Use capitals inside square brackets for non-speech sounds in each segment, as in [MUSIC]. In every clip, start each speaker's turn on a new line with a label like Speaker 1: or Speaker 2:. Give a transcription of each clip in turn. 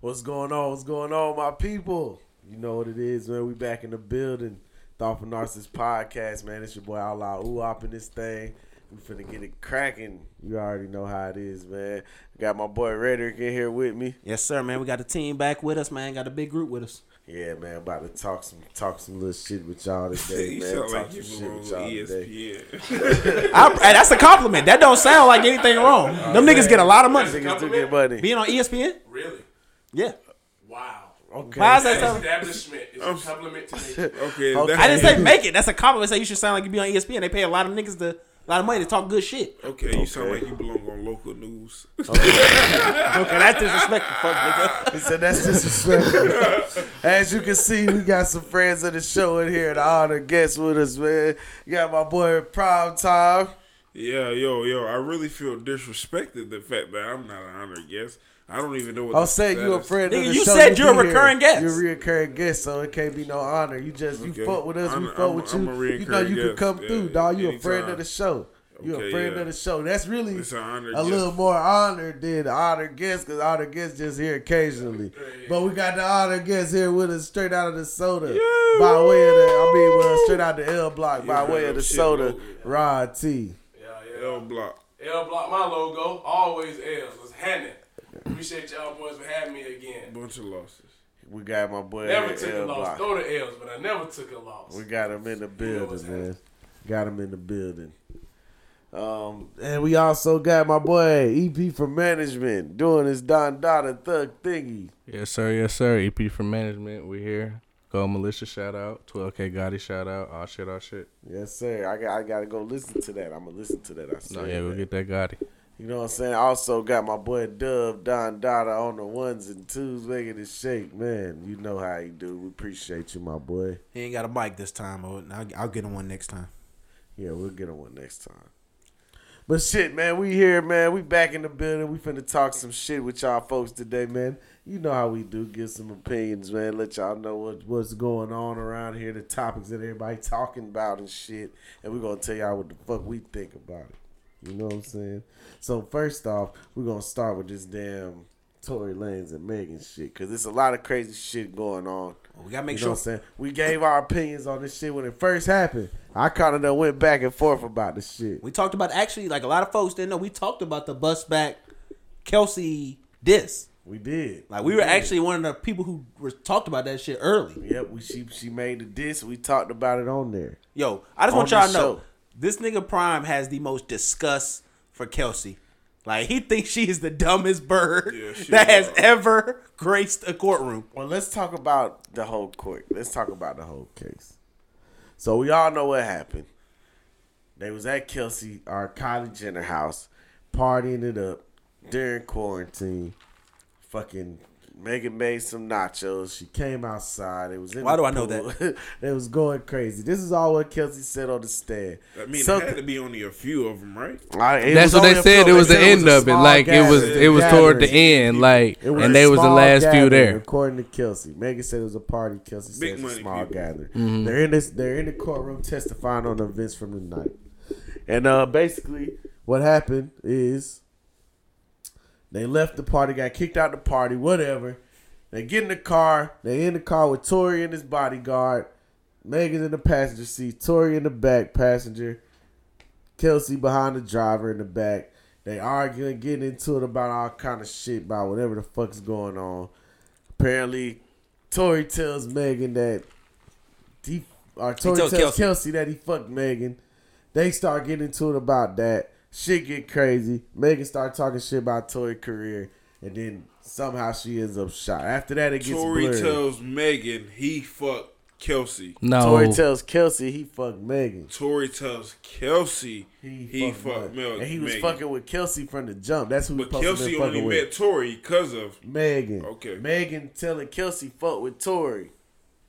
Speaker 1: What's going on? What's going on, my people? You know what it is, man. We back in the building. Thoughtful Narcissist Podcast, man. It's your boy Outlaw Ooh up in this thing. We finna get it cracking. You already know how it is, man. Got my boy Rhetoric in here with me.
Speaker 2: Yes, sir, man. We got the team back with us, man. Got a big group with us.
Speaker 1: Yeah, man. About to talk some talk some little shit with
Speaker 3: [LAUGHS]
Speaker 1: y'all today,
Speaker 3: You
Speaker 1: man.
Speaker 3: sound
Speaker 1: Talk
Speaker 3: like
Speaker 1: some
Speaker 3: you E
Speaker 1: shit
Speaker 3: from
Speaker 1: with y'all today.
Speaker 3: ESPN.
Speaker 2: I, hey, that's a compliment. That don't sound like anything wrong. Them niggas get a lot of money.
Speaker 1: Niggas do get money.
Speaker 2: Being on E ESPN?
Speaker 4: [LAUGHS] Really?
Speaker 2: Yeah.
Speaker 3: [LAUGHS]
Speaker 4: Wow.
Speaker 1: Okay.
Speaker 2: Why is that
Speaker 4: That
Speaker 2: so?
Speaker 4: establishment is a compliment to nature.
Speaker 3: Okay,
Speaker 1: Okay.
Speaker 3: okay.
Speaker 2: I didn't say make it. That's a compliment. Say you should sound like you be on E ESPN. They pay a lot of niggas to a lot of money to talk good shit.
Speaker 3: okay, you sound like you belong on local news. [LAUGHS]
Speaker 2: Okay, that's disrespectful, fuck nigga.
Speaker 1: He said that's disrespectful. As you can see, we got some friends of the show in here and all the guests with us, man. You got my boy Prime Time.
Speaker 3: yeah, yo, yo, I really feel disrespected the fact that I'm not an honored guest. I don't even know what.
Speaker 1: I'm
Speaker 3: the
Speaker 1: saying you a
Speaker 3: status-
Speaker 1: friend of
Speaker 2: Nigga,
Speaker 1: the
Speaker 2: you
Speaker 1: show.
Speaker 2: said you're a
Speaker 1: be here.
Speaker 2: recurring guest.
Speaker 1: You're a recurring guest, so it can't be no honor. You just you
Speaker 3: Okay.
Speaker 1: fuck with us, we
Speaker 3: I'm-
Speaker 1: fuck
Speaker 3: I'm-
Speaker 1: with
Speaker 3: I'm a
Speaker 1: you. You know you can
Speaker 3: recurring
Speaker 1: come
Speaker 3: guest,
Speaker 1: through,
Speaker 3: yeah,
Speaker 1: dog. You a
Speaker 3: anytime.
Speaker 1: friend of the show. You a
Speaker 3: Okay,
Speaker 1: friend
Speaker 3: yeah.
Speaker 1: of the show. That's really
Speaker 3: It's an honor
Speaker 1: a little
Speaker 3: guest.
Speaker 1: more honor than honor guest, because honor guest just here occasionally. But we got the honor guest here with us straight out of the soda. By way of the, I mean, well, straight out the L block, by
Speaker 3: Yeah,
Speaker 1: way of the
Speaker 3: shit,
Speaker 1: soda,
Speaker 3: look.
Speaker 1: Rod T.
Speaker 4: Yeah,
Speaker 3: L block.
Speaker 4: yeah. L block my logo. Always L's. It's Hannah. Appreciate y'all boys for having me again.
Speaker 3: Bunch of losses.
Speaker 1: We got my boy
Speaker 4: Never
Speaker 1: at
Speaker 4: took
Speaker 1: L
Speaker 4: a loss.
Speaker 1: block.
Speaker 4: Go to L's, but I never took a loss.
Speaker 1: We got him in the
Speaker 4: what's
Speaker 1: building, man.
Speaker 4: happening.
Speaker 1: Got him in the building. Um, and we also got my boy EP from management doing his Don Dada Thug thingy.
Speaker 5: Yes, sir. Yes, sir. EP from management. We here. Go Militia shout out. 12K Gotti shout out. All shit, all shit.
Speaker 1: Yes, sir. I got I gotta go listen to that. I'm gonna listen to that. I see.
Speaker 5: No, yeah, we'll get that Gotti.
Speaker 1: You know what I'm saying? I also got my boy Dub Don Dada on the ones and twos making it shake. Man, you know how he do. We appreciate you, my boy.
Speaker 2: He ain't got a mic this time. I'll, I'll get him one next time.
Speaker 1: Yeah, we'll get him one next time. But shit, man, we here, man. We back in the building. We finna talk some shit with y'all folks today, man. You know how we do. Give some opinions, man. Let y'all know what, what's going on around here, the topics that everybody talking about and shit. And we gonna tell y'all what the fuck we think about it. You know what I'm saying? So first off, we're gonna start with this damn Tory Lanez and Megan shit, cause it's a lot of crazy shit going on.
Speaker 2: We gotta make
Speaker 1: You know
Speaker 2: sure.
Speaker 1: what I'm saying? We gave our opinions on this shit when it first happened. I kind of done went back and forth about this shit.
Speaker 2: We talked about actually like a lot of folks didn't know. We talked about the bus back Kelsey diss.
Speaker 1: We did.
Speaker 2: Like we were
Speaker 1: did.
Speaker 2: actually one of the people who were talked about that shit early.
Speaker 1: Yep, we she she made the diss. We talked about it on there.
Speaker 2: Yo, I just
Speaker 1: On
Speaker 2: want y'all to
Speaker 1: this
Speaker 2: know
Speaker 1: show.
Speaker 2: this nigga Prime has the most disgust for Kelsey. Like he thinks she is the dumbest bird
Speaker 3: Yeah, she
Speaker 2: that has
Speaker 3: wild.
Speaker 2: ever graced a courtroom.
Speaker 1: Well, let's talk about the whole court. Let's talk about the whole case. So we all know what happened. They was at Kelsey our Kylie Jenner house, partying it up during quarantine. Fucking Megan made some nachos. She came outside. It was in
Speaker 2: Why
Speaker 1: the
Speaker 2: do I know
Speaker 1: pool. [LAUGHS] they was going crazy. This is all what Kelsey said on the stand.
Speaker 3: I mean, it had to be only a few of them, right?
Speaker 1: I- it was
Speaker 5: That's what they
Speaker 1: only a
Speaker 5: said.
Speaker 1: few.
Speaker 5: It was
Speaker 1: They
Speaker 5: the
Speaker 1: said
Speaker 5: end
Speaker 1: a
Speaker 5: of it.
Speaker 1: small
Speaker 5: Like it was,
Speaker 1: gathering-
Speaker 5: it was toward the
Speaker 1: gathering.
Speaker 5: end. Like,
Speaker 1: It was
Speaker 5: and
Speaker 1: a
Speaker 5: they was the
Speaker 1: small
Speaker 5: last few
Speaker 1: gathering,
Speaker 5: there.
Speaker 1: According to Kelsey, Megan said it was a party. Kelsey said
Speaker 3: Big
Speaker 1: it's a
Speaker 3: money
Speaker 1: small
Speaker 3: people.
Speaker 1: gathering.
Speaker 5: Mm-hmm.
Speaker 1: They're in this. They're in the courtroom testifying on the events from the night, and uh, basically what happened is they left the party, got kicked out the party, whatever. They get in the car. They in the car with Tori and his bodyguard. Megan's in the passenger seat. Tori in the back passenger. Kelsey behind the driver in the back. They arguing, getting into it about all kind of shit about whatever the fuck's going on. Apparently, Tori tells Megan that he or Tori
Speaker 2: tells
Speaker 1: tells Kelsey.
Speaker 2: Kelsey.
Speaker 1: that he fucked Megan. They start getting into it about that. Shit get crazy. Megan start talking shit about Tori career, and then somehow she ends up shot. After that, it gets
Speaker 3: Tory
Speaker 1: blurry.
Speaker 3: tells Megan he fucked Kelsey.
Speaker 2: Oh.
Speaker 1: Tori
Speaker 5: No,
Speaker 1: tells Kelsey he fucked Megan.
Speaker 3: Tory tells Kelsey
Speaker 1: He,
Speaker 3: he, fucked,
Speaker 1: fucked Megan.
Speaker 3: Mel-
Speaker 1: And he was
Speaker 3: Megan.
Speaker 1: fucking with Kelsey from the jump. That's who he
Speaker 3: But
Speaker 1: supposed to
Speaker 3: Kelsey
Speaker 1: been
Speaker 3: only
Speaker 1: fucking
Speaker 3: met
Speaker 1: with.
Speaker 3: Tory because of
Speaker 1: Megan.
Speaker 3: Okay.
Speaker 1: Megan telling Kelsey fuck with Tori.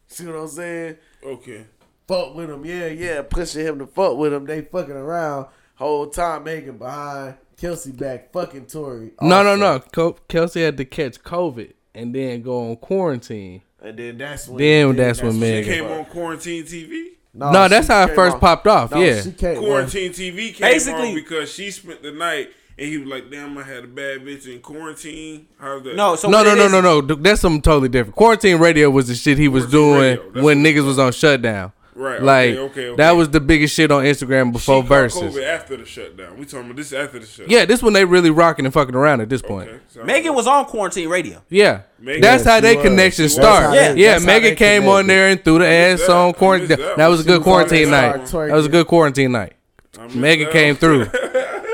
Speaker 1: See what I'm saying?
Speaker 3: okay.
Speaker 1: Fuck with him. Yeah, yeah. Pushing him to fuck with him. They fucking around whole time. Megan behind. Kelsey back fucking Tori.
Speaker 5: no, no,
Speaker 1: also.
Speaker 5: no. Col- Kelsey had to catch COVID and then go on quarantine.
Speaker 1: And then that's when.
Speaker 5: Then that's when Megan-
Speaker 3: Came on quarantine TV.
Speaker 5: no, that's
Speaker 1: Oh, she
Speaker 5: how it
Speaker 1: came
Speaker 5: first
Speaker 1: on-
Speaker 5: popped off.
Speaker 1: No,
Speaker 5: yeah.
Speaker 1: she came on.
Speaker 3: Quarantine TV came
Speaker 2: Basically-
Speaker 3: on because she spent the night and he was like, "Damn, I had a bad bitch in quarantine." How's that?
Speaker 2: No, so
Speaker 5: no,
Speaker 2: what
Speaker 5: no,
Speaker 2: it
Speaker 5: no,
Speaker 2: is-
Speaker 5: no, no. Th- That's something totally different. Quarantine radio was the shit he was
Speaker 3: Quarantine
Speaker 5: doing
Speaker 3: radio, that's
Speaker 5: when
Speaker 3: what-
Speaker 5: niggas was on shutdown.
Speaker 3: Right, okay,
Speaker 5: Like
Speaker 3: okay, okay.
Speaker 5: that was the biggest shit on Instagram
Speaker 3: She
Speaker 5: before
Speaker 3: caught
Speaker 5: verses.
Speaker 3: COVID after the shutdown. We talking about this after the shutdown.
Speaker 5: Yeah, this when they really rocking and fucking around at this point.
Speaker 3: Okay, so- [LAUGHS]
Speaker 2: Megan was on quarantine radio.
Speaker 5: Yeah.
Speaker 3: Megan-
Speaker 5: that's
Speaker 3: Yeah,
Speaker 5: how
Speaker 1: she
Speaker 5: they
Speaker 1: was.
Speaker 5: connection
Speaker 1: She was. That's
Speaker 5: start.
Speaker 1: how
Speaker 5: Yeah,
Speaker 2: they-
Speaker 5: yeah.
Speaker 1: that's how they
Speaker 5: Megan came on
Speaker 1: connected.
Speaker 5: there and threw the ass
Speaker 3: that. I
Speaker 5: on
Speaker 3: missed
Speaker 5: quarantine.
Speaker 3: that
Speaker 5: That,
Speaker 3: one.
Speaker 5: was a
Speaker 3: She
Speaker 5: good
Speaker 1: was on
Speaker 5: quarantine
Speaker 1: that
Speaker 5: night.
Speaker 1: side
Speaker 5: That was a
Speaker 1: twerking.
Speaker 5: good quarantine night.
Speaker 3: I missed
Speaker 5: Megan
Speaker 3: that
Speaker 5: came
Speaker 3: one. [LAUGHS]
Speaker 5: through.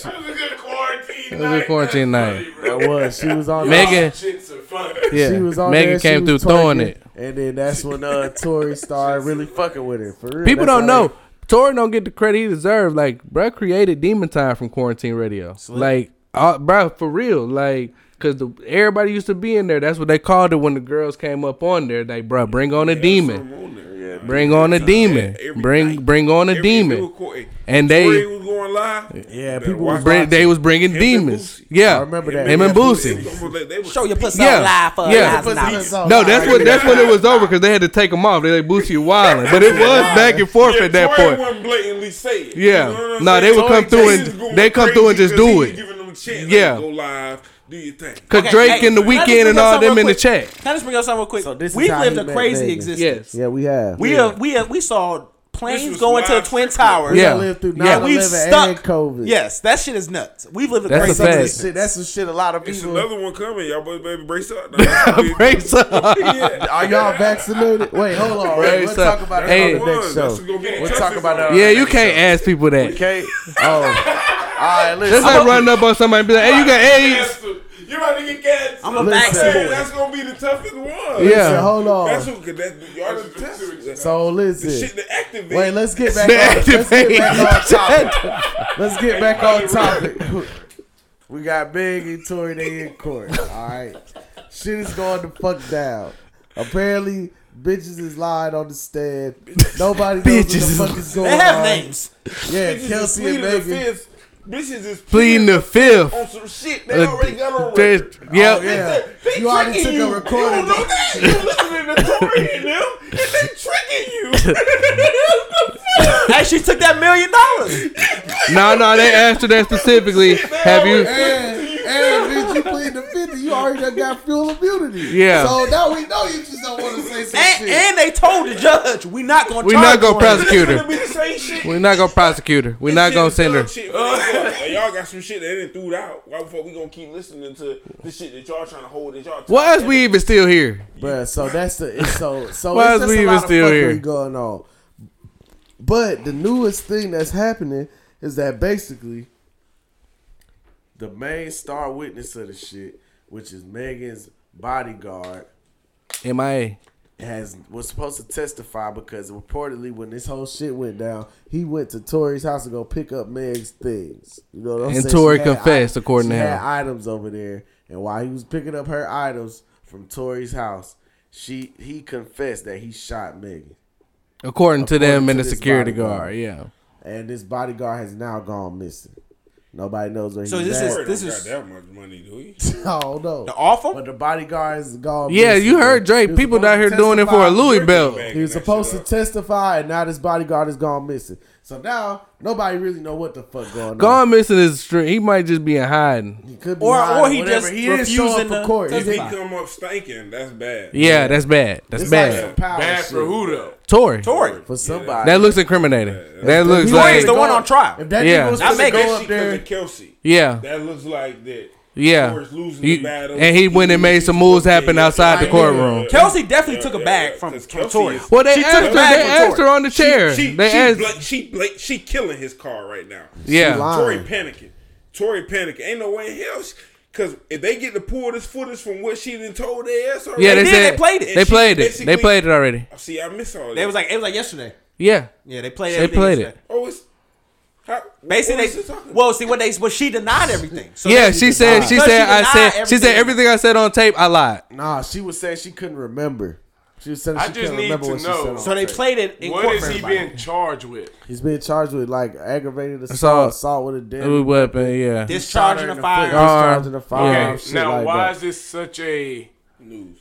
Speaker 6: She was a good quarantine
Speaker 5: was a quarantine
Speaker 6: That's
Speaker 5: night.
Speaker 6: funny,
Speaker 1: That
Speaker 6: bro.
Speaker 1: was. She was on.
Speaker 5: Megan-
Speaker 6: Y'all shits are funny.
Speaker 5: Yeah,
Speaker 1: She was on
Speaker 5: Megan
Speaker 1: there, she
Speaker 5: came through
Speaker 1: was
Speaker 5: throwing
Speaker 1: twerking,
Speaker 5: it.
Speaker 1: and then that's when uh Tori started really fucking with her. For real,
Speaker 5: People
Speaker 1: That's
Speaker 5: don't
Speaker 1: how they-
Speaker 5: know. Tori don't get the credit he deserves. Like, bruh created Demon Time from Quarantine Radio. Like, uh, bruh, for real. Like, cause the everybody used to be in there. That's what they called it when the girls came up on there. Like, bruh, bring on a demon.
Speaker 3: I'm on there. Yeah,
Speaker 5: Bring on a demon.
Speaker 3: every
Speaker 5: Bring
Speaker 3: night.
Speaker 5: bring on a
Speaker 3: Every- they
Speaker 5: demon.
Speaker 3: were coy-
Speaker 5: And
Speaker 3: Corey
Speaker 5: they
Speaker 3: was going live.
Speaker 1: Yeah,
Speaker 3: Man,
Speaker 1: people
Speaker 3: watch
Speaker 1: was
Speaker 5: bring, they was bringing
Speaker 3: Him and
Speaker 5: demons.
Speaker 3: Boosie.
Speaker 5: Yeah,
Speaker 1: I remember that.
Speaker 5: Him and Boosie.
Speaker 3: It's almost like they was
Speaker 2: Show your pussy
Speaker 5: Yeah.
Speaker 2: on live for
Speaker 5: Yeah.
Speaker 2: a thousand dollars.
Speaker 5: No, that's what that's when it was over because they had to take them off. They like
Speaker 3: [LAUGHS]
Speaker 5: Boosie you wilding, but it was back and forth
Speaker 3: Yeah,
Speaker 5: at that
Speaker 3: Troy
Speaker 5: point.
Speaker 3: wasn't blatantly saying. it.
Speaker 5: Yeah.
Speaker 3: You know what I'm
Speaker 5: Nah,
Speaker 3: saying?
Speaker 5: they would
Speaker 3: Troy
Speaker 5: come through
Speaker 3: just
Speaker 5: and-
Speaker 3: going
Speaker 5: they come
Speaker 3: crazy
Speaker 5: through and just
Speaker 3: 'cause
Speaker 5: do
Speaker 3: he
Speaker 5: it.
Speaker 3: giving them a chance.
Speaker 5: Yeah.
Speaker 3: Yeah, go live, do your thing.
Speaker 5: Cause
Speaker 2: Okay,
Speaker 5: Drake
Speaker 2: hey,
Speaker 5: and the
Speaker 2: can I just
Speaker 5: weekend
Speaker 2: bring
Speaker 5: and
Speaker 2: up
Speaker 5: all
Speaker 2: something
Speaker 5: them
Speaker 2: real
Speaker 5: in the
Speaker 2: quick?
Speaker 5: chat.
Speaker 2: Can I just bring up something real quick?
Speaker 1: So this is
Speaker 2: We've
Speaker 1: how
Speaker 2: lived
Speaker 1: he
Speaker 2: a
Speaker 1: met
Speaker 2: crazy
Speaker 1: Megan.
Speaker 2: existence.
Speaker 5: Yes.
Speaker 1: Yeah, we have.
Speaker 2: We
Speaker 1: yeah.
Speaker 2: have we have we saw
Speaker 3: This
Speaker 2: planes
Speaker 3: was
Speaker 2: going to the
Speaker 3: live
Speaker 2: twin
Speaker 3: stream.
Speaker 2: towers.
Speaker 5: Yeah.
Speaker 1: lived through 9
Speaker 2: Yeah, we've
Speaker 1: 11 and
Speaker 2: stuck.
Speaker 1: COVID.
Speaker 2: Yes, that shit is nuts. We've lived a
Speaker 1: that's
Speaker 5: That's
Speaker 2: crazy
Speaker 1: some of
Speaker 5: a
Speaker 1: the
Speaker 5: fact.
Speaker 2: existence.
Speaker 1: shit. That's some shit. A lot of
Speaker 3: It's
Speaker 1: people.
Speaker 3: another one coming, y'all boys. Baby, brace
Speaker 5: [LAUGHS]
Speaker 3: up. Nah,
Speaker 5: Brace up.
Speaker 3: yeah.
Speaker 1: Are y'all vaccinated? Wait, hold on.
Speaker 5: Right,
Speaker 1: Wait, we'll
Speaker 5: so-
Speaker 1: talk about it
Speaker 5: Hey.
Speaker 1: on the next
Speaker 3: One, that's
Speaker 1: show.
Speaker 3: gonna get
Speaker 1: We'll
Speaker 3: tough
Speaker 1: talk
Speaker 3: as
Speaker 1: about
Speaker 3: well.
Speaker 1: that.
Speaker 5: Yeah, you can't ask people that.
Speaker 1: [LAUGHS] Okay. Oh. All right. Listen.
Speaker 5: That's like running up on somebody and be like, "Hey, you got AIDS?"
Speaker 3: Canceled. You about to get canceled.
Speaker 2: I'm a
Speaker 1: Listen.
Speaker 2: vaccine
Speaker 3: Hey,
Speaker 2: boy.
Speaker 3: that's gonna be the toughest one.
Speaker 5: Yeah.
Speaker 1: Listen, hold
Speaker 3: That's
Speaker 1: on.
Speaker 3: what could that y'all just tested.
Speaker 1: So
Speaker 3: the shit
Speaker 1: listen.
Speaker 3: that activated.
Speaker 1: Wait, let's get back.
Speaker 5: [LAUGHS] They
Speaker 1: on, let's get
Speaker 5: activate.
Speaker 1: back on topic. Let's get back on topic. We got Big and Tory they in court. All right, shit is going the fuck down. Apparently, bitches is lying on the stand. Nobody knows what
Speaker 5: Bitches.
Speaker 1: the fuck is going
Speaker 2: They have
Speaker 1: on.
Speaker 2: names.
Speaker 1: Yeah,
Speaker 3: Bitches is
Speaker 1: Kelsey and
Speaker 3: pleading the
Speaker 1: Megan.
Speaker 3: fifth. Bitches is
Speaker 5: [LAUGHS] Pleading the fifth.
Speaker 3: on some shit
Speaker 5: Uh,
Speaker 3: they already got on
Speaker 5: There's-
Speaker 3: record. Oh,
Speaker 5: Yep.
Speaker 1: Yeah,
Speaker 3: They
Speaker 1: you already took
Speaker 3: tricking
Speaker 1: a recording.
Speaker 3: You don't know that. You listening to Tory and them, and they tricking
Speaker 5: [LAUGHS]
Speaker 3: you.
Speaker 2: Hey, she took that million dollars.
Speaker 5: No, no, they asked her that specifically. Have you?
Speaker 1: And, and bitch, you plead the fifth, and you already done got fuel immunity.
Speaker 5: Yeah.
Speaker 1: So now we know you just don't want to say some
Speaker 2: And,
Speaker 1: shit.
Speaker 2: and they told the judge, we not going to
Speaker 5: We not gonna prosecute
Speaker 3: It's
Speaker 5: her.
Speaker 3: gonna be the same shit.
Speaker 5: We're not gonna prosecute her. We're not
Speaker 3: Shit
Speaker 5: gonna
Speaker 3: is
Speaker 5: send her.
Speaker 3: dumb shit, man. Hey, y'all got some shit that didn't threw it out. Why the fuck we gonna keep listening to the shit that y'all trying to hold that y'all?
Speaker 5: Why is we even still here?
Speaker 1: Bruh, so that's the it's
Speaker 5: [LAUGHS]
Speaker 1: so so it's
Speaker 5: Why is
Speaker 1: just
Speaker 5: we
Speaker 1: a
Speaker 5: even
Speaker 1: lot
Speaker 5: still
Speaker 1: of fuckery
Speaker 5: here?
Speaker 1: going on. But the newest thing that's happening is that basically the main star witness of the shit, which is Megan's bodyguard,
Speaker 5: MIA.
Speaker 1: has was supposed to testify because reportedly when this whole shit went down, he went to Tori's house to go pick up Meg's things. You know what I'm
Speaker 5: And
Speaker 1: saying?
Speaker 5: Tori
Speaker 1: She had
Speaker 5: confessed,
Speaker 1: i-
Speaker 5: according
Speaker 1: she
Speaker 5: to him.
Speaker 1: had items over there, and while he was picking up her items from Tori's house, she he confessed that he shot Megan,
Speaker 5: According to them
Speaker 1: According
Speaker 5: and
Speaker 1: to
Speaker 5: the
Speaker 1: this
Speaker 5: security
Speaker 1: bodyguard.
Speaker 5: guard, yeah.
Speaker 1: and this bodyguard has now gone missing. Nobody knows where
Speaker 2: So [LAUGHS]
Speaker 1: he's
Speaker 2: this
Speaker 1: at.
Speaker 2: is-
Speaker 3: This
Speaker 2: is-
Speaker 3: is got that much money, do we?
Speaker 1: I don't know.
Speaker 2: The offer?
Speaker 1: But the bodyguard is gone.
Speaker 5: Yeah,
Speaker 1: missing,
Speaker 5: you heard
Speaker 1: man.
Speaker 5: Drake.
Speaker 1: He was
Speaker 5: People
Speaker 1: supposed
Speaker 5: out
Speaker 1: to
Speaker 5: here doing it for a
Speaker 1: testify.
Speaker 5: Louis belt.
Speaker 3: Back
Speaker 1: He was
Speaker 3: and that
Speaker 1: supposed to
Speaker 3: shit up.
Speaker 1: testify, and now this bodyguard is gone missing. So now nobody really know what the fuck going on.
Speaker 5: Gone missing is str- he might just be in hiding.
Speaker 1: He could be
Speaker 2: Or-
Speaker 1: hiding,
Speaker 2: or he
Speaker 1: whatever.
Speaker 2: just
Speaker 1: he didn't show up
Speaker 2: refusing
Speaker 1: for
Speaker 2: to
Speaker 1: court. He
Speaker 3: If he
Speaker 1: didn't-
Speaker 3: come up stinking, that's bad.
Speaker 5: Yeah, that's bad. That's
Speaker 1: it's like
Speaker 5: bad.
Speaker 1: some power
Speaker 6: Bad
Speaker 1: shit.
Speaker 6: for who though?
Speaker 5: Tory.
Speaker 2: Tori.
Speaker 1: For somebody.
Speaker 5: That looks incriminating. That
Speaker 1: If
Speaker 5: looks
Speaker 1: he was
Speaker 2: Tori's
Speaker 5: like
Speaker 1: to
Speaker 2: the
Speaker 1: go-
Speaker 2: one on trial.
Speaker 1: If that
Speaker 5: Yeah.
Speaker 1: nigga was
Speaker 2: Not
Speaker 1: to
Speaker 2: Megan.
Speaker 1: go
Speaker 3: She
Speaker 1: up
Speaker 3: could've
Speaker 1: there,
Speaker 3: Kelsey.
Speaker 5: yeah.
Speaker 3: That looks like that.
Speaker 5: Yeah.
Speaker 3: Torres losing
Speaker 5: You-
Speaker 3: the battle.
Speaker 5: and he went and made some moves happen outside the
Speaker 1: Yeah.
Speaker 5: courtroom.
Speaker 2: Kelsey definitely took a
Speaker 3: yeah,
Speaker 2: bag
Speaker 3: yeah,
Speaker 2: from,
Speaker 3: 'cause
Speaker 2: from
Speaker 3: Kelsey
Speaker 2: Tori.
Speaker 3: is-
Speaker 5: Well, they
Speaker 2: She took
Speaker 5: asked her.
Speaker 2: it
Speaker 5: They
Speaker 2: back with
Speaker 5: asked
Speaker 2: Tory.
Speaker 5: her on the chair.
Speaker 3: She, she,
Speaker 5: they
Speaker 3: she,
Speaker 5: asked.
Speaker 3: bla- she, bla- she killing his car right now.
Speaker 5: yeah.
Speaker 1: lying.
Speaker 3: Tory panicking. Tory panicking. Ain't no way in hell. she- Cause if they get to pull this footage from what she done told their ass already,
Speaker 5: Yeah. They,
Speaker 2: did,
Speaker 5: said
Speaker 2: they played it.
Speaker 5: They
Speaker 3: And she
Speaker 5: played it. They
Speaker 3: basically-
Speaker 5: played it already.
Speaker 3: See, I miss all that.
Speaker 2: They was like, it was like yesterday.
Speaker 5: Yeah.
Speaker 2: Yeah, they played
Speaker 5: They
Speaker 2: it.
Speaker 5: played it.
Speaker 3: oh, it's how,
Speaker 2: Basically,
Speaker 3: what was she
Speaker 2: they,
Speaker 3: talking
Speaker 2: well, see what they, well, she denied everything. So
Speaker 5: yeah.
Speaker 2: they-
Speaker 5: She said. She
Speaker 2: Because
Speaker 5: said.
Speaker 2: she
Speaker 5: I said.
Speaker 2: denied
Speaker 5: She said
Speaker 2: everything.
Speaker 5: everything I said on tape. I lied.
Speaker 1: nah, she was saying she couldn't remember. She was saying she
Speaker 6: I just
Speaker 1: couldn't
Speaker 6: need
Speaker 1: remember
Speaker 6: to
Speaker 1: what she
Speaker 6: know.
Speaker 1: said. on
Speaker 2: So they
Speaker 1: tape.
Speaker 2: played it in
Speaker 6: What
Speaker 2: court
Speaker 6: is
Speaker 2: for
Speaker 6: he
Speaker 2: everybody.
Speaker 6: being charged with?
Speaker 1: He's being charged with like aggravated assault,
Speaker 5: Assault.
Speaker 1: assault with a
Speaker 5: It was
Speaker 1: deadly
Speaker 5: weapon. Yeah.
Speaker 2: Discharging
Speaker 1: shot her in
Speaker 2: a
Speaker 1: the
Speaker 2: fire.
Speaker 1: foot, discharging a firearm,
Speaker 5: Okay,
Speaker 1: shit
Speaker 6: Um, now,
Speaker 1: like
Speaker 6: why
Speaker 1: that.
Speaker 6: is this such a
Speaker 3: about? News.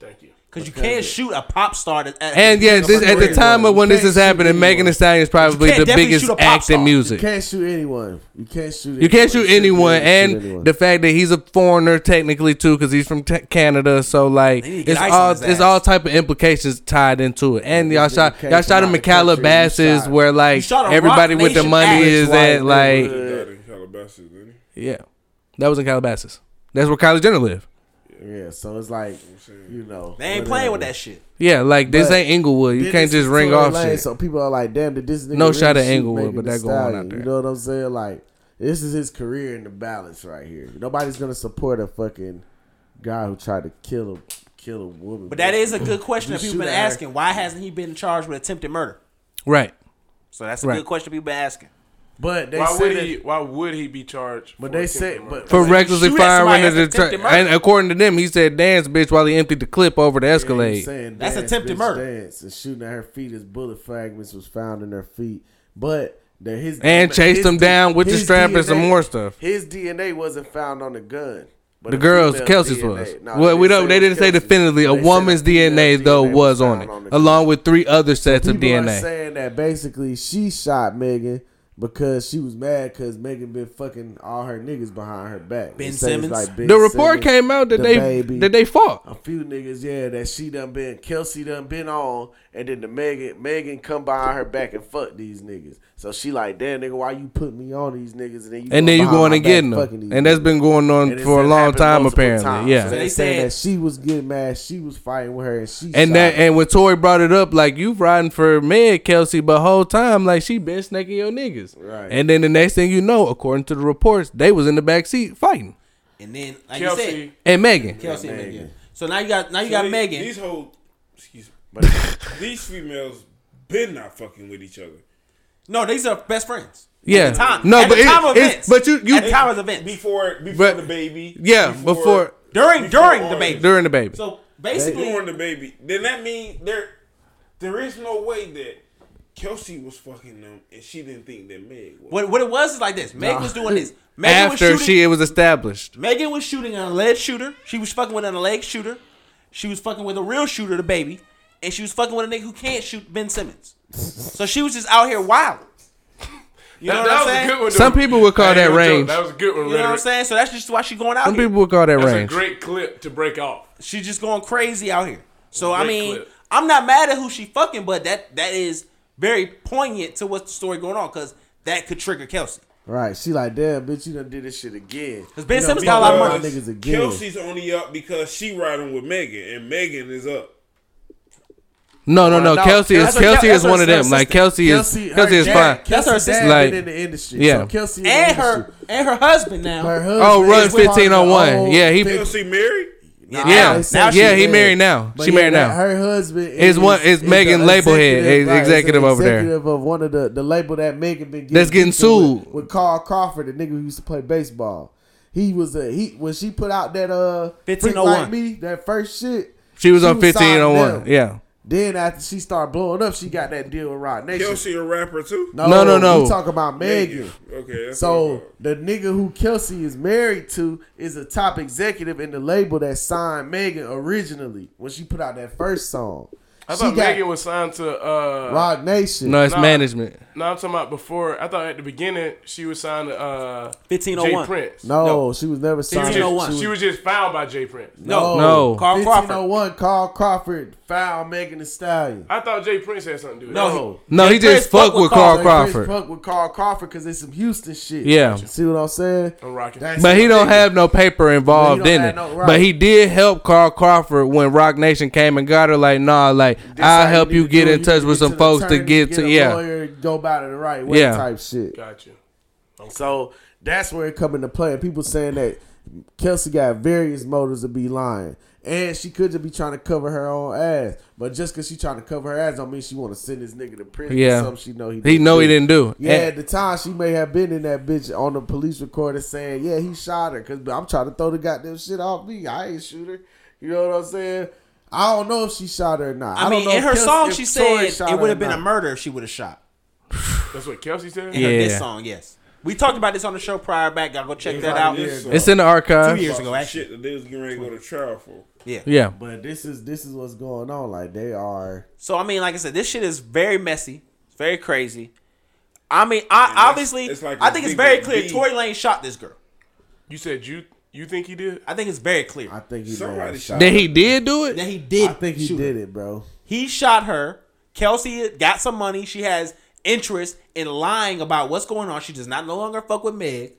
Speaker 6: Thank you.
Speaker 2: Because you can't shoot a pop star at, at
Speaker 5: And yeah, this, at the
Speaker 2: career.
Speaker 5: time of when this
Speaker 6: can't
Speaker 5: is happening,
Speaker 6: shoot
Speaker 5: Megan Thee
Speaker 6: anyone.
Speaker 5: Stallion is probably
Speaker 2: can't
Speaker 5: the
Speaker 2: definitely
Speaker 5: biggest
Speaker 2: shoot a pop
Speaker 5: act in
Speaker 2: star.
Speaker 5: music.
Speaker 6: can't shoot anyone. You can't shoot. Anyone.
Speaker 5: You can't shoot anyone,
Speaker 6: can't shoot
Speaker 5: and
Speaker 6: anyone.
Speaker 5: the fact that he's a foreigner technically too, because he's from te- Canada. So like,
Speaker 2: They need to get
Speaker 5: it's
Speaker 2: ice on
Speaker 5: all
Speaker 2: his
Speaker 5: it's
Speaker 2: ass.
Speaker 5: all type of implications tied into it. And y'all
Speaker 6: nigga
Speaker 5: shot
Speaker 6: came
Speaker 5: y'all shot
Speaker 6: from
Speaker 5: him
Speaker 6: out
Speaker 5: in
Speaker 6: the country, you
Speaker 5: Calabasas,
Speaker 6: shot.
Speaker 5: where like
Speaker 2: shot a
Speaker 5: everybody
Speaker 2: Rock
Speaker 5: with the
Speaker 2: Nation
Speaker 5: money
Speaker 2: act.
Speaker 5: is
Speaker 6: White
Speaker 5: at like
Speaker 6: nigga.
Speaker 1: Died in Calabasas, didn't he?
Speaker 5: yeah, that was in Calabasas. That's where Kylie Jenner lived.
Speaker 6: Yeah, so it's like you know
Speaker 2: They ain't
Speaker 6: whatever.
Speaker 2: playing with that shit.
Speaker 5: Yeah, like this
Speaker 6: But
Speaker 5: ain't Inglewood. You
Speaker 6: Then
Speaker 5: can't
Speaker 6: it's
Speaker 5: just
Speaker 6: a
Speaker 5: ring
Speaker 6: two-lane
Speaker 5: off
Speaker 6: lane,
Speaker 5: shit.
Speaker 6: So people are like, damn, did this nigga
Speaker 5: No
Speaker 6: really
Speaker 5: shot at
Speaker 6: shoot
Speaker 5: Inglewood,
Speaker 6: Megan
Speaker 5: but
Speaker 6: Thee
Speaker 5: that go on out
Speaker 6: Stallion?
Speaker 5: there.
Speaker 6: You know what I'm saying? Like, this is his career in the balance right here. Nobody's gonna support a fucking guy who tried to kill a kill a woman.
Speaker 2: But that is a good question
Speaker 6: You
Speaker 2: that people been
Speaker 6: shoot at her.
Speaker 2: asking. Why hasn't he been charged with attempted murder?
Speaker 5: Right.
Speaker 2: So that's a
Speaker 5: Right.
Speaker 2: good question people been asking.
Speaker 6: But they
Speaker 3: Why
Speaker 6: said
Speaker 3: would
Speaker 6: that-
Speaker 3: he? Why would he be charged?
Speaker 6: But
Speaker 3: for
Speaker 6: they
Speaker 3: attempted
Speaker 6: said-
Speaker 3: murder?
Speaker 6: but-
Speaker 5: For
Speaker 2: Like, you
Speaker 5: recklessly
Speaker 2: shoot at
Speaker 5: firing
Speaker 2: somebody
Speaker 5: at the
Speaker 2: that's
Speaker 5: truck.
Speaker 2: attempted murder.
Speaker 5: And according to them, he said, dance, bitch, while he emptied the clip over the
Speaker 6: Yeah, he
Speaker 5: Escalade.
Speaker 6: saying
Speaker 2: That's
Speaker 6: dance,
Speaker 2: attempted
Speaker 6: bitch,
Speaker 2: murder.
Speaker 6: Dance and shooting at her feet as bullet fragments was found in her feet, but that his
Speaker 5: And chased
Speaker 6: his
Speaker 5: him
Speaker 6: D-
Speaker 5: down with the
Speaker 6: his
Speaker 5: strap and some
Speaker 6: DNA
Speaker 5: more stuff.
Speaker 6: His DNA wasn't found on the gun. But
Speaker 5: The girl's,
Speaker 6: female's
Speaker 5: Kelsey's
Speaker 6: DNA
Speaker 5: was.
Speaker 6: No,
Speaker 5: well,
Speaker 6: they
Speaker 5: we
Speaker 6: didn't
Speaker 5: don't.
Speaker 6: say
Speaker 5: They
Speaker 6: it
Speaker 5: didn't
Speaker 6: was
Speaker 5: say
Speaker 6: Kelsey's.
Speaker 5: definitively. A
Speaker 6: They said
Speaker 5: woman's
Speaker 6: the female's
Speaker 5: DNA, though
Speaker 6: DNA
Speaker 5: was on it,
Speaker 6: found the
Speaker 5: along with three other sets of
Speaker 6: People are
Speaker 5: DNA.
Speaker 6: saying that basically she shot Megan because she was mad because Megan been fucking all her niggas behind her back.
Speaker 2: Ben
Speaker 6: They say it's
Speaker 2: Simmons?
Speaker 6: Ben
Speaker 5: The report
Speaker 6: Simmons,
Speaker 5: came out that
Speaker 6: the
Speaker 5: they
Speaker 6: baby.
Speaker 5: that they fought.
Speaker 6: a few niggas, yeah, that she done been Kelsey done been on, and then the Megan Megan come behind her back and fuck these niggas. So she like, damn nigga, why you put me on these niggas and then you
Speaker 5: And then you
Speaker 6: behind
Speaker 5: going
Speaker 6: my
Speaker 5: and
Speaker 6: back
Speaker 5: getting
Speaker 6: fucking
Speaker 5: them,
Speaker 6: these
Speaker 5: and that's
Speaker 6: niggas.
Speaker 5: been going on
Speaker 6: And it
Speaker 5: for a
Speaker 6: said
Speaker 5: long
Speaker 6: happened
Speaker 5: time
Speaker 6: multiple
Speaker 5: apparently.
Speaker 6: times.
Speaker 5: Yeah.
Speaker 6: so they,
Speaker 2: They
Speaker 6: saying
Speaker 2: said-
Speaker 6: that she was getting mad, she was fighting with her, and she
Speaker 5: and
Speaker 6: shot
Speaker 5: that
Speaker 6: her.
Speaker 5: and when Tori brought it up, like you riding for Meg Kelsey, but whole time like she been snaking your niggas.
Speaker 6: Right.
Speaker 5: And then the next thing you know, according to the reports, they was in the back seat fighting.
Speaker 2: And then, like
Speaker 3: Kelsey,
Speaker 2: you said,
Speaker 5: And Megan,
Speaker 2: Kelsey and Megan. So now you got now you
Speaker 1: So
Speaker 2: got
Speaker 1: these-
Speaker 2: Megan.
Speaker 1: These whole, excuse me, but [LAUGHS] these females been not fucking with each other
Speaker 2: no, these are best friends.
Speaker 5: Yeah.
Speaker 2: At the time,
Speaker 5: No,
Speaker 2: at
Speaker 5: but
Speaker 2: the
Speaker 5: it-
Speaker 2: time of
Speaker 5: it's-
Speaker 2: events.
Speaker 5: but you- you-
Speaker 2: at the time of events
Speaker 1: before before
Speaker 5: But-
Speaker 1: the baby.
Speaker 5: yeah, before-
Speaker 2: during during the
Speaker 1: all
Speaker 2: baby.
Speaker 5: during the baby.
Speaker 2: So basically,
Speaker 1: during the baby, then that mean there there is no way that Kelsey was fucking them and she didn't think that Meg was.
Speaker 2: what what it was is like this. Megan was doing this. Megan
Speaker 5: After
Speaker 2: was shooting,
Speaker 5: she it was established.
Speaker 2: Megan was shooting an alleged shooter. She was fucking with an alleged shooter. She was fucking with a real shooter, the baby, and she was fucking with a nigga who can't shoot Ben Simmons. So she was just out here wild. You know
Speaker 3: that,
Speaker 2: what
Speaker 3: that
Speaker 2: I'm
Speaker 3: was
Speaker 2: saying?
Speaker 3: a good one.
Speaker 5: Some
Speaker 3: though.
Speaker 5: people would
Speaker 3: Hey,
Speaker 5: call that
Speaker 3: no joke,
Speaker 5: range.
Speaker 3: That was a good one.
Speaker 2: You know what I'm
Speaker 3: Rhetoric.
Speaker 2: saying? So that's just why she going out
Speaker 5: Some
Speaker 2: here.
Speaker 5: people would call that
Speaker 3: That's a
Speaker 5: range.
Speaker 3: great clip to break off.
Speaker 2: She's just going crazy out here. So I
Speaker 3: Great
Speaker 2: mean,
Speaker 3: clip.
Speaker 2: I'm not mad at who she fucking, but that that is very poignant to what's the story going on because that could trigger Kelsey.
Speaker 6: Right, she like, damn, bitch, you done did this shit again. Because
Speaker 2: Ben Simmons got a lot of
Speaker 6: my
Speaker 2: money.
Speaker 6: niggas again.
Speaker 1: Kelsey's only up because she riding with Megan and Megan is up.
Speaker 5: No, no, no.
Speaker 6: No,
Speaker 5: Kelsey is
Speaker 6: that's what-
Speaker 5: Kelsey
Speaker 2: that's
Speaker 5: is
Speaker 2: what
Speaker 5: one of
Speaker 2: her
Speaker 5: them. Like
Speaker 2: sister-
Speaker 5: Kelsey is
Speaker 6: Kelsey,
Speaker 5: Kelsey
Speaker 6: her
Speaker 5: is
Speaker 6: dad,
Speaker 5: fine.
Speaker 6: Kelsey's
Speaker 2: That's her sister.
Speaker 6: dad
Speaker 5: Like-
Speaker 6: been in the industry.
Speaker 5: Yeah.
Speaker 6: so Kelsey in the
Speaker 2: And her
Speaker 6: industry. Oh.
Speaker 2: and her husband now.
Speaker 6: Her husband
Speaker 5: Oh, run
Speaker 6: is part of
Speaker 5: fifteen on
Speaker 6: the
Speaker 5: one.
Speaker 6: old-
Speaker 5: Yeah, he
Speaker 1: Kelsey married?
Speaker 2: yeah,
Speaker 5: Yeah,
Speaker 6: they
Speaker 2: now,
Speaker 6: said
Speaker 2: now
Speaker 5: yeah,
Speaker 2: she,
Speaker 6: she's
Speaker 5: he
Speaker 6: dead.
Speaker 5: married now.
Speaker 6: But
Speaker 5: She
Speaker 6: yeah,
Speaker 5: married
Speaker 6: that-
Speaker 5: now.
Speaker 6: Her husband
Speaker 5: Is one- is
Speaker 6: the
Speaker 5: Megan Labelhead,
Speaker 6: executive-
Speaker 5: is
Speaker 6: right, is the
Speaker 5: executive over there.
Speaker 6: executive of one of the the label that Megan been getting
Speaker 5: That's getting
Speaker 6: beef with-
Speaker 5: sued.
Speaker 6: with Carl Crawford, the nigga who used to play baseball. He was a he when she put out that uh Freak
Speaker 2: 1501.
Speaker 6: like me that first shit.
Speaker 5: She was on fifteen
Speaker 6: signed
Speaker 5: on
Speaker 6: to
Speaker 5: one.
Speaker 6: them.
Speaker 5: Yeah.
Speaker 6: Then after she started blowing up, she got that deal with Rod Nation.
Speaker 1: Kelsey a rapper too?
Speaker 5: No, no, no.
Speaker 6: We talk about Megan.
Speaker 1: Okay. That's
Speaker 6: So
Speaker 1: what
Speaker 6: the nigga who Kelsey is married to is a top executive in the label that signed Megan originally when she put out that first song.
Speaker 3: I
Speaker 6: she
Speaker 3: thought
Speaker 6: got
Speaker 3: Megan was signed to. Uh,
Speaker 6: Rock Nation.
Speaker 5: No, it's
Speaker 3: Nah.
Speaker 5: management.
Speaker 3: No, I'm talking about before. I thought at the beginning she was signed to uh, Jay
Speaker 2: 1501.
Speaker 3: Prince.
Speaker 6: No,
Speaker 2: No.
Speaker 6: she was never
Speaker 3: she was,
Speaker 6: signed.
Speaker 3: just,
Speaker 2: 1501.
Speaker 3: she was just found by Jay Prince.
Speaker 2: No,
Speaker 5: No.
Speaker 2: Carl Crawford.
Speaker 6: 1501, Carl Crawford found Megan Thee Stallion.
Speaker 3: I thought Jay Prince had something to do with it.
Speaker 2: No,
Speaker 5: No, he
Speaker 2: Jay Prince
Speaker 5: just fucked with Carl Crawford.
Speaker 6: Fuck with Carl Crawford because it's some Houston shit.
Speaker 5: Yeah.
Speaker 6: See what I'm saying?
Speaker 3: I'm rocking.
Speaker 6: That's
Speaker 5: But he
Speaker 6: the
Speaker 5: don't
Speaker 6: nigga.
Speaker 5: have no paper involved
Speaker 6: don't
Speaker 5: in
Speaker 6: have
Speaker 5: it.
Speaker 6: no- right.
Speaker 5: But he did help Carl Crawford when Rock Nation came and got her. Like, nah, like I'll
Speaker 6: how
Speaker 5: help
Speaker 6: need
Speaker 5: you
Speaker 6: to
Speaker 5: get
Speaker 6: do it.
Speaker 5: in touch
Speaker 6: need
Speaker 5: with
Speaker 6: get
Speaker 5: some
Speaker 6: an
Speaker 5: folks to
Speaker 6: attorney,
Speaker 5: get to
Speaker 6: a
Speaker 5: yeah.
Speaker 6: lawyer, go about it the right way
Speaker 5: Yeah.
Speaker 6: type shit.
Speaker 3: Got you.
Speaker 6: So that's where it come into play. And people saying that Kelsey got various motives to be lying. And she could just be trying to cover her own ass. But just because she trying to cover her ass don't mean she want to send this nigga to prison
Speaker 5: Yeah.
Speaker 6: for something she know he
Speaker 5: He know he
Speaker 6: do.
Speaker 5: didn't do.
Speaker 6: Yeah,
Speaker 5: And-
Speaker 6: at the time she may have been in that bitch on the police recorder saying, "Yeah, he shot her," because I'm trying to throw the goddamn shit off me. I ain't shoot her. You know what I'm saying? I don't know if she shot her or not. I,
Speaker 2: I, mean,
Speaker 6: don't know
Speaker 2: in her
Speaker 6: if Kelsey-
Speaker 2: song,
Speaker 6: if
Speaker 2: she
Speaker 6: Tory
Speaker 2: said
Speaker 6: shot
Speaker 2: it
Speaker 6: her
Speaker 2: would have
Speaker 6: or
Speaker 2: been a
Speaker 6: not.
Speaker 2: murder if she would have shot.
Speaker 3: That's what Kelsey said.
Speaker 2: In her
Speaker 5: Yeah.
Speaker 2: diss song, yes. We talked about this on the show prior back. Y'all go check that out.
Speaker 1: This
Speaker 5: It's in the
Speaker 2: Two
Speaker 5: archive.
Speaker 2: years ago, actually.
Speaker 1: shit that they was getting ready to go to trial for.
Speaker 2: Yeah.
Speaker 5: Yeah.
Speaker 6: But this is this is what's going on. Like they are
Speaker 2: So I mean, like I said, this shit is very messy. It's very crazy. I mean, I obviously,
Speaker 1: it's like
Speaker 2: I
Speaker 1: a
Speaker 2: think it's
Speaker 1: big
Speaker 2: very
Speaker 1: old
Speaker 2: clear.
Speaker 1: D.
Speaker 2: Tory Lane shot this girl.
Speaker 3: You said you you think he did?
Speaker 2: I think it's very clear
Speaker 6: I think he
Speaker 1: Somebody
Speaker 6: Somebody
Speaker 1: shot.
Speaker 6: shot.
Speaker 5: That he did do
Speaker 2: that
Speaker 5: it.
Speaker 2: he did.
Speaker 6: I think he
Speaker 2: shoot her.
Speaker 6: did it, bro.
Speaker 2: He shot her. Kelsey got some money. She has interest in lying about what's going on. She does not no longer fuck with Meg.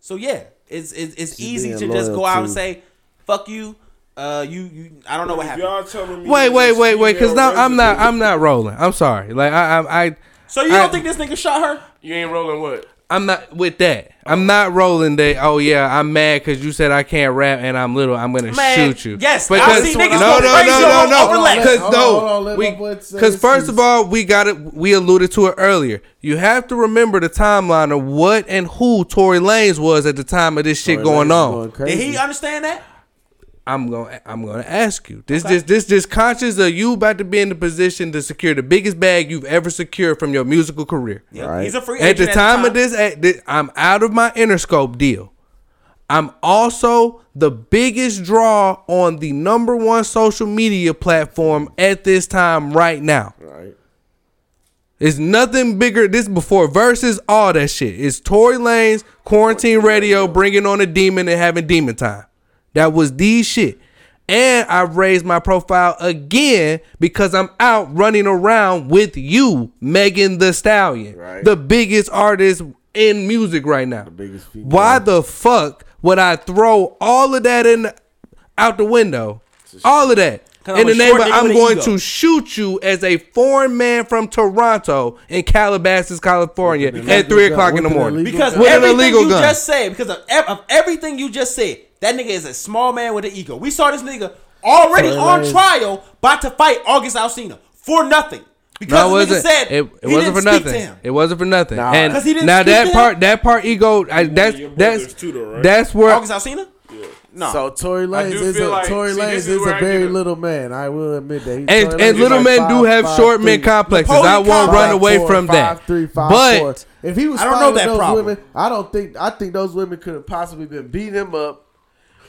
Speaker 2: So yeah, it's it's, it's
Speaker 6: She's
Speaker 2: easy
Speaker 6: being
Speaker 2: to just
Speaker 6: loyal
Speaker 2: go out
Speaker 6: to-
Speaker 2: and say, "Fuck you." Uh, you you. I don't know what
Speaker 1: If
Speaker 2: happened.
Speaker 1: y'all telling me
Speaker 5: Wait,
Speaker 1: that
Speaker 5: wait,
Speaker 1: this
Speaker 5: wait, wait. Cause
Speaker 1: female
Speaker 5: now I'm not,
Speaker 1: resident-
Speaker 5: I'm not rolling. I'm sorry. Like I, I, I
Speaker 2: So you don't
Speaker 5: I-
Speaker 2: think this nigga shot her?
Speaker 3: You ain't rolling what?
Speaker 5: I'm not with that. I'm not rolling that. Oh yeah, I'm mad because you said I can't rap and I'm little. I'm gonna
Speaker 2: Man,
Speaker 5: shoot you.
Speaker 2: yes,
Speaker 5: But
Speaker 2: I
Speaker 5: 'cause-
Speaker 2: see
Speaker 5: no,
Speaker 2: niggas
Speaker 5: no,
Speaker 2: go
Speaker 5: no,
Speaker 2: crazy
Speaker 5: no,
Speaker 2: on-
Speaker 5: no,
Speaker 2: over
Speaker 5: no.
Speaker 2: Lex.
Speaker 5: Because
Speaker 6: Hold on, hold on,
Speaker 5: no,
Speaker 6: let my boy say
Speaker 5: because
Speaker 6: this
Speaker 5: first of
Speaker 6: is-
Speaker 5: all, we got it. We alluded to it earlier. You have to remember the timeline of what and who Tory Lanez was at the time of this shit going on.
Speaker 2: Did he understand that?
Speaker 5: I'm gonna I'm gonna ask you. This this this this conscious of you about to be in the position to secure the biggest bag you've ever secured from your musical career.
Speaker 2: Yeah,
Speaker 6: Right.
Speaker 2: he's a free
Speaker 5: At
Speaker 2: agent
Speaker 5: the time of this, at thi- I'm out of my Interscope deal. I'm also the biggest draw on the number one social media platform at this time right now.
Speaker 6: Right.
Speaker 5: It's nothing bigger. This before versus all that shit. It's Tory Lanez, quarantine radio, bringing on a demon and having demon time. That was the shit. And I raised my profile again because I'm out running around with you, Megan the Stallion,
Speaker 6: Right.
Speaker 5: the biggest artist in music right now.
Speaker 6: biggest female.
Speaker 5: Why the fuck would I throw all of that in out the window? All of that.
Speaker 2: 'Cause
Speaker 5: In
Speaker 2: I'm a
Speaker 5: the name
Speaker 2: short
Speaker 5: of
Speaker 2: nigga
Speaker 5: I'm
Speaker 2: with an
Speaker 5: going
Speaker 2: ego.
Speaker 5: to shoot you as a foreign man from Toronto in Calabasas, California at three o'clock in the morning.
Speaker 2: Because
Speaker 5: With an
Speaker 2: everything
Speaker 5: illegal
Speaker 2: you
Speaker 5: gun.
Speaker 2: just said, because of, ev- of everything you just said, that nigga is a small man with an ego. We saw this nigga already
Speaker 6: Tory
Speaker 2: on
Speaker 6: Lanez.
Speaker 2: trial, about to fight August Alsina for nothing because
Speaker 5: No,
Speaker 2: the
Speaker 5: it
Speaker 2: nigga
Speaker 5: wasn't.
Speaker 2: said
Speaker 5: it, it
Speaker 2: he
Speaker 5: wasn't
Speaker 2: didn't
Speaker 5: for
Speaker 2: speak to
Speaker 5: nothing.
Speaker 2: him.
Speaker 5: It wasn't for nothing.
Speaker 6: Nah.
Speaker 5: And
Speaker 2: 'Cause he didn't
Speaker 5: now
Speaker 2: speak to
Speaker 5: that
Speaker 2: him?
Speaker 5: part, that part ego, I, that's
Speaker 1: your brothers
Speaker 5: that's
Speaker 1: too, though, right?
Speaker 5: that's where
Speaker 2: August Alsina? No.
Speaker 6: So Tory
Speaker 3: I
Speaker 6: Lanez
Speaker 3: do
Speaker 6: is a
Speaker 3: feel like-
Speaker 6: Tory
Speaker 3: see,
Speaker 6: Lanez
Speaker 3: this
Speaker 6: is,
Speaker 3: is where
Speaker 6: a
Speaker 3: I
Speaker 6: very
Speaker 3: get it.
Speaker 6: little man. I will admit that. He- Tory
Speaker 5: and
Speaker 6: Lanez
Speaker 5: and
Speaker 6: is
Speaker 5: little
Speaker 6: like
Speaker 5: men do
Speaker 6: five-
Speaker 5: have
Speaker 6: five,
Speaker 5: short men
Speaker 6: three.
Speaker 5: complexes.
Speaker 2: Napoleon
Speaker 5: I won't
Speaker 2: Complex.
Speaker 5: run away
Speaker 6: Four,
Speaker 5: from
Speaker 6: five,
Speaker 5: that.
Speaker 6: Three, five,
Speaker 5: but
Speaker 6: four. if he was
Speaker 2: I don't know
Speaker 6: fighting
Speaker 2: that
Speaker 6: those
Speaker 2: problem.
Speaker 6: women, I don't think I think those women could have possibly been beating him up.
Speaker 2: [LAUGHS]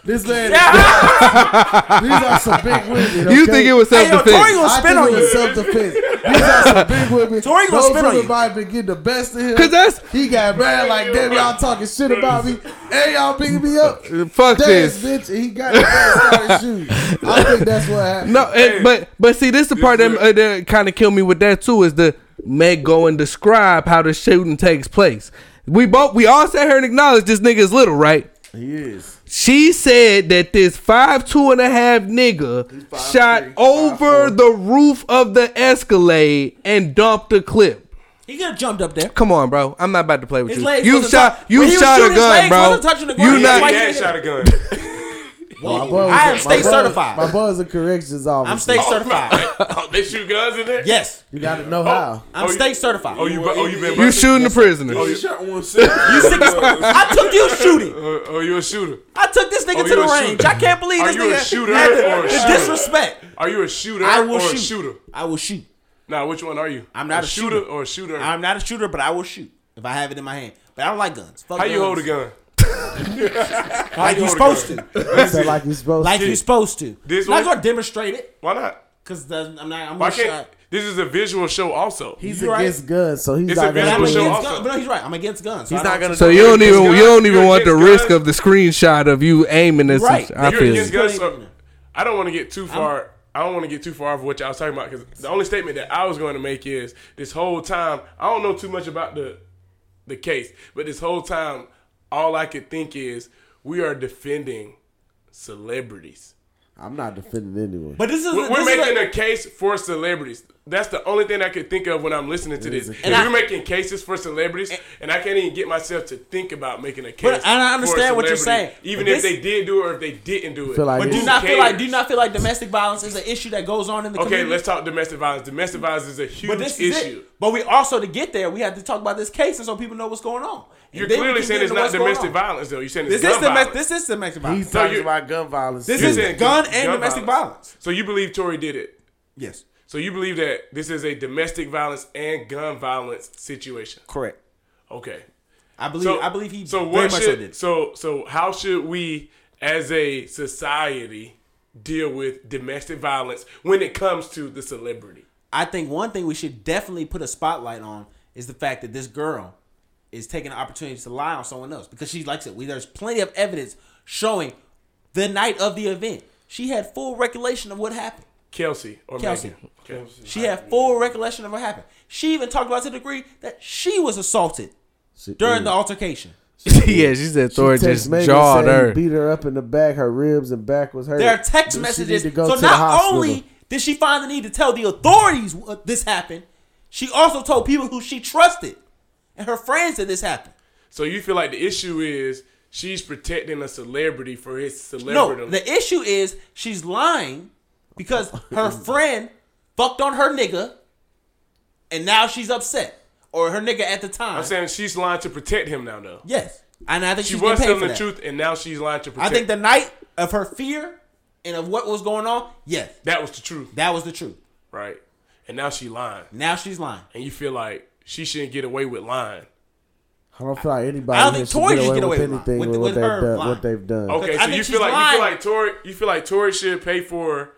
Speaker 6: This man, [LAUGHS] these are some big women.
Speaker 5: you
Speaker 6: okay?
Speaker 5: think it was
Speaker 2: Hey,
Speaker 5: self
Speaker 2: yo, Tory
Speaker 5: defense?
Speaker 2: gonna
Speaker 6: I
Speaker 2: spin
Speaker 6: think
Speaker 2: on
Speaker 6: it
Speaker 2: you.
Speaker 6: was self defense. These are some big
Speaker 2: [LAUGHS]
Speaker 6: women.
Speaker 2: Tory gonna
Speaker 6: Those
Speaker 2: spit on
Speaker 6: women
Speaker 2: you.
Speaker 6: might have been getting the best of him.
Speaker 5: 'Cause that's-
Speaker 6: he got mad like damn y'all talking shit about me. Hey y'all beating me up.
Speaker 5: Fuck
Speaker 6: Dance,
Speaker 5: this.
Speaker 6: bitch. and He got the best shoes. I think that's what happened.
Speaker 5: No, and, but but see, this the part that, uh, that kind of killed me with that too is the Meg go and describe how the shooting takes place. We both we all sat here and acknowledged this nigga is little, right?
Speaker 6: He is.
Speaker 5: She said that this five two and a half nigga
Speaker 6: five
Speaker 5: shot
Speaker 6: three, five
Speaker 5: over
Speaker 6: four.
Speaker 5: the roof of the Escalade and dumped the clip.
Speaker 2: He could have jumped up there.
Speaker 5: Come on, bro. I'm not about to play with
Speaker 2: His
Speaker 5: you.
Speaker 2: legs
Speaker 5: You
Speaker 2: wasn't
Speaker 5: shot.
Speaker 2: tou-
Speaker 5: You
Speaker 2: when he was
Speaker 5: shot a
Speaker 2: shooting, his
Speaker 5: gun,
Speaker 2: legs
Speaker 5: bro.
Speaker 2: wasn't touching the
Speaker 5: You
Speaker 2: ground.
Speaker 5: not.
Speaker 2: He [LAUGHS]
Speaker 3: He had
Speaker 2: did.
Speaker 3: shot a gun.
Speaker 6: My boy was-
Speaker 2: I am
Speaker 6: my
Speaker 2: state
Speaker 6: boy-
Speaker 2: certified.
Speaker 6: My boy's a corrections officer.
Speaker 2: I'm state certified. [LAUGHS]
Speaker 3: oh, [LAUGHS] they shoot guns in there.
Speaker 2: Yes,
Speaker 6: You gotta know how.
Speaker 2: I'm
Speaker 3: Oh, you-
Speaker 2: state certified.
Speaker 3: Oh, you bu- oh you been
Speaker 5: You
Speaker 3: busted?
Speaker 5: shooting the prisoner.
Speaker 1: Oh, you shot
Speaker 2: [LAUGHS]
Speaker 1: one six.
Speaker 2: You sick as fuck. I took you shooting.
Speaker 3: Uh, [LAUGHS] oh, you a shooter?
Speaker 2: I took this nigga
Speaker 3: [LAUGHS] Oh,
Speaker 2: to
Speaker 3: you
Speaker 2: the
Speaker 3: a shooter.
Speaker 2: range. I can't believe
Speaker 3: Are
Speaker 2: this
Speaker 3: you a
Speaker 2: nigga
Speaker 3: shooter
Speaker 2: had the-
Speaker 3: or a
Speaker 2: the
Speaker 3: shooter?
Speaker 2: disrespect.
Speaker 3: Are you a shooter
Speaker 2: I will
Speaker 3: or
Speaker 2: shoot.
Speaker 3: a shooter?
Speaker 2: I will shoot.
Speaker 3: Nah, which one are you?
Speaker 2: I'm not a
Speaker 3: shooter,
Speaker 2: shooter.
Speaker 3: or a shooter.
Speaker 2: I'm not a shooter, but I will shoot if I have it in my hand. But I don't like guns. Fuck
Speaker 3: How
Speaker 2: guns.
Speaker 3: you hold a gun?
Speaker 2: Like you
Speaker 3: hold a
Speaker 2: supposed
Speaker 3: gun?
Speaker 2: to.
Speaker 6: That's it like you're supposed
Speaker 2: Like
Speaker 6: to.
Speaker 2: you supposed to.
Speaker 3: This
Speaker 2: not
Speaker 3: one-
Speaker 2: gonna demonstrate it
Speaker 3: Why not?
Speaker 2: because I'm not. I'm
Speaker 3: Why
Speaker 2: gonna
Speaker 3: can't?
Speaker 2: shot.
Speaker 3: This is a visual show. Also,
Speaker 6: He's
Speaker 2: You right.
Speaker 6: against guns, so he's
Speaker 3: It's
Speaker 6: not
Speaker 3: a
Speaker 2: But
Speaker 6: gonna.
Speaker 2: I'm
Speaker 3: We'll
Speaker 2: against
Speaker 3: show
Speaker 2: guns.
Speaker 3: also.
Speaker 2: But no, he's right. I'm against guns. so
Speaker 6: He's
Speaker 2: I
Speaker 6: not
Speaker 2: don't-
Speaker 6: gonna.
Speaker 5: So you don't even you don't even
Speaker 3: You're
Speaker 5: want the
Speaker 3: against
Speaker 5: risk
Speaker 3: guns?
Speaker 5: of the screenshot of you aiming at
Speaker 2: Right.
Speaker 5: some. I
Speaker 2: You're
Speaker 5: feel
Speaker 3: You're
Speaker 5: you.
Speaker 3: against guns,
Speaker 2: Put it in
Speaker 3: so
Speaker 2: there.
Speaker 3: I don't want to get too far. I don't want to get too far off what y'all was talking about because the only statement that I was going to make is this whole time I don't know too much about the the case, but this whole time all I could think is we are defending celebrities.
Speaker 6: I'm not defending anyone.
Speaker 2: But this is
Speaker 3: We're,
Speaker 2: this
Speaker 3: we're
Speaker 2: is
Speaker 3: making
Speaker 2: a-
Speaker 3: a case for celebrities. That's the only thing I could think of when I'm listening to this.
Speaker 6: is a
Speaker 3: If
Speaker 6: case.
Speaker 3: we're making cases for celebrities, and I can't even get myself to think about making a case.
Speaker 2: But I- I
Speaker 3: for a
Speaker 2: understand what you're
Speaker 3: celebrity,
Speaker 2: saying.
Speaker 3: even
Speaker 2: But
Speaker 3: if
Speaker 2: this-
Speaker 3: they did do it or if they didn't do it.
Speaker 6: Feel like
Speaker 2: But
Speaker 6: Who
Speaker 2: do you not feel like do you not feel like domestic violence is an issue that goes on in the
Speaker 3: Okay,
Speaker 2: community?
Speaker 3: let's talk domestic violence. Domestic violence is a huge
Speaker 2: But this is
Speaker 3: issue.
Speaker 2: it. But we also to get there, we have to talk about this case, and so people know what's going on. And
Speaker 3: You're
Speaker 2: then we
Speaker 3: clearly
Speaker 2: can
Speaker 3: saying
Speaker 2: get
Speaker 3: it's
Speaker 2: into
Speaker 3: not
Speaker 2: what's going
Speaker 3: domestic
Speaker 2: on.
Speaker 3: violence, though. You're saying it's
Speaker 2: This
Speaker 3: gun
Speaker 2: is domestic.
Speaker 3: violence.
Speaker 2: This is domestic
Speaker 6: he's
Speaker 2: violence.
Speaker 6: talking
Speaker 3: you-
Speaker 6: about gun violence.
Speaker 2: This
Speaker 3: You're
Speaker 2: is
Speaker 3: saying
Speaker 2: gun and domestic violence.
Speaker 3: So you believe Tory did it?
Speaker 2: Yes,
Speaker 3: So you believe that this is a domestic violence and gun violence situation?
Speaker 2: correct.
Speaker 3: Okay.
Speaker 2: I believe.
Speaker 3: So
Speaker 2: I believe he
Speaker 3: So
Speaker 2: very
Speaker 3: what
Speaker 2: much
Speaker 3: should
Speaker 2: so did.
Speaker 3: so so how should we as a society deal with domestic violence when it comes to the celebrity?
Speaker 2: I think one thing we should definitely put a spotlight on is the fact that this girl is taking opportunities to lie on someone else because she likes it. We, there's plenty of evidence showing the night of the event. She had full recollection of what happened.
Speaker 3: Kelsey or
Speaker 2: Kelsey.
Speaker 3: Megan? Kelsey.
Speaker 2: She had full recollection of what happened. She even talked about to the degree that she was assaulted
Speaker 6: She-
Speaker 2: during
Speaker 6: yeah.
Speaker 2: the altercation.
Speaker 5: [LAUGHS] yeah, she said Thor
Speaker 6: Text
Speaker 5: just
Speaker 6: Megan
Speaker 5: jawed
Speaker 6: said he
Speaker 5: her.
Speaker 6: Beat her up in the back. Her ribs and back was hurt.
Speaker 2: There are text
Speaker 6: She
Speaker 2: messages.
Speaker 6: need to go
Speaker 2: So
Speaker 6: to the
Speaker 2: not
Speaker 6: hospital.
Speaker 2: only did she find the need to tell the authorities what this happened, she also told people who she trusted and her friends that this happened.
Speaker 3: So you feel like the issue is she's protecting a celebrity for his celebrity.
Speaker 2: No, the issue is she's lying because
Speaker 6: [LAUGHS]
Speaker 2: her friend fucked on her nigga, and now she's upset, or her nigga at the time.
Speaker 3: I'm saying she's lying to protect him now, though.
Speaker 2: yes, and I think
Speaker 3: She
Speaker 2: she's
Speaker 3: was
Speaker 2: was paid
Speaker 3: telling
Speaker 2: for
Speaker 3: the
Speaker 2: that.
Speaker 3: truth, and now she's lying to protect.
Speaker 2: I think the night of her fear and of what was going on, yes,
Speaker 3: that was the truth,
Speaker 2: that was the truth.
Speaker 3: right? And now she lying,
Speaker 2: Now she's lying.
Speaker 3: and you feel like she shouldn't get away with lying.
Speaker 6: I don't feel like anybody
Speaker 2: I don't
Speaker 6: here
Speaker 2: think
Speaker 6: should
Speaker 2: Tory
Speaker 6: get
Speaker 2: should
Speaker 6: away
Speaker 2: get away
Speaker 6: with
Speaker 2: with
Speaker 6: anything
Speaker 2: lying.
Speaker 6: with,
Speaker 2: With-
Speaker 6: what,
Speaker 2: with
Speaker 6: they've
Speaker 2: her
Speaker 6: done,
Speaker 2: lying.
Speaker 6: what they've done.
Speaker 3: Okay,
Speaker 2: I
Speaker 3: so
Speaker 2: think
Speaker 3: you
Speaker 2: she's
Speaker 3: feel like you
Speaker 2: lying.
Speaker 3: feel like Tory, you feel like Tory should pay for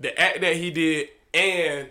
Speaker 3: the act that he did and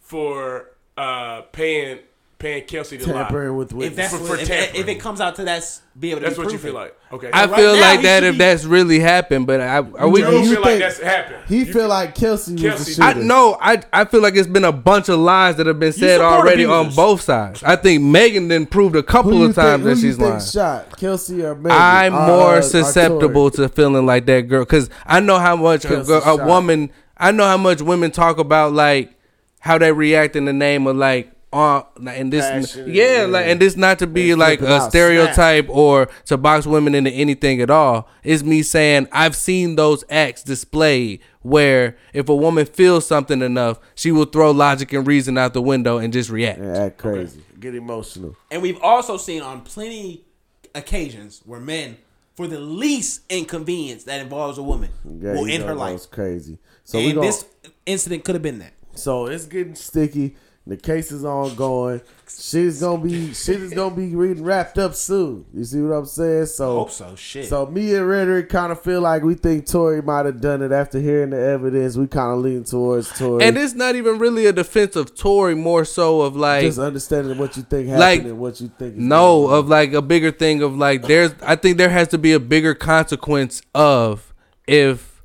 Speaker 3: for uh paying paying Kelsey to lie.
Speaker 6: Tampering with
Speaker 2: If that's
Speaker 6: witnesses.
Speaker 3: For- for
Speaker 2: what, if,
Speaker 3: tampering.
Speaker 2: if it comes out to that's be able to
Speaker 3: That's
Speaker 2: be
Speaker 3: what you
Speaker 2: proven.
Speaker 3: feel like. Okay,
Speaker 5: I
Speaker 3: You
Speaker 2: right
Speaker 5: feel
Speaker 2: now,
Speaker 5: like
Speaker 2: he
Speaker 5: that
Speaker 2: should
Speaker 5: if
Speaker 2: be-
Speaker 5: that's really happened, but I are we?
Speaker 6: You
Speaker 3: don't
Speaker 6: you
Speaker 3: feel like
Speaker 6: think-
Speaker 3: that's happened.
Speaker 6: He
Speaker 3: You
Speaker 6: feel like Kelsey, was
Speaker 3: Kelsey-
Speaker 6: the shooter.
Speaker 5: I no, I I feel like it's been a bunch of lies that have been said
Speaker 2: support
Speaker 5: already on
Speaker 2: abusers.
Speaker 5: both sides. I think Megan then proved a
Speaker 6: Who
Speaker 5: couple
Speaker 6: you
Speaker 5: of times
Speaker 6: think, who
Speaker 5: that
Speaker 6: you
Speaker 5: she's
Speaker 6: think
Speaker 5: lying.
Speaker 6: Shot Kelsey or Megan?
Speaker 5: I'm
Speaker 6: Or, uh,
Speaker 5: more
Speaker 6: or
Speaker 5: susceptible to feeling like that girl because I know how much a,
Speaker 6: Kelsey
Speaker 5: girl, a
Speaker 6: Shot.
Speaker 5: woman. I know how much women talk about like how they react in the name of like. Uh, and this,
Speaker 6: Fashion and-
Speaker 5: yeah, like, and this not to be
Speaker 6: And
Speaker 5: like
Speaker 6: flipping out,
Speaker 5: a
Speaker 6: snap.
Speaker 5: stereotype or to box women into anything at all. It's me saying I've seen those acts displayed where if a woman feels something enough, she will throw logic and reason out the window and just react.
Speaker 6: Tory. Yeah, act crazy. Get emotional.
Speaker 2: And we've also seen on plenty occasions where men, for the least inconvenience that involves a woman,
Speaker 6: Yeah,
Speaker 2: will
Speaker 6: you
Speaker 2: end
Speaker 6: know
Speaker 2: her
Speaker 6: that
Speaker 2: life.
Speaker 6: was crazy. So we
Speaker 2: And
Speaker 6: going
Speaker 2: this incident could have been that.
Speaker 6: So it's getting sticky. The case is ongoing. Shit's gonna be shit is gonna be reading wrapped up soon. You see what I'm saying? So
Speaker 2: Hope so. Shit.
Speaker 6: So me and Rhetoric kind of feel like we think Tory might have done it after hearing the evidence. We kind of lean towards Tory.
Speaker 5: And it's not even really a defense of Tory, more so of like
Speaker 6: just understanding what you think happened
Speaker 5: Like,
Speaker 6: and what you think. Is
Speaker 5: No,
Speaker 6: going on.
Speaker 5: of like a bigger thing of like there's I think there has to be a bigger consequence of if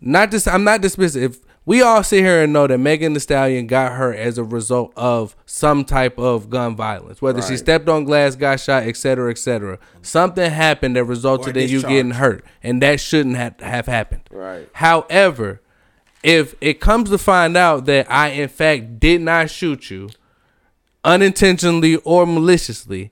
Speaker 5: not just I'm not dismissive. If we all sit here and know that Megan the Stallion got her as a result of some type of gun violence, whether she stepped on glass, got shot, etc., cetera, etc. Something happened that resulted
Speaker 2: Or
Speaker 5: in you getting
Speaker 2: discharged.
Speaker 5: hurt, and that shouldn't have, have happened.
Speaker 6: Right.
Speaker 5: However, if it comes to find out that I in fact did not shoot you, unintentionally or maliciously.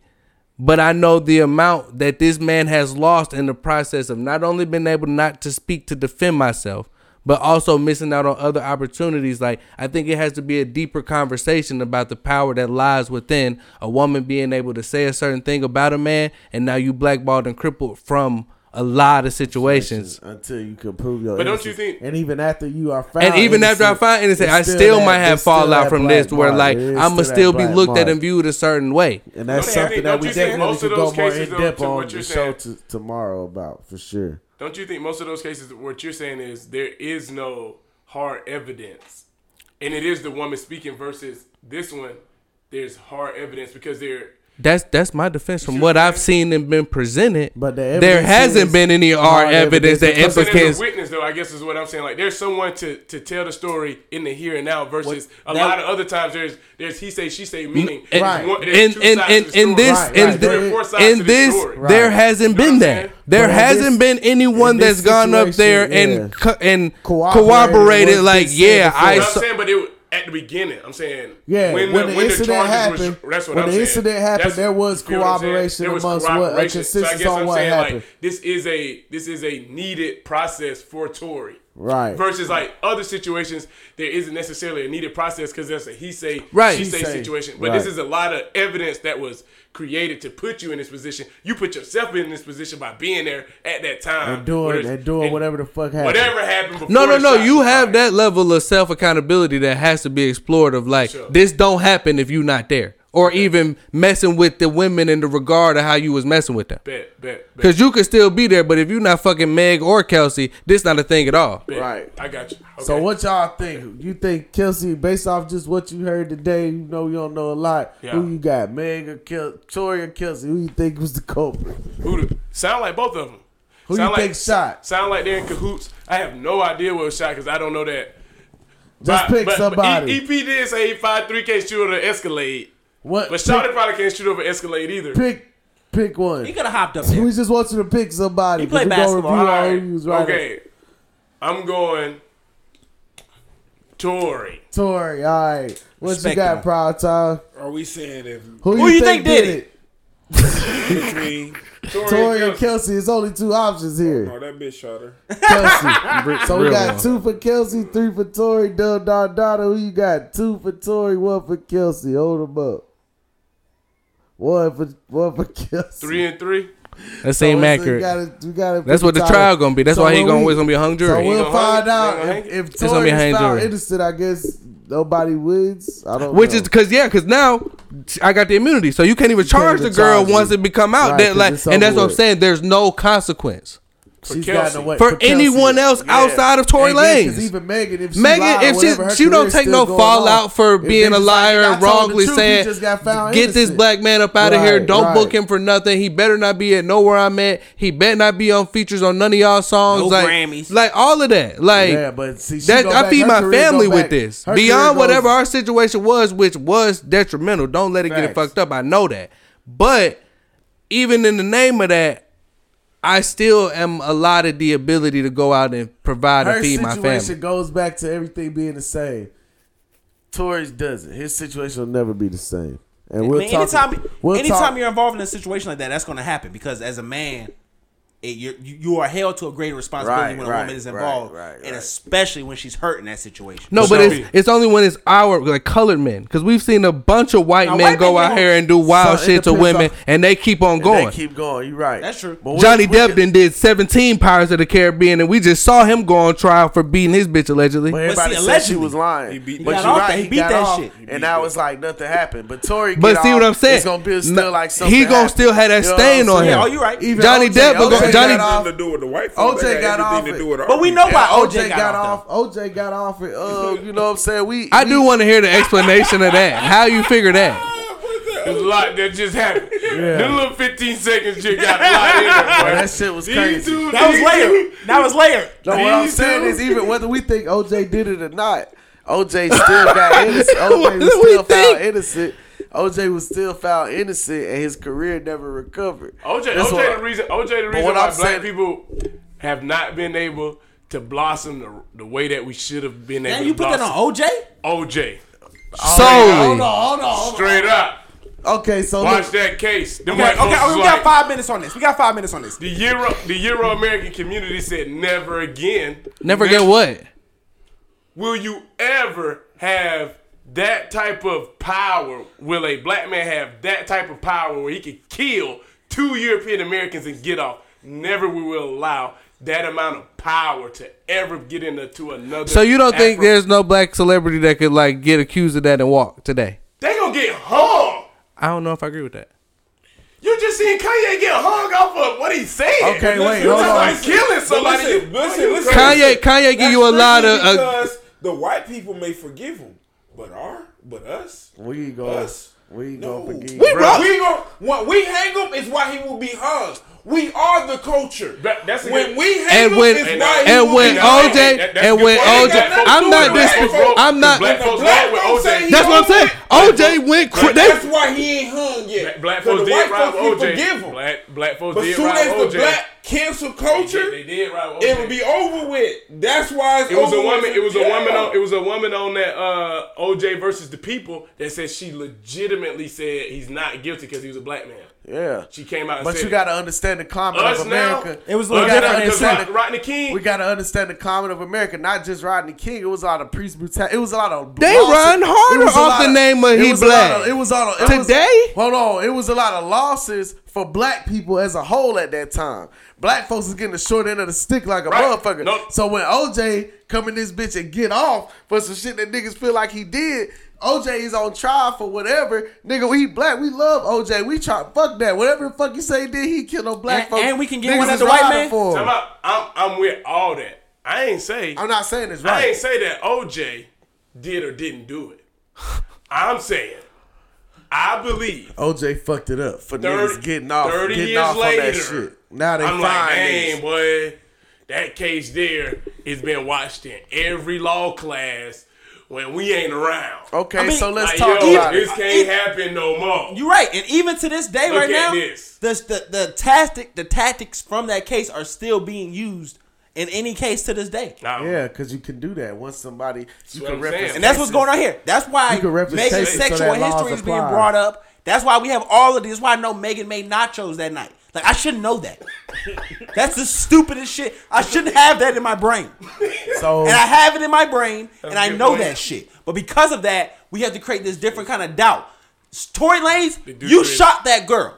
Speaker 5: But I know the amount that this man has lost in the process of not only being able not to speak to defend myself, but also missing out on other opportunities. Like I think it has to be a deeper conversation about the power that lies within a woman being able to say a certain thing about a man, and now you blackballed and crippled from a lot of situations.
Speaker 6: until you can prove your.
Speaker 3: But don't you
Speaker 6: innocence.
Speaker 3: think-
Speaker 6: And even after you are found,
Speaker 5: And even after I find innocent, I
Speaker 6: it's
Speaker 5: still,
Speaker 6: that-
Speaker 5: might have
Speaker 6: it's still
Speaker 5: fallout
Speaker 6: that
Speaker 5: from
Speaker 6: black
Speaker 5: this, where
Speaker 6: mark.
Speaker 5: like
Speaker 6: It is
Speaker 5: I'ma
Speaker 6: that
Speaker 5: still be
Speaker 6: black
Speaker 5: looked
Speaker 6: mark.
Speaker 5: at and viewed a certain way.
Speaker 6: And that's
Speaker 3: Don't you
Speaker 6: something
Speaker 3: think-
Speaker 6: that
Speaker 3: don't
Speaker 6: we
Speaker 3: you think
Speaker 6: definitely
Speaker 3: most of
Speaker 6: could go
Speaker 3: those
Speaker 6: more
Speaker 3: cases,
Speaker 6: in
Speaker 3: though,
Speaker 6: depth
Speaker 3: to
Speaker 6: on
Speaker 3: what
Speaker 6: the
Speaker 3: you're
Speaker 6: show
Speaker 3: saying-
Speaker 6: t- tomorrow about for sure.
Speaker 3: Don't you think most of those cases, what you're saying is there is no hard evidence, and it is the woman speaking versus this one. There's hard evidence because there.
Speaker 5: That's that's my defense from what I've seen and been presented.
Speaker 6: But the
Speaker 5: there
Speaker 6: evidence
Speaker 5: hasn't
Speaker 6: is
Speaker 5: been any hard
Speaker 6: hard
Speaker 5: evidence
Speaker 6: evidence.
Speaker 5: that
Speaker 6: I'm
Speaker 3: So there's
Speaker 5: implicates.
Speaker 3: a witness, though. I guess is what I'm saying. Like there's someone to, to tell the story in the here and now versus a
Speaker 2: that-
Speaker 3: lot of other times there's there's he say she say meaning.
Speaker 5: And-
Speaker 3: There's one- there's
Speaker 5: And
Speaker 3: two
Speaker 5: and
Speaker 3: sides to
Speaker 5: and
Speaker 3: the
Speaker 5: in
Speaker 3: story.
Speaker 5: this
Speaker 6: Right,
Speaker 5: in
Speaker 6: right. There is
Speaker 5: this
Speaker 6: four
Speaker 3: sides to
Speaker 5: in
Speaker 3: the
Speaker 5: this
Speaker 3: story. Right.
Speaker 5: there hasn't
Speaker 3: You know
Speaker 5: been
Speaker 3: what I'm
Speaker 5: that.
Speaker 3: saying?
Speaker 5: There
Speaker 6: But in
Speaker 5: hasn't
Speaker 6: this-
Speaker 5: been anyone
Speaker 6: in this
Speaker 5: that's gone up there
Speaker 6: situation,
Speaker 5: and co- and
Speaker 6: Cooperated
Speaker 5: corroborated
Speaker 6: with
Speaker 5: like
Speaker 6: this
Speaker 5: yeah
Speaker 6: said
Speaker 5: I
Speaker 3: But
Speaker 6: before.
Speaker 3: I'm
Speaker 5: saw.
Speaker 3: saying, but it at the beginning, I'm saying
Speaker 6: Yeah, when, the,
Speaker 3: charges
Speaker 6: incident happened,
Speaker 3: was, that's what
Speaker 6: when
Speaker 3: I'm
Speaker 6: the
Speaker 3: saying.
Speaker 6: incident happened,
Speaker 3: That's-
Speaker 6: there was
Speaker 3: you feel what I'm saying?
Speaker 6: corroboration
Speaker 3: There was
Speaker 6: amongst what- a
Speaker 3: corroboration.
Speaker 6: consensus on what happened.
Speaker 3: Like, this is a this is a needed process for Tory,
Speaker 6: Right.
Speaker 3: Versus like other situations, there isn't necessarily a needed process because that's a he say
Speaker 5: Right.
Speaker 3: she say,
Speaker 6: He say.
Speaker 3: situation. But
Speaker 6: Right.
Speaker 3: this is a lot of evidence that was created to put you in this position. You put yourself in this position by being there at that time
Speaker 6: And doing-
Speaker 3: where it's-
Speaker 6: and doing whatever the fuck happened.
Speaker 3: Whatever happened. Before
Speaker 5: No, no,
Speaker 3: the
Speaker 5: no.
Speaker 3: shots
Speaker 5: You
Speaker 3: were
Speaker 5: have
Speaker 3: fired.
Speaker 5: that level of self accountability that has to be explored. Of like,
Speaker 3: Sure.
Speaker 5: this don't happen if you not there. or even messing with the women in the regard of how you was messing with them.
Speaker 3: Bet, bet, bet.
Speaker 5: Cause you could still be there, but if you're not fucking Meg or Kelsey, this not a thing at all.
Speaker 3: bet.
Speaker 6: Right.
Speaker 3: I got you. Okay.
Speaker 6: So what y'all think? You think Kelsey, based off just what you heard today, you know you don't know a lot.
Speaker 3: Yeah.
Speaker 6: Who you got, Meg or Kel- Tori or Kelsey? Who you think was the culprit?
Speaker 3: Who the, sound like both of them?
Speaker 6: Who
Speaker 3: sound
Speaker 6: you think shot?
Speaker 3: Sound like they're in cahoots. I have no idea what was shot because I don't know that.
Speaker 6: Just pick somebody.
Speaker 3: E- EP did say he fired three K shoot over Escalade,
Speaker 6: what?
Speaker 3: but
Speaker 6: pick,
Speaker 3: Shawty probably can't shoot over Escalade either.
Speaker 6: pick, pick one.
Speaker 2: He could have hopped up
Speaker 6: We
Speaker 2: there.
Speaker 6: just want you to pick somebody.
Speaker 2: He played
Speaker 6: 'cause we gonna
Speaker 2: basketball.
Speaker 6: review
Speaker 3: All
Speaker 6: our
Speaker 3: right.
Speaker 6: reviews right
Speaker 3: okay, I'm going. Tory.
Speaker 6: Tori, all right. What you
Speaker 2: Respectable.
Speaker 6: got, Proud Time?
Speaker 1: Are we saying
Speaker 6: [LAUGHS]
Speaker 1: if
Speaker 6: Who,
Speaker 2: you think did it?
Speaker 1: between
Speaker 6: Tori and
Speaker 3: Kelsey.
Speaker 6: Kelsey. It's only two options here.
Speaker 1: no that bitch shot her?
Speaker 6: Kelsey. so we
Speaker 5: Real
Speaker 6: got
Speaker 5: one.
Speaker 6: two for Kelsey, three for Tori, Dub Don Donna. Who you got? Two for Tori, one for Kelsey. Hold them up. One for one for Kelsey.
Speaker 3: Three and three.
Speaker 5: That
Speaker 6: So
Speaker 5: seem
Speaker 6: we
Speaker 5: accurate.
Speaker 6: gotta- we gotta
Speaker 5: That's
Speaker 6: pick
Speaker 5: what
Speaker 6: a
Speaker 5: the
Speaker 6: title.
Speaker 5: trial gonna be. That's
Speaker 6: So
Speaker 5: why he
Speaker 6: when
Speaker 5: gonna
Speaker 6: we-
Speaker 5: it's gonna be a hung
Speaker 6: So
Speaker 5: jury.
Speaker 3: gonna
Speaker 6: we'll
Speaker 3: hang
Speaker 6: find
Speaker 3: it?
Speaker 6: out
Speaker 3: They gonna hang
Speaker 6: if,
Speaker 3: it?
Speaker 6: if
Speaker 5: gonna
Speaker 6: Tori
Speaker 5: be
Speaker 6: is
Speaker 5: a hang
Speaker 6: found
Speaker 5: jury.
Speaker 6: innocent. I guess nobody wins. I don't.
Speaker 5: Which
Speaker 6: know.
Speaker 5: is because yeah, because now I got the immunity, so you can't even
Speaker 6: can't
Speaker 5: charge
Speaker 6: even
Speaker 5: the girl
Speaker 6: charge
Speaker 5: once
Speaker 6: you.
Speaker 5: it become out.
Speaker 6: Right,
Speaker 5: that
Speaker 6: 'cause
Speaker 5: like,
Speaker 6: it's
Speaker 5: and that's
Speaker 6: over
Speaker 5: what I'm
Speaker 6: with.
Speaker 5: saying. There's no consequence
Speaker 6: she's
Speaker 3: Kelsey.
Speaker 6: gotten away
Speaker 5: for,
Speaker 6: Kelsey.
Speaker 5: anyone else outside of Tory
Speaker 6: And then, 'cause
Speaker 5: Lanez.
Speaker 6: Even Megan, if she
Speaker 5: Megan,
Speaker 6: lied or
Speaker 5: if
Speaker 6: whatever, her
Speaker 5: she she
Speaker 6: career's
Speaker 5: don't take
Speaker 6: still
Speaker 5: no
Speaker 6: going on.
Speaker 5: fallout for
Speaker 6: If they
Speaker 5: being a
Speaker 6: just like,
Speaker 5: liar
Speaker 6: "I
Speaker 5: and
Speaker 6: told the
Speaker 5: wrongly
Speaker 6: truth, he
Speaker 5: saying,
Speaker 6: just got found
Speaker 5: "Get this
Speaker 6: innocent."
Speaker 5: black man up out of here!
Speaker 6: Right,
Speaker 5: Don't book
Speaker 6: right.
Speaker 5: him for nothing. He better not be at nowhere I'm at. He better not be on features on none of y'all songs.
Speaker 2: No
Speaker 5: like,
Speaker 2: Grammys.
Speaker 5: like all of that. Like
Speaker 6: Yeah, but see, she
Speaker 5: that
Speaker 6: go
Speaker 5: I
Speaker 6: back-
Speaker 5: feed
Speaker 6: her
Speaker 5: my
Speaker 6: career go
Speaker 5: family
Speaker 6: back-
Speaker 5: with this.
Speaker 6: her career
Speaker 5: Beyond
Speaker 6: goes-
Speaker 5: whatever our situation was, which was detrimental. Don't let it get it
Speaker 6: Facts.
Speaker 5: fucked up. I know that. But even in the name of that, I still am allotted the ability to go out and provide
Speaker 6: her
Speaker 5: and feed my
Speaker 6: situation
Speaker 5: family.
Speaker 6: goes back to everything being the same. Tory's doesn't. His situation will never be the same. And we'll
Speaker 2: Man,
Speaker 6: talk.
Speaker 2: anytime,
Speaker 6: we'll
Speaker 2: anytime
Speaker 6: talk-
Speaker 2: you're involved in a situation like that, that's going to happen because as a man, it, you're, you you are held to a greater responsibility
Speaker 6: Right,
Speaker 2: when a
Speaker 6: right,
Speaker 2: woman is
Speaker 6: right,
Speaker 2: involved,
Speaker 6: right,
Speaker 2: and
Speaker 6: right.
Speaker 2: especially when she's hurt in that situation.
Speaker 5: No, but
Speaker 3: So-
Speaker 5: it's it's only when it's our like colored men because we've seen a bunch of white
Speaker 2: Now,
Speaker 5: men
Speaker 2: white
Speaker 5: go
Speaker 2: men
Speaker 5: out
Speaker 2: don't-
Speaker 5: here and do wild
Speaker 6: So, it
Speaker 5: shit to
Speaker 6: depends
Speaker 5: women,
Speaker 6: on-
Speaker 5: and they keep on
Speaker 6: They
Speaker 5: going.
Speaker 6: keep going. You're right.
Speaker 2: That's true.
Speaker 6: But we-
Speaker 5: Johnny
Speaker 6: we
Speaker 5: Depp
Speaker 6: can-
Speaker 5: then did 17 Pirates of the Caribbean, and we just saw him go on trial for beating his bitch allegedly.
Speaker 6: But everybody
Speaker 2: see,
Speaker 6: said she
Speaker 2: allegedly,
Speaker 6: was lying.
Speaker 1: he beat- He
Speaker 6: but
Speaker 2: got
Speaker 6: you're
Speaker 2: off
Speaker 6: right,
Speaker 2: that- he
Speaker 6: he
Speaker 2: beat
Speaker 6: got
Speaker 2: that
Speaker 6: off,
Speaker 2: shit.
Speaker 6: And now it's like nothing happened. But Tory,
Speaker 5: But
Speaker 6: get
Speaker 5: see
Speaker 6: off,
Speaker 5: what I'm saying?
Speaker 6: It's gonna be still
Speaker 5: No,
Speaker 6: like
Speaker 5: he
Speaker 6: something.
Speaker 5: gonna
Speaker 6: happened.
Speaker 5: still have that
Speaker 6: You know what
Speaker 5: stain
Speaker 6: I'm
Speaker 5: on
Speaker 6: saying?
Speaker 5: him.
Speaker 2: Yeah, oh, you right.
Speaker 6: Even
Speaker 5: Johnny
Speaker 6: OJ,
Speaker 5: Depp will go-
Speaker 6: OJ
Speaker 5: Johnny-
Speaker 6: got off.
Speaker 1: Nothing to do with the white folks.
Speaker 6: OJ
Speaker 1: That
Speaker 6: got
Speaker 1: got
Speaker 6: off
Speaker 1: everything to
Speaker 6: it.
Speaker 1: do with the
Speaker 2: But we
Speaker 1: argument.
Speaker 2: know why
Speaker 6: Yeah,
Speaker 2: OJ, got, off.
Speaker 6: OJ got off. And, uh, you know what I'm saying? We
Speaker 5: I
Speaker 6: we-
Speaker 5: do want to hear the explanation of that. How you figure
Speaker 6: [LAUGHS]
Speaker 5: that?
Speaker 3: There's a lot that just happened. Them little 15 seconds just got a lot in
Speaker 6: [LAUGHS] Man,
Speaker 3: there, boy.
Speaker 6: that shit was
Speaker 3: These
Speaker 6: crazy.
Speaker 3: two-
Speaker 2: That was
Speaker 3: these
Speaker 2: layered.
Speaker 3: two-
Speaker 2: That was layered.
Speaker 6: No, what I'm
Speaker 3: These
Speaker 6: saying
Speaker 3: two-
Speaker 6: is even whether we think OJ did it or not, OJ still got innocent.
Speaker 5: What do
Speaker 6: OJ was
Speaker 5: we
Speaker 6: still found
Speaker 5: think?
Speaker 6: innocent. OJ was still found innocent, and his career never recovered.
Speaker 3: OJ,
Speaker 6: That's
Speaker 3: OJ
Speaker 6: what-
Speaker 3: the reason, OJ the reason why
Speaker 6: what I'm
Speaker 3: black
Speaker 6: saying-
Speaker 3: people have not been able to blossom the, the way that we should have been able
Speaker 2: Now
Speaker 3: to
Speaker 2: you put that
Speaker 3: blossom.
Speaker 2: on Oh, OJ?
Speaker 3: OJ,
Speaker 6: Oh,
Speaker 5: Solely.
Speaker 2: Hold on, hold on.
Speaker 3: straight up.
Speaker 6: Okay, so
Speaker 3: Watch
Speaker 6: look,
Speaker 3: that case. Them
Speaker 2: oh. Okay,
Speaker 3: white
Speaker 2: okay,
Speaker 3: folks was
Speaker 2: we
Speaker 3: like,
Speaker 2: got five minutes on this. We got five minutes on this.
Speaker 3: the Euro, the Euro American community said, "Never again.
Speaker 5: Never get what?
Speaker 3: Will you ever have that type of power? Will a black man have that type of power where he can kill two European Americans and get off? Never. We will allow that amount of power to ever get into another.
Speaker 5: So you don't think
Speaker 3: Afro-
Speaker 5: there's no black celebrity that could like get accused of that and walk today?
Speaker 3: they gonna get hung?
Speaker 5: I don't know if I agree with that.
Speaker 3: You just seen Kanye get hung off of what he said.
Speaker 6: Okay, wait,
Speaker 3: You
Speaker 6: hold
Speaker 3: just
Speaker 6: on.
Speaker 3: like killing somebody.
Speaker 1: listen,
Speaker 3: You-
Speaker 1: listen,
Speaker 3: you
Speaker 1: listen.
Speaker 3: crazy.
Speaker 5: Kanye, Kanye give you a lot of. Uh,
Speaker 1: because the white people may forgive him, but our, but us,
Speaker 6: we go,
Speaker 1: us,
Speaker 6: we
Speaker 1: no.
Speaker 6: go forgive.
Speaker 1: We
Speaker 3: Bruh.
Speaker 1: gon- what we hang him is why he will be hung. We are the culture.
Speaker 3: That- that's a
Speaker 1: when
Speaker 3: good-
Speaker 1: we hang
Speaker 5: and
Speaker 1: him
Speaker 5: when
Speaker 1: is
Speaker 3: And- uh,
Speaker 1: why he
Speaker 5: and
Speaker 1: will
Speaker 5: when
Speaker 1: be
Speaker 3: all
Speaker 1: hung.
Speaker 3: day-
Speaker 5: OJ and when OJ, I'm not
Speaker 3: Black
Speaker 5: this.
Speaker 3: folks broke.
Speaker 5: I'm not.
Speaker 3: Black folks
Speaker 1: Black
Speaker 3: black with
Speaker 1: folks say
Speaker 3: OJ.
Speaker 1: he
Speaker 5: That's what I'm saying. OJ went. Cra-
Speaker 3: Black
Speaker 5: they
Speaker 1: That's why he ain't hung yet. 'Cause
Speaker 3: Black folks
Speaker 1: the
Speaker 3: did
Speaker 1: white
Speaker 3: rob
Speaker 1: folks can
Speaker 3: OJ.
Speaker 1: forgive him.
Speaker 3: Black black folks
Speaker 1: But
Speaker 3: did
Speaker 1: soon
Speaker 3: rob
Speaker 1: as
Speaker 3: OJ.
Speaker 1: the black cancel culture,
Speaker 3: they did rob OJ.
Speaker 1: it will be over with. That's why it's
Speaker 3: It was a
Speaker 1: over
Speaker 3: woman.
Speaker 1: with
Speaker 3: It was a
Speaker 1: jail.
Speaker 3: woman on. It was a woman on that uh, OJ versus the people that said she legitimately said he's not guilty because he was a black man.
Speaker 6: Yeah,
Speaker 3: She came out. And
Speaker 6: but
Speaker 3: said
Speaker 6: you
Speaker 3: it.
Speaker 6: gotta understand the climate
Speaker 3: us
Speaker 6: of
Speaker 3: now.
Speaker 6: America.
Speaker 2: It was a
Speaker 6: We
Speaker 2: little
Speaker 6: gotta
Speaker 2: different than
Speaker 6: understand
Speaker 3: Rod-
Speaker 6: the-
Speaker 3: Rodney King.
Speaker 6: We gotta understand the climate of America, not just Rodney King. It was all the priest brutality. It was a lot of
Speaker 5: They
Speaker 6: lawsuits.
Speaker 5: run
Speaker 6: It
Speaker 5: harder
Speaker 6: was a
Speaker 5: off
Speaker 6: lot
Speaker 5: the name of
Speaker 6: it
Speaker 5: he
Speaker 6: was a lot
Speaker 5: black.
Speaker 6: of- It was all it was-
Speaker 5: Today?
Speaker 6: hold on. It was a lot of losses for black people as a whole at that time. Black folks is getting the short end of the stick like a
Speaker 3: Right.
Speaker 6: motherfucker.
Speaker 3: Nope.
Speaker 6: So when OJ come in this bitch and get off for some shit that niggas feel like he did, OJ is on trial for whatever. Nigga, we black. We love OJ. We try fuck that. Whatever the fuck you say he did, he killed no black
Speaker 2: And-
Speaker 6: folks.
Speaker 2: and we can get
Speaker 6: Niggas
Speaker 2: one at
Speaker 6: is
Speaker 2: the white
Speaker 6: riding
Speaker 2: man?
Speaker 6: for him.
Speaker 3: Time out. I'm, I'm with all that. I ain't say
Speaker 6: I'm not saying it's
Speaker 3: I
Speaker 6: right.
Speaker 3: ain't say that OJ did or didn't do
Speaker 2: [LAUGHS]
Speaker 3: it. I'm saying I believe
Speaker 6: OJ fucked it up for
Speaker 3: Thirty-
Speaker 6: niggas getting off,
Speaker 3: 30
Speaker 6: getting
Speaker 3: years
Speaker 6: off on that
Speaker 3: later,
Speaker 6: shit. Now they
Speaker 3: I'm
Speaker 6: fine.
Speaker 3: like,
Speaker 6: niggas.
Speaker 3: dang, boy, that case there is been watched in every law class when we ain't around.
Speaker 6: okay,
Speaker 2: I mean,
Speaker 6: so let's
Speaker 3: Like,
Speaker 6: talk
Speaker 3: yo,
Speaker 6: about
Speaker 3: this
Speaker 6: it.
Speaker 2: It-
Speaker 3: can't happen no more.
Speaker 2: You're right, and even to this day,
Speaker 3: Look
Speaker 2: right
Speaker 3: at
Speaker 2: now,
Speaker 3: this.
Speaker 2: The, the the tactic, the tactics from that case are still being used in any case to this day,
Speaker 3: Nah,
Speaker 6: Yeah, because you can do that once somebody you
Speaker 3: what
Speaker 6: can
Speaker 3: I'm
Speaker 6: reference.
Speaker 3: saying.
Speaker 2: and that's what's going on here. That's why
Speaker 6: You can represent
Speaker 2: Megan's
Speaker 6: it so that
Speaker 2: sexual
Speaker 6: laws
Speaker 2: history is being
Speaker 6: apply.
Speaker 2: brought up. That's why we have all of this. That's why I know Megan made nachos that night. Like I shouldn't know
Speaker 3: [LAUGHS]
Speaker 2: that. that's the stupidest shit. I shouldn't have that in my brain.
Speaker 6: So
Speaker 2: And I have it in my brain, and
Speaker 3: a
Speaker 2: I
Speaker 3: good
Speaker 2: know
Speaker 3: point.
Speaker 2: that shit. But because of that, we have to create this different kind of doubt. S- Tory Lanez,
Speaker 3: do
Speaker 2: you
Speaker 3: create-
Speaker 2: shot that girl.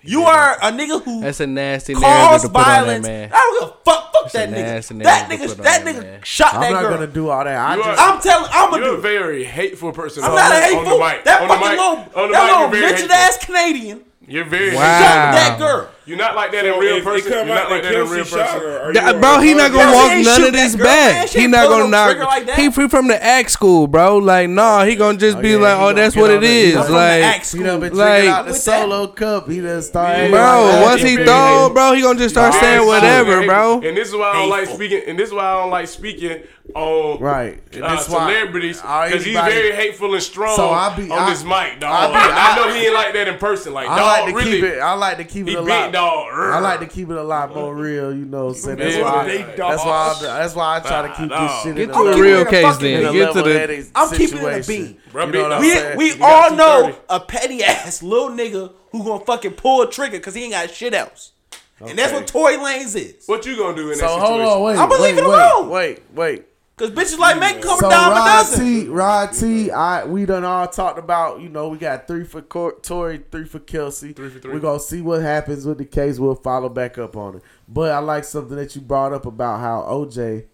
Speaker 2: You are a nigga who
Speaker 5: That's a nasty narrative
Speaker 2: caused
Speaker 5: to put on that
Speaker 2: violence.
Speaker 5: man.
Speaker 2: I don't give a fuck. Fuck that
Speaker 5: a nasty
Speaker 2: nigga. That
Speaker 5: narrative to
Speaker 2: nigga.
Speaker 5: put on
Speaker 2: That
Speaker 5: that
Speaker 2: nigga
Speaker 5: man.
Speaker 2: shot
Speaker 6: I'm
Speaker 2: that
Speaker 6: not
Speaker 2: girl.
Speaker 6: gonna do all that. I
Speaker 3: You
Speaker 6: just,
Speaker 3: are-
Speaker 2: I'm telling. I'm gonna
Speaker 3: You're a
Speaker 2: do. it.
Speaker 3: very hateful person.
Speaker 2: I'm
Speaker 3: on
Speaker 2: not a
Speaker 3: the-
Speaker 2: hateful.
Speaker 3: On the mic.
Speaker 2: That
Speaker 3: on the
Speaker 2: fucking
Speaker 3: mic.
Speaker 2: little,
Speaker 3: on the
Speaker 2: that
Speaker 3: mic,
Speaker 2: little
Speaker 3: you're very
Speaker 2: wretched
Speaker 3: hateful.
Speaker 2: ass Canadian
Speaker 3: You're very
Speaker 5: Wow.
Speaker 3: hateful.
Speaker 2: shot that girl.
Speaker 3: You're not like that in
Speaker 1: So
Speaker 3: real
Speaker 1: if it
Speaker 3: person. You're
Speaker 1: come out
Speaker 3: not like
Speaker 1: that
Speaker 3: that in real
Speaker 1: Kelsey shot
Speaker 3: person.
Speaker 1: her, are
Speaker 5: That-
Speaker 1: you
Speaker 5: bro, he not gonna
Speaker 2: Kelsey
Speaker 5: walk
Speaker 2: ain't
Speaker 5: none
Speaker 2: shoot
Speaker 5: of this
Speaker 2: that girl, man.
Speaker 5: back.
Speaker 2: She
Speaker 5: He
Speaker 2: ain't
Speaker 5: not
Speaker 2: pulling
Speaker 5: gonna
Speaker 2: no trigger
Speaker 5: knock.
Speaker 2: like that.
Speaker 5: he free from the act school, bro. Like, nah, he gonna just
Speaker 6: Oh,
Speaker 5: be
Speaker 6: yeah,
Speaker 5: like,
Speaker 6: he
Speaker 5: oh,
Speaker 6: gonna
Speaker 5: that's
Speaker 6: get
Speaker 5: what
Speaker 6: all
Speaker 5: it
Speaker 6: that-
Speaker 5: is.
Speaker 6: I'm
Speaker 2: from the
Speaker 5: Like,
Speaker 2: act
Speaker 6: he done been
Speaker 5: Like-
Speaker 6: drinking out the
Speaker 2: With that-
Speaker 6: solo cup. He done started.
Speaker 5: bro,
Speaker 6: like,
Speaker 5: once he
Speaker 6: that.
Speaker 5: throw, bro, he gonna just start
Speaker 6: Nah,
Speaker 5: saying
Speaker 6: it's
Speaker 5: whatever, bro.
Speaker 3: And this is why I don't like
Speaker 2: Hateful.
Speaker 3: speaking. And this is why I don't like speaking on
Speaker 6: Right. And
Speaker 3: uh,
Speaker 6: that's why-
Speaker 3: celebrities
Speaker 6: All
Speaker 3: because he's
Speaker 6: anybody-
Speaker 3: very hateful and strong
Speaker 6: So I be-
Speaker 3: on
Speaker 6: I-
Speaker 3: this mic, dog.
Speaker 6: I
Speaker 3: I,
Speaker 6: be- I-
Speaker 3: know he ain't like that in person. Like,
Speaker 6: I
Speaker 3: dog,
Speaker 6: like to
Speaker 3: really,
Speaker 6: keep it. I like to keep
Speaker 3: he
Speaker 6: it a
Speaker 3: big
Speaker 6: lot.
Speaker 3: dog.
Speaker 6: I like to keep it a lot more real, you know. So that's
Speaker 3: Yeah,
Speaker 6: why. I,
Speaker 3: they
Speaker 6: that's why. I, that's why I try to keep
Speaker 3: Nah,
Speaker 6: this shit.
Speaker 5: Get
Speaker 6: in
Speaker 5: to
Speaker 6: a
Speaker 5: the
Speaker 6: level-
Speaker 5: real
Speaker 2: keeping it
Speaker 5: case
Speaker 2: fucking
Speaker 5: then.
Speaker 6: in a
Speaker 5: Get to
Speaker 6: level
Speaker 5: the
Speaker 6: headed
Speaker 2: I'm keeping it a
Speaker 6: situation.
Speaker 2: bean.
Speaker 3: Bro,
Speaker 6: You know what I'm
Speaker 3: we-
Speaker 6: saying?
Speaker 2: We, we
Speaker 3: You got
Speaker 2: all know
Speaker 3: 230.
Speaker 2: a petty ass [LAUGHS] little nigga who gonna fucking pull a trigger because he ain't got shit else. And that's
Speaker 6: Okay.
Speaker 2: what Tory Lanez is.
Speaker 3: What you gonna do in
Speaker 6: So
Speaker 3: that
Speaker 6: hold
Speaker 3: situation?
Speaker 6: on, wait.
Speaker 2: I'ma leave
Speaker 6: wait,
Speaker 2: it
Speaker 6: wait,
Speaker 2: alone.
Speaker 6: Wait, wait.
Speaker 2: Because bitches like Megan come
Speaker 6: So
Speaker 2: a dime a
Speaker 6: Rod
Speaker 2: dozen.
Speaker 6: T, Rod T, I we done all talked about. You know, we got three for Cor- Tory, three for Kelsey. Three
Speaker 3: for three.
Speaker 6: We're gonna see what happens with the case. We'll follow back up on it. But I like something that you brought up about how OJ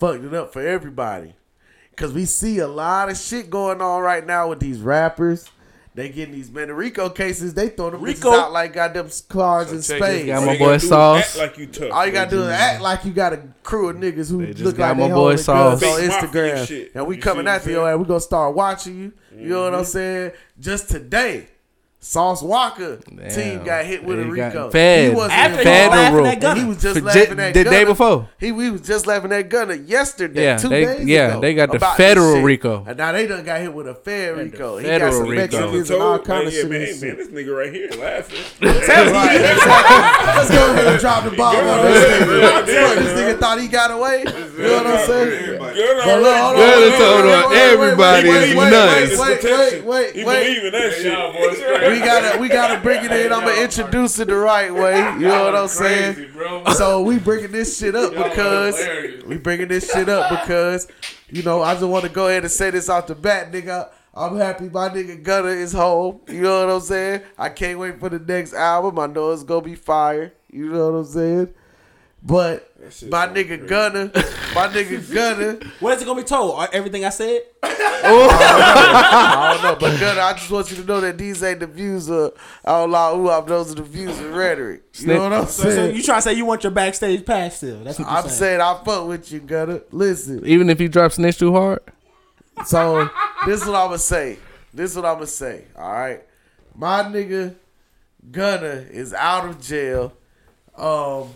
Speaker 6: fucked it up for everybody. Cause we see a lot of shit going on right now with these rappers. They getting these man the Rico cases. They throw them
Speaker 2: Rico-
Speaker 6: Rico. out like goddamn cars in
Speaker 3: So check this
Speaker 6: space.
Speaker 5: out.
Speaker 1: All
Speaker 5: My
Speaker 1: you
Speaker 5: boy
Speaker 1: gotta do is
Speaker 5: Sauce.
Speaker 1: act Like you tough.
Speaker 6: All you gotta do is act like you got a crew of niggas who
Speaker 5: just
Speaker 6: look
Speaker 5: got
Speaker 6: like
Speaker 5: my
Speaker 6: they
Speaker 5: boy
Speaker 6: holding guns on
Speaker 5: Sauce.
Speaker 1: Big mafia
Speaker 6: Instagram,
Speaker 1: shit.
Speaker 6: and we
Speaker 1: You see
Speaker 6: coming
Speaker 1: what I'm
Speaker 6: after your
Speaker 1: saying?
Speaker 6: ass. We gonna start watching you. You know what
Speaker 1: Mm-hmm.
Speaker 6: I'm saying? Just today, Sauce Walker team
Speaker 5: Damn.
Speaker 6: got hit with a
Speaker 5: He got
Speaker 6: Rico.
Speaker 5: fed.
Speaker 6: He wasn't
Speaker 2: After he was
Speaker 6: involved.
Speaker 2: laughing
Speaker 5: Federal.
Speaker 2: at
Speaker 6: [LAUGHS]
Speaker 2: Gunna.
Speaker 6: He was just
Speaker 5: For
Speaker 6: laughing
Speaker 5: ju-
Speaker 6: at
Speaker 5: the day
Speaker 6: Gunna.
Speaker 5: before.
Speaker 6: He we was just laughing at Gunna yesterday.
Speaker 5: Yeah,
Speaker 6: two
Speaker 5: they-
Speaker 6: days
Speaker 5: yeah,
Speaker 6: ago,
Speaker 5: they got the
Speaker 6: about this
Speaker 5: federal
Speaker 6: shit.
Speaker 5: Rico.
Speaker 6: and now they done got hit with a fed Rico. He got
Speaker 5: federal
Speaker 6: some
Speaker 5: Rico.
Speaker 6: Mexicans and
Speaker 1: Told-
Speaker 6: all kind
Speaker 1: man,
Speaker 6: of
Speaker 1: yeah,
Speaker 6: shit.
Speaker 1: man,
Speaker 6: and shit.
Speaker 1: man, this nigga right here laughing.
Speaker 6: Right, exactly. Let's go ahead and drop the bomb on this nigga.
Speaker 1: Yeah, yeah,
Speaker 6: This
Speaker 1: yeah.
Speaker 6: nigga thought he got away. You know what I'm
Speaker 1: Gunna
Speaker 6: saying? But look, hold on,
Speaker 5: Gunna
Speaker 6: wait, wait,
Speaker 5: told
Speaker 6: wait,
Speaker 5: on
Speaker 6: wait, wait,
Speaker 5: everybody
Speaker 6: wait,
Speaker 5: is
Speaker 6: wait,
Speaker 5: nuts.
Speaker 6: Wait, wait, wait,
Speaker 1: He
Speaker 6: wait,
Speaker 1: believe
Speaker 6: wait.
Speaker 1: in that
Speaker 3: y'all
Speaker 1: shit.
Speaker 3: boys crazy.
Speaker 6: We gotta, we gotta bring it in. I'm gonna introduce it the right way. You know what I'm
Speaker 3: Crazy,
Speaker 6: saying?
Speaker 3: bro.
Speaker 6: So we bringing this shit up
Speaker 3: Y'all are
Speaker 6: because
Speaker 3: hilarious.
Speaker 6: we bringing this shit up because you know I just want to go ahead and say this off the bat, nigga. I'm happy my nigga Gunner is home. You know what I'm saying? I can't wait for the next album. I know it's gonna be fire. You know what I'm saying? But my nigga Gunner, my nigga Gunner.
Speaker 2: What is it gonna be told? Are- Everything I said?
Speaker 6: I don't know, but Gunner, I just want you to know that these ain't the views of Outlaw Uop. Those are the views of rhetoric. You know what I'm
Speaker 2: So,
Speaker 6: saying?
Speaker 2: so you trying to say you want your backstage pass still? That's what you're
Speaker 6: I'm
Speaker 2: saying.
Speaker 6: saying I fuck with you, Gunner. Listen,
Speaker 5: Even if you drop snitch too hard,
Speaker 6: So this is what I'ma say. This is what I'ma say. All right. My nigga Gunner is out of jail. Um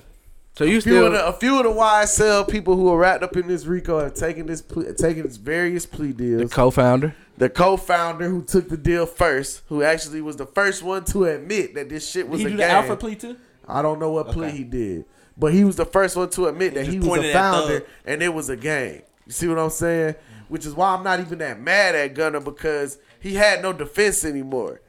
Speaker 5: so you
Speaker 6: a few, of
Speaker 5: still
Speaker 6: the, a few of the YSL people who are wrapped up in this RICO have taken this ple- taken its various plea deals.
Speaker 5: co-founder.
Speaker 6: the co-founder who took the deal first, who actually was the first one to admit that this shit was
Speaker 2: He
Speaker 6: a
Speaker 2: do the
Speaker 6: game.
Speaker 2: alpha plea too?
Speaker 6: I don't know what plea he did, but he was the first one to admit that
Speaker 2: just
Speaker 6: he was
Speaker 2: pointed
Speaker 6: a
Speaker 2: at Thug.
Speaker 6: founder and it was a gang. You see what I'm saying? Which is why I'm not even that mad at Gunner because he had no defense anymore.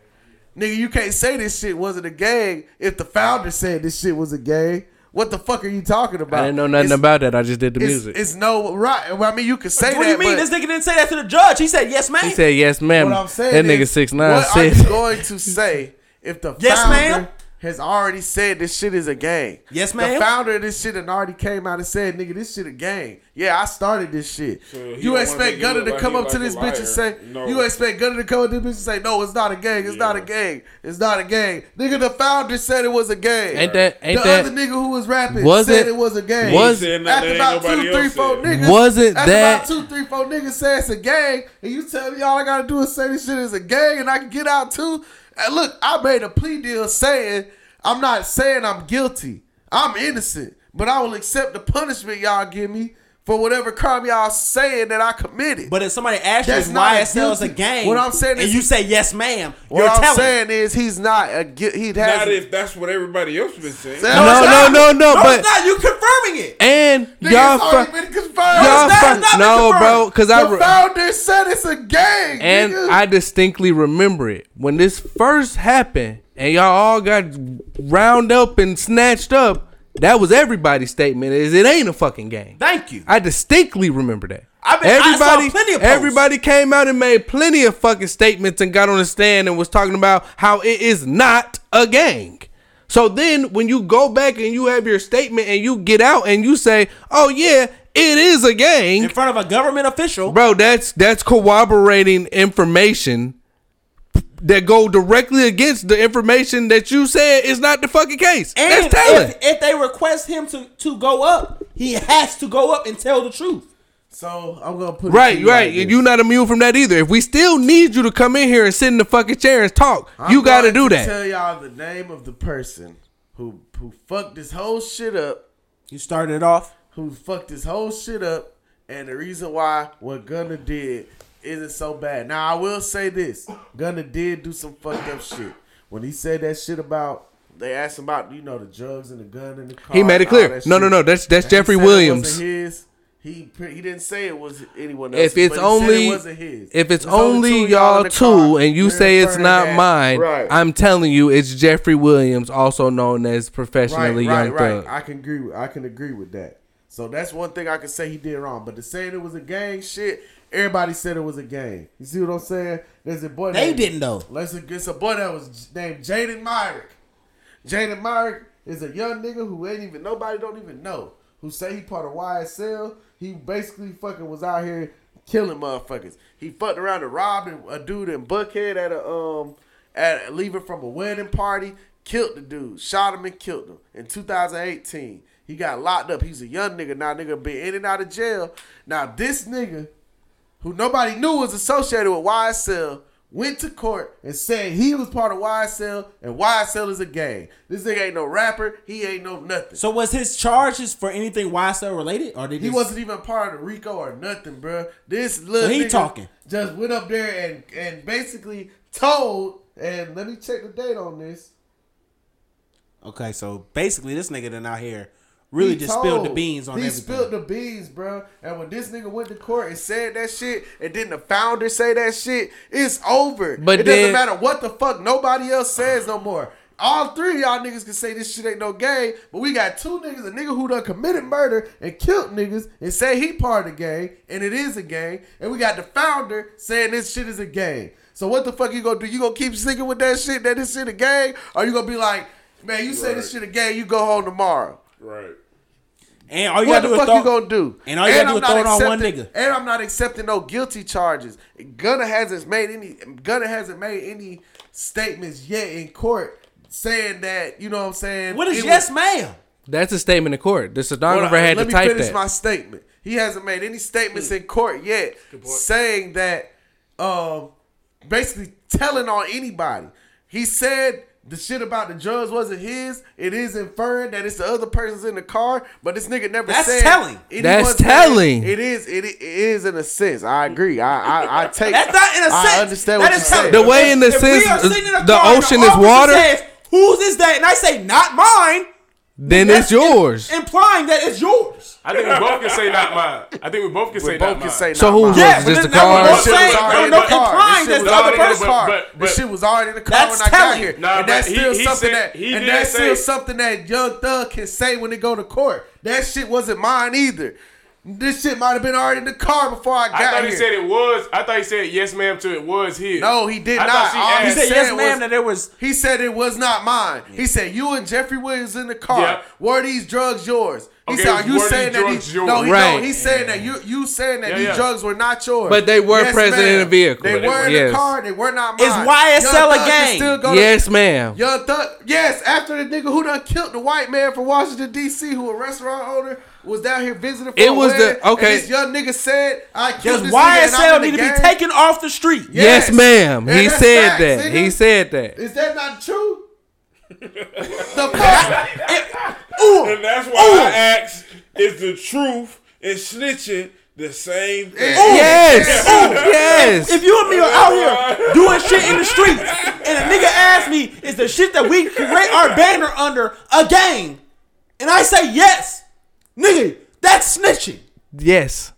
Speaker 6: Nigga, you can't say this shit wasn't a gang if the founder said this shit was a gang. What the fuck are you talking about?
Speaker 5: I didn't know nothing
Speaker 6: It's-
Speaker 5: about that. I just did the
Speaker 6: it's,
Speaker 5: music.
Speaker 6: It's no right. Well, I mean, you could say
Speaker 2: What do
Speaker 6: that.
Speaker 2: you mean?
Speaker 6: but
Speaker 2: This nigga didn't say that to the judge. He said yes, ma'am.
Speaker 5: he said yes, ma'am.
Speaker 6: what I'm saying
Speaker 5: that nigga
Speaker 6: is,
Speaker 5: six nine
Speaker 6: What are
Speaker 5: six.
Speaker 6: you going to say if the
Speaker 2: Yes,
Speaker 6: founder
Speaker 2: ma'am?
Speaker 6: has already said this shit is a gang.
Speaker 2: Yes,
Speaker 6: The
Speaker 2: ma'am.
Speaker 6: founder of this shit and already came out and said, nigga, this shit a gang. Yeah, I started this shit.
Speaker 1: he don't
Speaker 6: you
Speaker 1: wanna
Speaker 6: expect
Speaker 1: make it
Speaker 6: Gunner
Speaker 1: look
Speaker 6: to
Speaker 1: like
Speaker 6: come
Speaker 1: he
Speaker 6: up to
Speaker 1: like
Speaker 6: this
Speaker 1: a
Speaker 6: bitch and say,
Speaker 1: liar. No.
Speaker 6: you expect Gunner to come up to this bitch and say, no, it's not a gang. It's not a
Speaker 1: Yeah.
Speaker 6: gang. It's not a gang. Nigga, the founder said it was a gang.
Speaker 5: Ain't that- ain't
Speaker 6: [LAUGHS] the
Speaker 5: that-
Speaker 6: other nigga who was rapping
Speaker 5: Was
Speaker 6: said
Speaker 5: it-
Speaker 6: it, was a gang.
Speaker 5: was-
Speaker 1: He said nothing that
Speaker 6: after about
Speaker 1: ain't
Speaker 6: two,
Speaker 1: nobody
Speaker 6: three,
Speaker 1: else said.
Speaker 6: four niggas.
Speaker 5: Wasn't
Speaker 6: after
Speaker 5: that-
Speaker 6: about two, three, four niggas say it's a gang, and you tell me all I gotta do is say this shit is a gang, and I can get out too. And look, I made a plea deal saying I'm not saying I'm guilty. I'm innocent, but I will accept the punishment y'all give me for whatever crime y'all saying that I committed.
Speaker 2: But if somebody asks
Speaker 6: That's
Speaker 2: you
Speaker 6: not
Speaker 2: why it sells a
Speaker 6: guilty.
Speaker 2: gang,
Speaker 6: What I'm saying
Speaker 2: and
Speaker 6: is-
Speaker 2: you say yes, ma'am,
Speaker 6: what
Speaker 2: you're
Speaker 6: I'm
Speaker 2: telling.
Speaker 6: saying is he's not a guilt. He
Speaker 1: Not
Speaker 6: has
Speaker 1: if that's what everybody else been saying.
Speaker 5: No,
Speaker 6: it's
Speaker 5: no,
Speaker 6: not.
Speaker 5: no, no,
Speaker 2: no,
Speaker 5: but
Speaker 2: it's not. You confirming it.
Speaker 5: and
Speaker 6: Nigga,
Speaker 5: y'all,
Speaker 6: it's already
Speaker 5: fr-
Speaker 6: been
Speaker 5: y'all,
Speaker 6: confirmed.
Speaker 2: It's not-
Speaker 5: fr-
Speaker 2: it's not
Speaker 5: no,
Speaker 2: confirmed.
Speaker 5: bro, because I.
Speaker 6: the
Speaker 5: re-
Speaker 6: founder said it's a gang.
Speaker 5: And
Speaker 6: nigga.
Speaker 5: I distinctly remember it when this first happened, and y'all all got round up and snatched up. That was everybody's statement: is it ain't a fucking game.
Speaker 2: Thank you.
Speaker 5: I distinctly remember that.
Speaker 2: I bet- I saw plenty of posts.
Speaker 5: everybody came out and made plenty of fucking statements and got on the stand and was talking about how it is not a gang. So then when you go back and you have your statement and you get out and you say, "Oh yeah, it is a gang."
Speaker 2: In front of a government official,
Speaker 5: bro that's that's corroborating information that go directly against the information that you said is not the fucking case
Speaker 2: and
Speaker 5: that's telling
Speaker 2: if, if they request him to, to go up, he has to go up and tell the truth.
Speaker 6: so I'm gonna put it to
Speaker 5: right
Speaker 6: you
Speaker 5: right
Speaker 6: like this.
Speaker 5: you're not immune from that either if we still need you to come in here and sit in the fucking chair and talk you
Speaker 6: I'm
Speaker 5: gotta do
Speaker 6: going to
Speaker 5: that
Speaker 6: Tell y'all the name of the person who who fucked this whole shit up,
Speaker 2: You started it off.
Speaker 6: who fucked this whole shit up, and the reason why what Gunna did isn't so bad. Now I will say this: Gunna did do some fucked up shit when he said that shit about. They asked him about you know the drugs and the gun and the car.
Speaker 5: he made it
Speaker 6: and all
Speaker 5: clear
Speaker 6: Oh, that
Speaker 5: no no
Speaker 6: shit.
Speaker 5: no that's that's
Speaker 6: And he
Speaker 5: jeffrey
Speaker 6: said it wasn't
Speaker 5: williams
Speaker 6: His. He, pre- he didn't say it was anyone else.
Speaker 5: if it's only if it's only y'all two and you say it's not mine i'm telling you it's jeffrey williams also known as professionally young thug
Speaker 6: I can agree. With, I can agree with that. So that's one thing I can say he did wrong. But to saying it was a gang shit, everybody said it was a gang. You see what I'm saying? There's a boy.
Speaker 2: They
Speaker 6: named-
Speaker 2: didn't though.
Speaker 6: Let's it's a boy that was j- named Jaden Myrick. Jaden Myrick is a young nigga who ain't even nobody don't even know. Who say he part of YSL? He basically fucking was out here killing motherfuckers. He fucked around and robbed a dude in Buckhead at a um at leaving from a wedding party. Killed the dude, shot him and killed him in 2018. He got locked up. He's a young nigga now. Nigga been in and out of jail. Now this nigga who nobody knew was associated with YSL, went to court and said he was part of YSL and YSL is a gang. This nigga ain't no rapper. He ain't no nothing.
Speaker 2: So was his charges for anything YSL related, or did
Speaker 6: he
Speaker 2: this-
Speaker 6: wasn't even part of the Rico or nothing, bruh. This little
Speaker 2: So he
Speaker 6: nigga
Speaker 2: talking.
Speaker 6: just went up there and and basically told. And let me check the date on this.
Speaker 2: Okay, so basically, this nigga done out here really
Speaker 6: He
Speaker 2: just spilled the
Speaker 6: told.
Speaker 2: beans on
Speaker 6: He
Speaker 2: everything.
Speaker 6: spilled the beans, bro. And when this nigga went to court and said that shit, and then the founder say that shit, it's over.
Speaker 5: But
Speaker 6: it
Speaker 5: then-
Speaker 6: doesn't matter what the fuck nobody else says no more. All three of y'all niggas can say this shit ain't no gang, but we got two niggas, a nigga who done committed murder and killed niggas and say he part of the gang, and it is a gang, and we got the founder saying this shit is a gang. So what the fuck you gonna do? You gonna keep sticking with that shit that this shit a gang? Or you gonna be like, man, you say this shit a gang, you go home tomorrow.
Speaker 1: Right.
Speaker 2: and all you
Speaker 6: What
Speaker 2: gotta
Speaker 6: the
Speaker 2: do is
Speaker 6: fuck
Speaker 2: throw,
Speaker 6: you gonna do?
Speaker 2: And all you gotta do is
Speaker 6: I'm
Speaker 2: throw it
Speaker 6: not
Speaker 2: on one
Speaker 6: accepting-
Speaker 2: nigga.
Speaker 6: And I'm not accepting no guilty charges. Gunner hasn't made any. Gunner hasn't made any statements yet in court saying that. You know what I'm saying?
Speaker 2: What is
Speaker 6: It
Speaker 2: yes,
Speaker 6: was-
Speaker 2: ma'am?
Speaker 5: That's a statement in court. The
Speaker 6: Hold on,
Speaker 5: stenographer had
Speaker 6: let
Speaker 5: to
Speaker 6: me
Speaker 5: type
Speaker 6: finish
Speaker 5: that.
Speaker 6: my statement. He hasn't made any statements
Speaker 2: Hmm.
Speaker 6: in court yet saying that. Um, basically telling on anybody. He said. The shit about the drugs wasn't his. It is inferring that it's the other person's in the car, but this nigga never
Speaker 2: That's
Speaker 6: said
Speaker 2: telling.
Speaker 6: it
Speaker 5: That's
Speaker 6: was-
Speaker 5: telling.
Speaker 6: It is. It, it is in a sense. I agree. I
Speaker 2: [LAUGHS]
Speaker 6: I, I take.
Speaker 2: That's not in a sense.
Speaker 6: I understand
Speaker 2: That
Speaker 6: what
Speaker 2: is
Speaker 6: you said.
Speaker 2: telling-
Speaker 5: The way in the
Speaker 2: If we
Speaker 5: sense
Speaker 2: are sitting in a
Speaker 5: the
Speaker 2: car and
Speaker 5: ocean is
Speaker 2: officer
Speaker 5: water-
Speaker 2: says, Whose is that? And I say, not mine.
Speaker 5: Then it's
Speaker 2: that's im-
Speaker 5: yours.
Speaker 2: implying that it's yours.
Speaker 3: I think we both can say not mine. I think we both can
Speaker 6: We
Speaker 3: say
Speaker 6: both
Speaker 3: not
Speaker 6: can
Speaker 3: mine.
Speaker 6: say
Speaker 5: So
Speaker 6: not
Speaker 5: who
Speaker 6: mine.
Speaker 5: was Yeah, it? but Just the car?
Speaker 2: That
Speaker 6: This
Speaker 2: was
Speaker 6: shit
Speaker 2: what I'm
Speaker 6: was
Speaker 2: saying.
Speaker 6: already
Speaker 2: No,
Speaker 6: in
Speaker 2: no,
Speaker 6: the car.
Speaker 2: implying
Speaker 6: This
Speaker 2: that
Speaker 6: shit was
Speaker 2: the other
Speaker 6: already in the
Speaker 2: person.
Speaker 6: car.
Speaker 3: But- but-
Speaker 6: This shit was already in the car
Speaker 2: That's
Speaker 6: when I got
Speaker 2: telling.
Speaker 6: here.
Speaker 3: Nah,
Speaker 6: and that's
Speaker 3: but he-
Speaker 6: still
Speaker 3: he
Speaker 6: something
Speaker 3: said-
Speaker 6: that
Speaker 3: he
Speaker 6: and
Speaker 3: did
Speaker 6: that's still
Speaker 3: say-
Speaker 6: something that Young Thug can say when they go to court. That shit wasn't mine either. This shit might have been already in the car before I got
Speaker 3: I thought
Speaker 6: here.
Speaker 3: he said it was. I thought he said yes, ma'am, to it was his.
Speaker 6: no, he did
Speaker 3: I
Speaker 6: not.
Speaker 3: thought she
Speaker 6: All
Speaker 3: asked-
Speaker 2: He said, yes,
Speaker 6: was-
Speaker 2: ma'am, that there was.
Speaker 6: He said it was not mine. He said you and Jeffrey Williams in the car.
Speaker 3: Yep.
Speaker 6: Were these drugs yours? He
Speaker 3: Okay,
Speaker 6: said, "Are you
Speaker 3: were
Speaker 6: saying
Speaker 3: these
Speaker 6: that
Speaker 3: drugs
Speaker 6: these?
Speaker 3: yours?
Speaker 6: No, he,
Speaker 5: Right.
Speaker 6: no, he's saying that you you saying that
Speaker 3: Yeah,
Speaker 6: these
Speaker 3: yeah.
Speaker 6: drugs were not yours.
Speaker 5: But they were present in the vehicle.
Speaker 6: They
Speaker 5: But they
Speaker 6: were
Speaker 5: were-
Speaker 6: in
Speaker 5: yes.
Speaker 6: the car. They were not mine.
Speaker 2: Is YSL
Speaker 6: Young
Speaker 2: a
Speaker 6: Thug can
Speaker 2: gang?
Speaker 6: Still go to-
Speaker 5: Yes, ma'am.
Speaker 6: Young Thug, yes, after the nigga who done killed the white man from Washington D.C., who a restaurant owner was down here visiting. For
Speaker 5: It
Speaker 6: a
Speaker 5: was the-
Speaker 6: wedding, and
Speaker 5: okay.
Speaker 6: this young nigga said, "I
Speaker 2: Does
Speaker 6: killed this nigga and I'm
Speaker 2: YSL
Speaker 6: in
Speaker 2: need
Speaker 6: the
Speaker 2: to be
Speaker 6: gang."
Speaker 2: taken off the street?
Speaker 5: Yes,
Speaker 6: Yes.
Speaker 5: ma'am.
Speaker 6: And
Speaker 5: He
Speaker 6: that's
Speaker 5: said
Speaker 6: facts,
Speaker 5: that.
Speaker 6: nigga.
Speaker 5: He said that.
Speaker 6: Is that not true? the fuck?
Speaker 1: And that's why I asked, is the truth and snitching the same thing?
Speaker 5: Yes.
Speaker 6: Ooh.
Speaker 5: Yes.
Speaker 2: If you and me are out here doing shit in the streets, and a nigga asks me, is the shit that we create our banner under a gang? And I say yes, nigga, that's snitching.
Speaker 5: yes.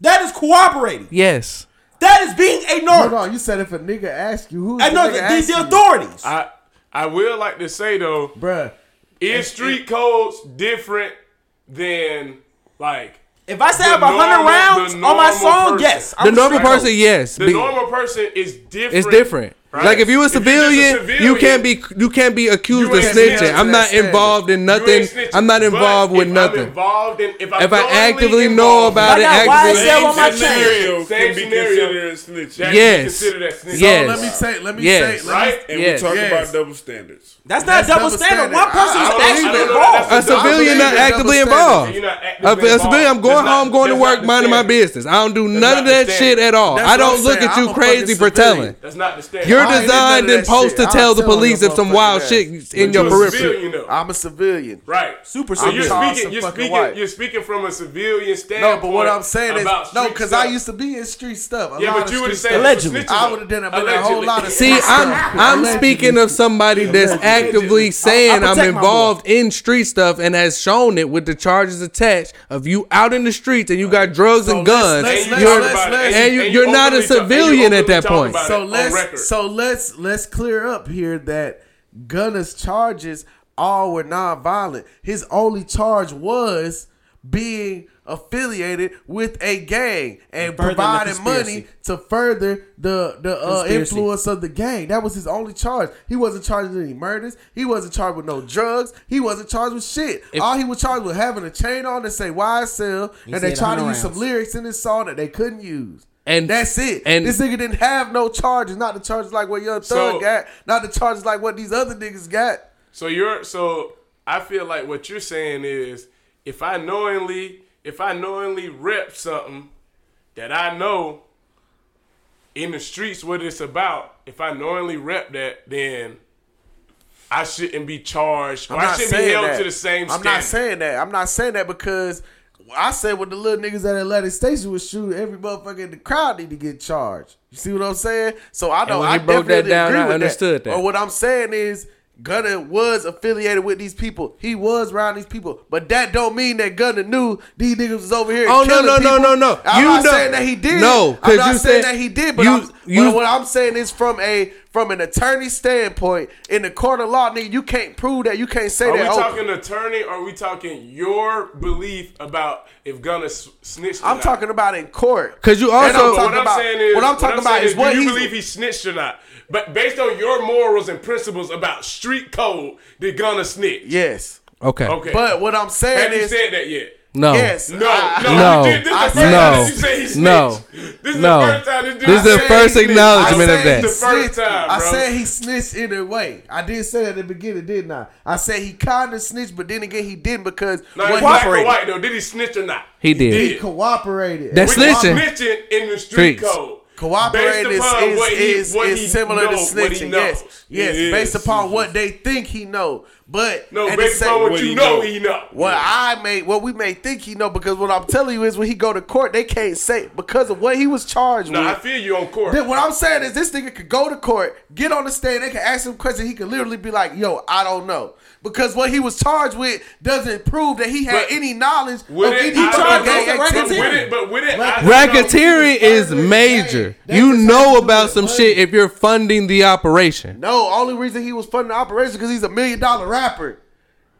Speaker 2: That is cooperating.
Speaker 5: Yes.
Speaker 2: That is being
Speaker 6: Hold
Speaker 2: ignorant.
Speaker 6: on, you said if a nigga asked you who,
Speaker 2: I know
Speaker 6: nigga
Speaker 2: that these the
Speaker 6: asked
Speaker 2: authorities.
Speaker 3: I I will like to say though,
Speaker 6: you? bruh.
Speaker 3: is street codes different than like
Speaker 2: If I say I
Speaker 3: the
Speaker 2: have a
Speaker 3: normal-
Speaker 2: hundred rounds
Speaker 3: the
Speaker 2: on my
Speaker 3: normal
Speaker 2: song,
Speaker 3: person.
Speaker 2: yes.
Speaker 5: The
Speaker 2: I'm
Speaker 5: normal
Speaker 2: straight.
Speaker 5: person, yes.
Speaker 3: the
Speaker 5: Be-
Speaker 3: normal person is different?
Speaker 5: it's different.
Speaker 3: right?
Speaker 5: Like if you a
Speaker 3: you're just a
Speaker 5: civilian, you
Speaker 3: civilian,
Speaker 5: can't be you can't be accused
Speaker 3: You
Speaker 5: of
Speaker 3: ain't snitching
Speaker 5: snitching. I'm
Speaker 6: to that
Speaker 5: not
Speaker 6: standard.
Speaker 5: involved in
Speaker 3: you
Speaker 5: nothing.
Speaker 3: ain't snitching.
Speaker 5: I'm not
Speaker 3: But
Speaker 5: involved with
Speaker 3: if I'm
Speaker 5: nothing.
Speaker 3: involved in, if, I'm
Speaker 5: If I
Speaker 3: knowingly
Speaker 5: actively
Speaker 3: involved,
Speaker 5: know about
Speaker 2: Why
Speaker 5: it,
Speaker 2: not? Why is
Speaker 5: actively,
Speaker 2: that on
Speaker 1: Same
Speaker 2: my chain?
Speaker 1: scenario can
Speaker 3: Same
Speaker 1: be
Speaker 3: scenario.
Speaker 1: considered snitching.
Speaker 3: that
Speaker 5: Yes.
Speaker 3: is considered as snitching.
Speaker 5: Yes.
Speaker 6: So let me say, let me
Speaker 5: Yes.
Speaker 6: say, let me-
Speaker 3: Right?
Speaker 1: And
Speaker 5: Yes.
Speaker 1: we talk
Speaker 6: Yes.
Speaker 1: about double standards.
Speaker 2: That's not
Speaker 6: That's
Speaker 2: double
Speaker 6: double
Speaker 2: standard.
Speaker 6: standard.
Speaker 2: One
Speaker 6: I-
Speaker 2: person
Speaker 6: I
Speaker 2: is
Speaker 6: don't
Speaker 3: believe
Speaker 2: actually
Speaker 3: it.
Speaker 2: involved.
Speaker 3: That's-
Speaker 5: a civilian not
Speaker 6: double
Speaker 5: actively
Speaker 6: standard.
Speaker 5: involved.
Speaker 3: You're not
Speaker 5: A,
Speaker 3: actively
Speaker 5: a civilian, I'm
Speaker 3: involved. That's
Speaker 5: going
Speaker 3: not-
Speaker 5: home, going to
Speaker 3: that's not
Speaker 5: work,
Speaker 3: the
Speaker 5: minding my
Speaker 3: standard.
Speaker 5: business. I don't do
Speaker 3: That's
Speaker 5: none
Speaker 3: not
Speaker 5: of
Speaker 3: the
Speaker 5: that
Speaker 3: standard.
Speaker 5: shit at all.
Speaker 6: That's
Speaker 5: I
Speaker 6: what
Speaker 5: don't
Speaker 6: I'm
Speaker 5: look
Speaker 6: saying.
Speaker 5: at
Speaker 6: I'm
Speaker 5: you
Speaker 6: a
Speaker 5: crazy
Speaker 6: fucking
Speaker 5: for
Speaker 6: civilian.
Speaker 5: telling.
Speaker 3: That's not the standard.
Speaker 5: You're
Speaker 6: I ain't
Speaker 5: designed
Speaker 6: into
Speaker 5: and
Speaker 6: that
Speaker 5: posed to
Speaker 6: shit.
Speaker 5: tell
Speaker 6: I'll
Speaker 5: the
Speaker 6: tell on
Speaker 5: police
Speaker 6: your
Speaker 5: if some
Speaker 6: motherfucking
Speaker 5: wild
Speaker 6: ass.
Speaker 5: shit in
Speaker 3: But you
Speaker 5: your
Speaker 3: a
Speaker 5: periphery.
Speaker 3: civilian, though.
Speaker 6: I'm a civilian.
Speaker 3: Right.
Speaker 2: Super
Speaker 3: So you're
Speaker 6: civilian.
Speaker 3: speaking.
Speaker 6: I'm
Speaker 3: You're
Speaker 6: fucking
Speaker 3: speaking.
Speaker 6: white.
Speaker 3: You're speaking from a civilian
Speaker 6: No,
Speaker 3: standpoint.
Speaker 6: but what I'm saying is
Speaker 3: about
Speaker 6: no,
Speaker 3: street
Speaker 6: because
Speaker 3: stuff.
Speaker 6: I used to be in street stuff. A
Speaker 3: Yeah,
Speaker 6: lot
Speaker 3: but
Speaker 6: of
Speaker 3: you would have
Speaker 6: street
Speaker 3: said
Speaker 6: stuff.
Speaker 2: Allegedly.
Speaker 6: I would have done about a whole lot of
Speaker 5: See,
Speaker 6: That's
Speaker 5: I'm
Speaker 6: correct.
Speaker 5: I'm
Speaker 6: Allegedly.
Speaker 5: speaking of somebody that's actively saying
Speaker 2: I'll
Speaker 5: I'm
Speaker 2: protect my
Speaker 5: involved in street stuff and has shown it with the charges attached of you out in the streets and you got drugs
Speaker 6: So
Speaker 5: and
Speaker 6: let's-
Speaker 5: guns.
Speaker 6: let's-
Speaker 5: You're-
Speaker 6: let's- let's- let's-
Speaker 5: and you- you're not a
Speaker 3: openly talk- and you
Speaker 5: civilian at
Speaker 3: openly
Speaker 5: that
Speaker 3: talk
Speaker 5: point.
Speaker 3: about it
Speaker 6: so
Speaker 3: on record.
Speaker 6: let's so let's let's clear up here that Gunner's charges all were non-violent. His only charge was being affiliated with a gang
Speaker 2: Furthering
Speaker 6: and
Speaker 2: the
Speaker 6: providing money
Speaker 2: conspiracy.
Speaker 6: to further the the uh,
Speaker 2: Conspiracy.
Speaker 6: influence of the gang. That was his only charge. He wasn't charged with any murders. He wasn't charged with no drugs. He wasn't charged with shit. all he was charged with having a chain on that say YSL, and they
Speaker 2: said
Speaker 6: tried to
Speaker 2: 100
Speaker 6: use some
Speaker 2: rounds.
Speaker 6: lyrics in his song that they couldn't use.
Speaker 5: And-
Speaker 6: that's it.
Speaker 5: and-
Speaker 6: this nigga didn't have no charges. Not the charges like what Young Thug
Speaker 3: So-
Speaker 6: got. Not the charges like what these other niggas got.
Speaker 3: So you're so I feel like what you're saying is if I knowingly if I knowingly rep something that I know in the streets what it's about, if I knowingly rep that, then I shouldn't be charged. or I shouldn't be held to the same
Speaker 6: I'm
Speaker 3: standard.
Speaker 6: not saying that. I'm not saying that because I said what the little niggas at Atlantic Station was shooting. Every motherfucker in the crowd need to get charged. You see what I'm saying? So I know
Speaker 5: when
Speaker 6: I
Speaker 5: he broke that
Speaker 6: definitely
Speaker 5: down,
Speaker 6: agree
Speaker 5: I
Speaker 6: with
Speaker 5: understood that.
Speaker 6: But what I'm saying is. Gunner was affiliated with these people. He was around these people, but that don't mean that Gunner knew these niggas was over here.
Speaker 5: Oh, no,
Speaker 6: killing
Speaker 5: no, no,
Speaker 6: people.
Speaker 5: no, no.
Speaker 6: I'm
Speaker 5: You
Speaker 6: not
Speaker 5: know-
Speaker 6: saying that he did.
Speaker 5: No,
Speaker 6: I'm
Speaker 5: 'cause
Speaker 6: not
Speaker 5: you
Speaker 6: saying
Speaker 5: said-
Speaker 6: that he did. But
Speaker 5: you-
Speaker 6: I'm,
Speaker 5: you-
Speaker 6: but what I'm saying is from a from an attorney standpoint in the court of law, nigga, you can't prove that. You can't say
Speaker 3: Are we
Speaker 6: that. oh,
Speaker 3: talking attorney or are we talking your belief about if Gunna s- snitched or
Speaker 6: I'm
Speaker 3: not?
Speaker 6: talking about in court.
Speaker 5: 'Cause you
Speaker 6: And
Speaker 5: also-
Speaker 6: I'm
Speaker 3: But
Speaker 6: talking
Speaker 3: what I'm
Speaker 6: about-
Speaker 3: saying is,
Speaker 6: what I'm talking about
Speaker 3: saying
Speaker 6: is what
Speaker 3: do you
Speaker 6: he's-
Speaker 3: believe he snitched or not? But based on your morals and principles about street code, they're gonna snitch.
Speaker 6: Yes,
Speaker 5: Okay.
Speaker 3: Okay.
Speaker 6: but what I'm saying
Speaker 3: have you
Speaker 6: is
Speaker 3: said that yet?
Speaker 5: No.
Speaker 6: yes.
Speaker 3: No,
Speaker 6: I-
Speaker 3: no,
Speaker 5: No.
Speaker 3: You did. This
Speaker 6: I
Speaker 3: is the first
Speaker 6: said-
Speaker 3: time you say he snitched.
Speaker 5: No.
Speaker 3: This is
Speaker 5: No.
Speaker 3: the first time this dude
Speaker 5: This is the
Speaker 3: said he
Speaker 5: first
Speaker 3: snitched.
Speaker 5: acknowledgement
Speaker 6: I
Speaker 5: of
Speaker 6: said
Speaker 5: that.
Speaker 6: he
Speaker 3: The first
Speaker 6: snitched-
Speaker 3: time,
Speaker 6: I
Speaker 3: bro.
Speaker 6: said he snitched either way. I did say that at the beginning, didn't I? I said he kind of snitched, but then again he didn't because
Speaker 3: Now,
Speaker 6: when
Speaker 3: it's
Speaker 6: he-
Speaker 3: black or white though? Did he snitch or not?
Speaker 5: He did.
Speaker 6: he cooperated.
Speaker 5: That's
Speaker 3: Which is
Speaker 5: snitching.
Speaker 3: snitching in the street
Speaker 5: Streets.
Speaker 3: code.
Speaker 6: Cooperating
Speaker 3: Based
Speaker 6: is,
Speaker 3: upon
Speaker 6: is,
Speaker 3: what he-
Speaker 6: is,
Speaker 3: what
Speaker 6: is
Speaker 3: he
Speaker 6: similar to
Speaker 3: knows, what he
Speaker 6: snitching. Yes,
Speaker 3: knows.
Speaker 6: yes,
Speaker 1: Yes.
Speaker 6: based upon what they think he know, but
Speaker 3: No,
Speaker 6: at the
Speaker 3: based
Speaker 6: same-
Speaker 3: upon
Speaker 1: what
Speaker 3: what
Speaker 1: he
Speaker 3: you know,
Speaker 1: know.
Speaker 3: he know.
Speaker 6: What I may, what we may think he know, because what I'm telling you is when he go to court, they can't say because of what he was charged
Speaker 3: No, I
Speaker 6: with.
Speaker 3: feel you on court.
Speaker 6: Then what I'm saying is this nigga could go to court, get on the stand, they can ask him questions. He could literally be like, "Yo, I don't know," because what he was charged with doesn't prove that he
Speaker 3: But
Speaker 6: had any knowledge of
Speaker 3: Would it,
Speaker 6: any
Speaker 3: I
Speaker 6: drug
Speaker 3: don't
Speaker 6: gang
Speaker 3: know, but
Speaker 6: activity.
Speaker 3: would it, but would it, I don't know.
Speaker 5: Racketeering is major. You know about some shit if you're funding the operation.
Speaker 6: No, only reason he was funding the operation because he's a million dollar rapper.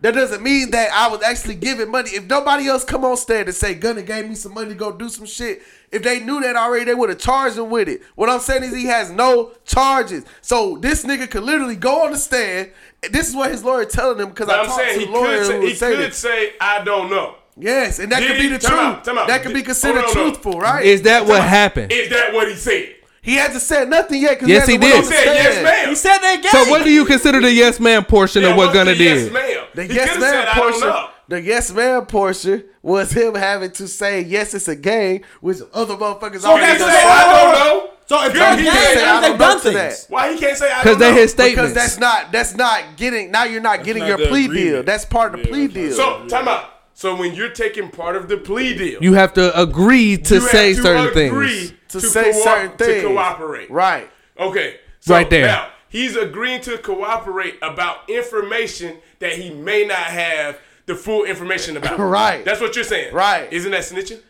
Speaker 6: That doesn't mean that I was actually giving money. If nobody else come on stand and say Gunna gave me some money to go do some shit, if they knew that already, they would have charged him with it. What I'm saying is he has no charges. So this nigga could literally go on the stand. This is what his lawyer telling him because
Speaker 3: But
Speaker 6: I
Speaker 3: I'm
Speaker 6: talked
Speaker 3: saying
Speaker 6: to
Speaker 3: he
Speaker 6: the lawyer
Speaker 3: could
Speaker 6: who
Speaker 3: say, he
Speaker 6: was saying
Speaker 3: could
Speaker 6: it.
Speaker 3: say I don't know.
Speaker 6: Yes, and that
Speaker 3: Did
Speaker 6: could be
Speaker 3: he-
Speaker 6: the truth.
Speaker 3: time out, time out.
Speaker 6: That could be
Speaker 3: Did- hold
Speaker 6: considered
Speaker 3: on, hold on.
Speaker 6: truthful, right?
Speaker 5: Is that what happened?
Speaker 3: Is that what he said?
Speaker 6: he hasn't said nothing yet because
Speaker 5: Yes, he did.
Speaker 3: He said yes, ma'am.
Speaker 2: He said they gave.
Speaker 5: So what do you consider the yes man portion
Speaker 3: Yeah,
Speaker 5: of what
Speaker 3: what's
Speaker 5: Gunna
Speaker 3: the yes,
Speaker 5: did?
Speaker 3: ma'am?
Speaker 6: The
Speaker 3: He
Speaker 6: yes
Speaker 3: could've
Speaker 6: man
Speaker 3: said, I don't
Speaker 6: portion.
Speaker 3: know.
Speaker 6: The yes man portion was him having to say yes, it's a game, which other motherfuckers
Speaker 2: So
Speaker 3: He
Speaker 2: that's the
Speaker 6: already
Speaker 3: said,
Speaker 6: know.
Speaker 2: same-
Speaker 3: I don't know.
Speaker 2: So if
Speaker 3: Good,
Speaker 2: they're
Speaker 3: he
Speaker 2: gay,
Speaker 3: can't say I
Speaker 2: that means
Speaker 6: don't
Speaker 2: they've done
Speaker 6: know to
Speaker 2: things.
Speaker 3: Why he can't say I
Speaker 5: Because
Speaker 3: don't
Speaker 5: they
Speaker 3: know?
Speaker 5: his
Speaker 6: Because
Speaker 5: statements.
Speaker 6: that's not that's not getting now you're not getting
Speaker 1: not
Speaker 6: your
Speaker 1: the
Speaker 6: plea deal.
Speaker 1: agreement.
Speaker 6: That's part of the plea deal.
Speaker 3: So time out. So when you're taking part of the plea deal,
Speaker 5: you have to agree to
Speaker 3: you have
Speaker 5: say certain
Speaker 3: agree
Speaker 5: things.
Speaker 6: to, say
Speaker 3: coo-
Speaker 6: certain things.
Speaker 3: to cooperate.
Speaker 6: Right.
Speaker 3: Okay. So
Speaker 5: Right there.
Speaker 3: Now, he's agreeing to cooperate about information that he may not have the full information about.
Speaker 6: [LAUGHS] Right.
Speaker 3: That's what you're saying.
Speaker 6: Right. Oh,
Speaker 3: Isn't that snitching?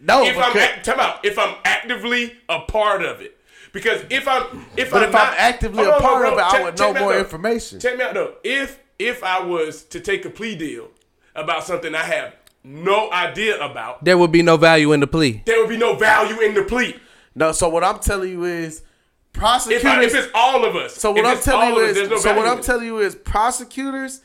Speaker 6: No,
Speaker 3: if I'm
Speaker 6: because-
Speaker 3: act, time out, if I'm actively a part of it, because if I'm if
Speaker 6: But
Speaker 3: I'm
Speaker 6: if I'm
Speaker 3: not-
Speaker 6: actively
Speaker 3: Hold
Speaker 6: a
Speaker 3: on,
Speaker 6: part
Speaker 3: hold
Speaker 6: of it,
Speaker 3: on.
Speaker 6: I
Speaker 3: Check-
Speaker 6: would
Speaker 3: check
Speaker 6: know
Speaker 3: me out,
Speaker 6: more
Speaker 3: though.
Speaker 6: information.
Speaker 3: Check me out though. If if I was to take a plea deal about something I have no idea about,
Speaker 5: There would be no value in the plea.
Speaker 3: there would be no value in the plea.
Speaker 6: No, so what I'm telling you is prosecutors
Speaker 3: If, I, if it's all of us,
Speaker 6: So what
Speaker 3: if
Speaker 6: I'm
Speaker 3: it's
Speaker 6: telling
Speaker 3: all
Speaker 6: you
Speaker 3: of us,
Speaker 6: is,
Speaker 3: there's no
Speaker 6: so
Speaker 3: value
Speaker 6: what
Speaker 3: in
Speaker 6: I'm
Speaker 3: it.
Speaker 6: telling you is, prosecutors